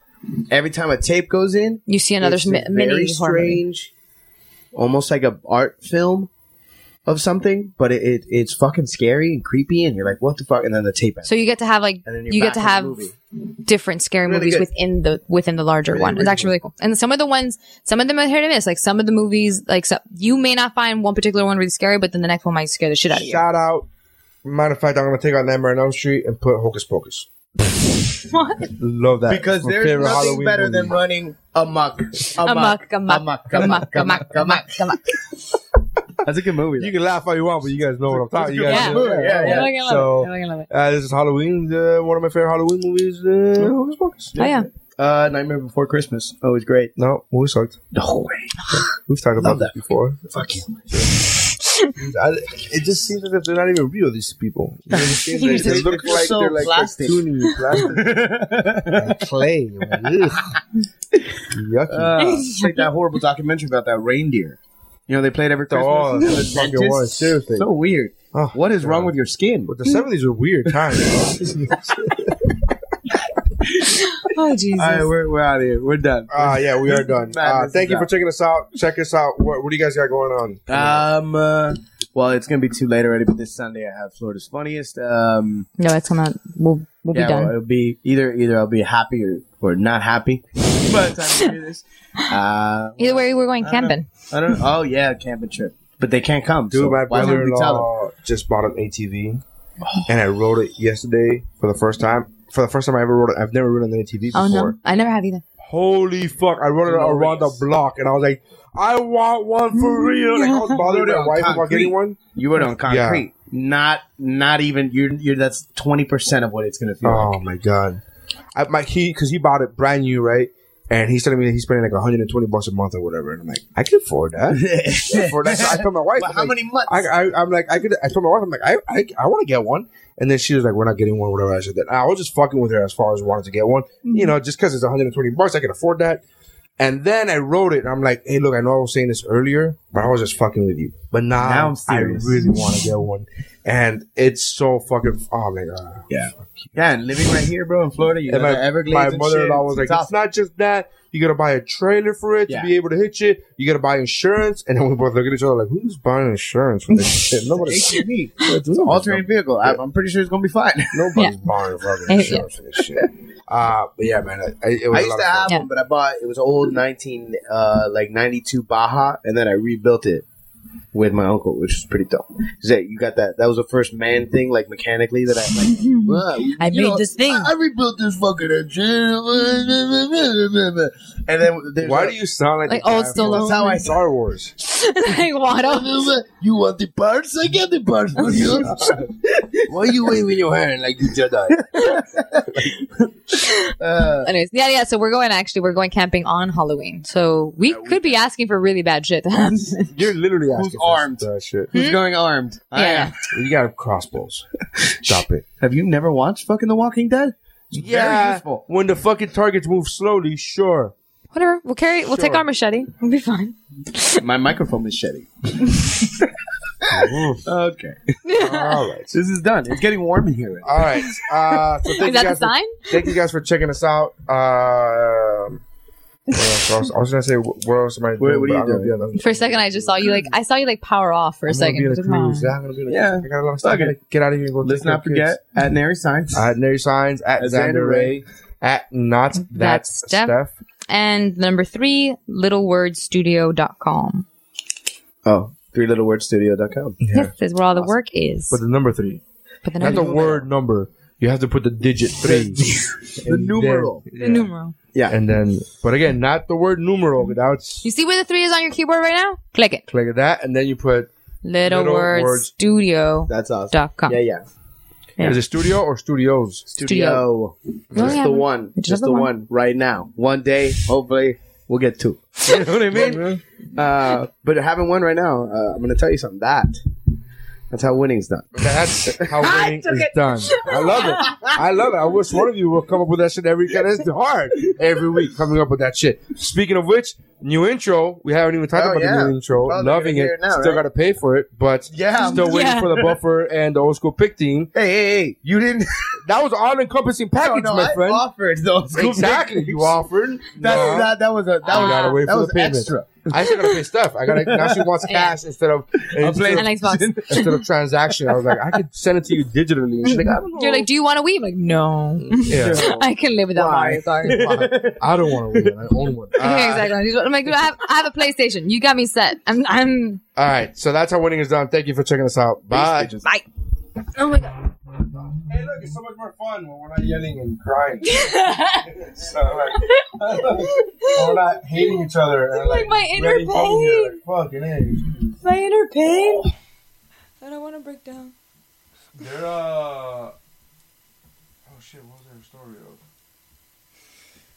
every time a tape goes in, you see another it's mi- very mini horror movie. strange, almost like a art film of something, but it, it it's fucking scary and creepy, and you're like, what the fuck? And then the tape ends. So you get to have like and then you get to back have in the movie. different scary Really movies good. within the within the larger one. It's actually really cool. And some of the ones, some of them are hit and miss. Like some of the movies, like so, you may not find one particular one really scary, but then the next one might scare the shit out of you. Shout out. Matter of fact, I'm gonna take out Nightmare on Elm Street and put Hocus Pocus. What? Love that because My there's favorite nothing Halloween better than movie. running amok, Amok, amok, amok, amok, amok, amok. That's a good movie. You can laugh all you want, but you guys know what I'm talking. You guys, Yeah. know- Yeah, yeah. Oh, I So- love it. I love it. Uh, this is Halloween. Uh, one of my favorite Halloween movies. Uh, Hocus Pocus. Oh yeah. Uh, Nightmare Before Christmas. Oh, it's great. No, movie sucked. No way. We've talked about Love this that. before. Fuck you. I, it just seems as if they're not even real. These people. You know what I'm saying? they, they look They're like so they're like plastic. cartoony and plastic and clay. Ugh. Yucky. Uh, it's like that horrible documentary about that reindeer. You know, they played every Christmas. Oh, The that's fucking dentist. one, seriously. So weird. Oh, what is wrong God. with your skin? But the seventies were weird times. Oh Jesus. All right, we're, we're out of here. We're done. Ah, yeah, we are done. Uh, Madness thank is you for out. checking us out. Check us out. What, what do you guys got going on? Um, uh, well, it's gonna be too late already. But this Sunday, I have Florida's funniest. Um, No, it's coming out. We'll we'll yeah, be done. well, it'll be either either I'll be happy or, or not happy by the time you hear this. Uh, Either way, we're going I don't know. camping. I don't. Oh yeah, camping trip. But they can't come. Dude, so my why would we tell them? brother-in-law just bought an ATV, and I rode it yesterday for the first time. For the first time I ever rode it, I've never ridden an ATV before. Oh no, I never have either. Holy fuck! I rode it around the block, and I was like, "I want one for real." Like, I was bothered with my wife about getting one. You were on concrete. Not not even you're you're that's twenty percent of what it's gonna feel Oh like. my god! I, my he because he bought it brand new, right? And he's telling me that he's spending like 120 bucks a month or whatever, and I'm like, I can afford that. I can afford that. So I told my wife, but I'm how like, many months? I, I, I'm like, I could. I told my wife, I'm like, I, I, I want to get one, and then she was like, "We're not getting one." Whatever. I said that. I was just fucking with her as far as wanting to get one. Mm-hmm. You know, just because it's 120 bucks, I can afford that. And then I wrote it. And I'm like, "Hey, look, I know I was saying this earlier, but I was just fucking with you. But now, Now I'm I serious. really want to get one, and it's so fucking. Oh my god! yeah, and living right here, bro, in Florida, you know, And my, the Everglades. my and mother-in-law shit, was like, tough. "It's not just that." You gotta buy a trailer for it Yeah. to be able to hitch it. You gotta buy insurance, and then we both look at each other like, "Who's buying insurance for this shit?" Nobody. ATV. it's an all-terrain vehicle. I, I'm pretty sure it's gonna be fine. Nobody's buying fucking Yeah. insurance for this shit. Uh, but yeah, man, I, I- it was a I used lot to of fun. have Yeah. one, but I bought it was old nineteen uh like ninety two Baja, and then I rebuilt it with my uncle, which is pretty dope. Zay, you got that? That was the first man thing, like mechanically that I like. "Wow, I you made this thing." I, I rebuilt this fucking engine, and then there's Why a- do you sound like Like the old guy Stallone. from That's how I- Star Wars? like Watto. You want the parts? I get the parts for you. Why you waving your hand like the Jedi? uh, Anyways, yeah, yeah. So we're going. Actually, we're going camping on Halloween. So we could be asking for really bad shit. to happen. You're literally asking Who's for armed? That shit. Hmm? who's going armed? I am. yeah. You got crossbows. Stop it. Have you never watched fucking The Walking Dead? It's Very useful. when the fucking targets move slowly, sure. Whatever. We'll carry. We'll take Sure. our machete. We'll be fine. My microphone is shedding. Oof. Okay. All right. This is done. It's getting warm in here. All right. Uh, so Is thank you that the guys. For, sign? thank you guys for checking us out. Um, what else? I was, I was gonna say what what else am I doing? What- but what are you I'm gonna be doing? on the- For a second, I just saw you. Like I saw you like power off for a I'm gonna second. be on a Come on. cruise. Yeah, I'm gonna be on a Yeah. cruise. I got a lot of stuff. I Fuck it. gotta Get out of here and go. Let's take care not of kids. forget at Nary Science. at Nary Signs, at At Xander Xander Ray, at Not That That's Steph. Steph. And number three, littlewordstudio.com. Oh, three little word studio.com. Yes, is where all the work is. With the number three. But the Not the number, word number. You have to put the digit three. The numeral. the numeral. Yeah. And then, but again, not the word numeral. But that's You see where the three is on your keyboard right now? Click it. click that, and then you put Littlewordstudio.com. That's awesome. Yeah, yeah. is it studio or studios? Studio. Just Oh, yeah. the one. Just Just the the one. one right now. One day, hopefully, we'll get two. You know what I mean? uh, but having one right now, uh, I'm going to tell you something. That. That's how winning's done. That's how winning is done. I love it. I love it. I wish one of you will come up with that shit every. That's hard every week coming up with that shit. Speaking of which, new intro. We haven't even talked Oh, about yeah. the new intro. Well, they're Loving gonna it. hear it now, Still right? got to pay for it, but Yeah. still waiting Yeah. for the buffer and the old school pick team. Hey, hey, hey! You didn't. Oh, That was all encompassing package, no, no, my I friend. offered those. Exactly, you offered. That, No. that, that was a that You was, gotta wait that for was the payment. extra. I still gotta pay stuff. I gotta now she wants Yeah. cash instead of instead, An Xbox. of instead of transaction. I was like, I could send it to you digitally. And she's like, I don't know. You're like, do you want to weave? I'm like, no. Yeah. I can live without Why? Ah. Mario. Sorry. yeah, I don't want to win. I own one. Uh, exactly. I'm like, I have, I have a PlayStation. You got me set. I'm. I'm. All right, so that's how winning is done. Thank you for checking us out. Bye. These bitches. Bye. Oh my god. Hey, look, it's so much more fun when we're not yelling and crying. so, like, we're not hating each other. And, Like, my inner ready for pain. each Fucking it. My inner pain. Oh. I don't want to break down. They're, uh. Oh shit, what was their story of?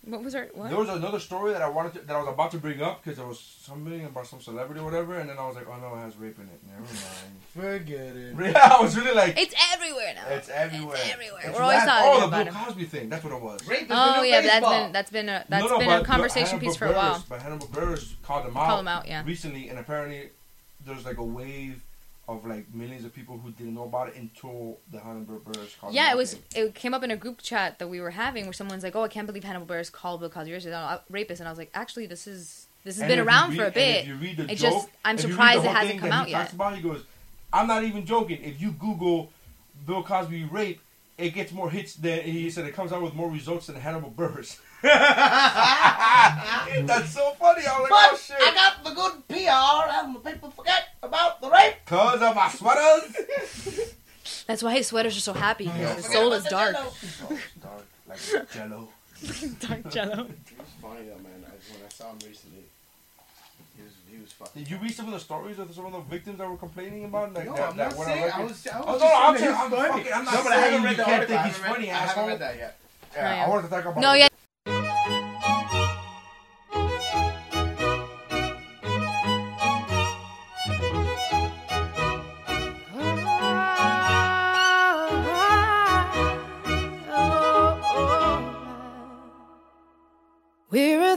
What was our what? There was another story that I wanted to, that I was about to bring up because there was something about some celebrity or whatever, and then I was like, oh no, it has rape in it. Never mind. Forget it. Yeah, I was really like, It's everywhere now. it's everywhere. It's everywhere. It's We're always rap- talking Oh, the about Bill it. Cosby thing. That's what it was. Oh yeah, but that's been that's been a that's No, no, been but a the conversation piece for a while. Hanna-Barbera's- But Hannibal Burris called them out. Call them out, yeah. Recently, and apparently, there's like a wave of like millions of people who didn't know about it until the Hannibal Burris called. them Yeah, out it was. thing. It came up in a group chat that we were having, where someone's like, "Oh, I can't believe Hannibal Buress called Bill Cosby racist- uh, rapist," and I was like, "Actually, this is this has And been if you around read- for a and bit." If you read the It joke, just- I'm if you read surprised the it whole hasn't thing come that out he yet. talks About, he goes, "I'm not even joking. If you Google Bill Cosby rape." It gets more hits than he said. It comes out with more results than Hannibal Burris. That's so funny. I was like, oh shit. got the good PR, and the people forget about the rape. Cause of my sweaters. That's why his sweaters are so happy because his soul is dark. dark, like jello. dark jello. funny though, man. I, when I saw him recently, he was, he was fucking. Did you read some of the stories of some of the victims that were complaining about like No, that? I'm that not went saying. on I record? was. I was Oh, just no, I'm, saying just, that I'm, he's funny. fucking, I'm not no, but I saying haven't you read the can't article. think I he's haven't read- funny, I haven't asshole. read that yet. Yeah, yeah. I wanted to talk about. No, yeah. We're a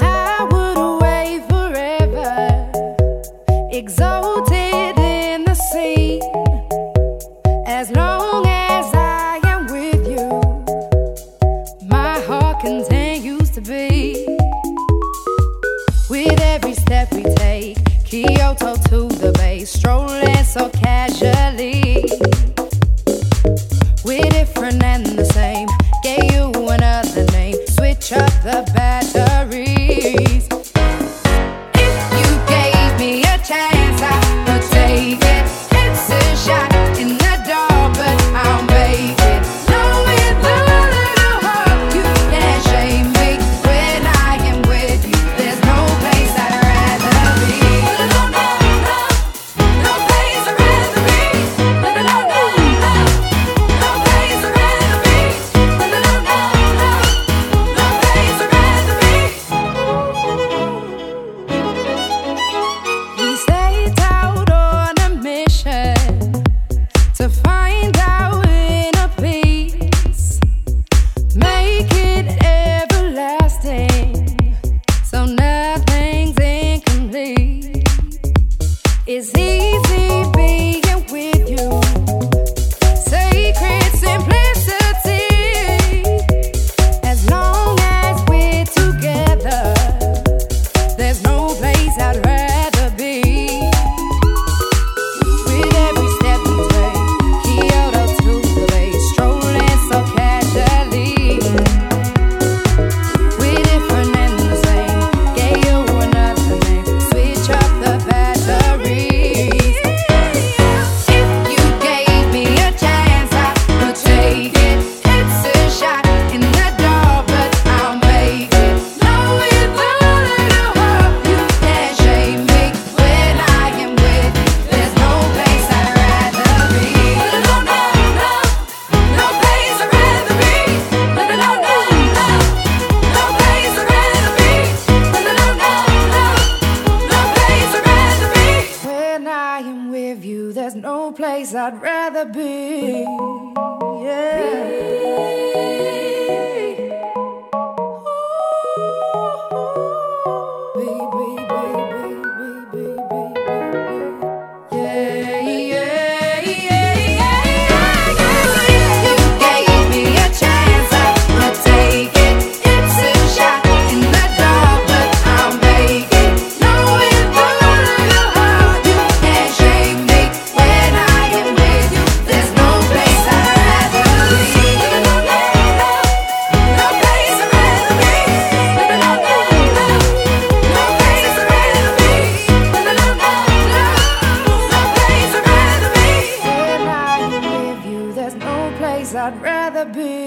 I would away forever, exalted in the sea. As long as I am with you, my heart continues to be. With every step we take, Kyoto to the bay, strolling so casually. We're different and the same. Gave you another name, switch up the batteries. If you gave me a chance, I would take it. It's a shot in the dark, but I'll make it. Knowing the little hope you can shame me when I am with you. There's no place I'd rather be. no place I'd rather be. no place I'd rather be. no place I'd rather be. place I'd rather be. Yeah. Be, be, be, be, be, be, be, be. Yeah, yeah, yeah, yeah, yeah, yeah. You gave me a chance, I would take it. It's a shot in the dark, but I'll make it. Knowing the love of your heart, you can't shake me when I am with you. There's no place I'd rather be. Living on love, no place I'd rather be. Living on love. No place I'd rather be. Living on love. No place I'd rather be. When I'm with you, there's no place I'd rather be.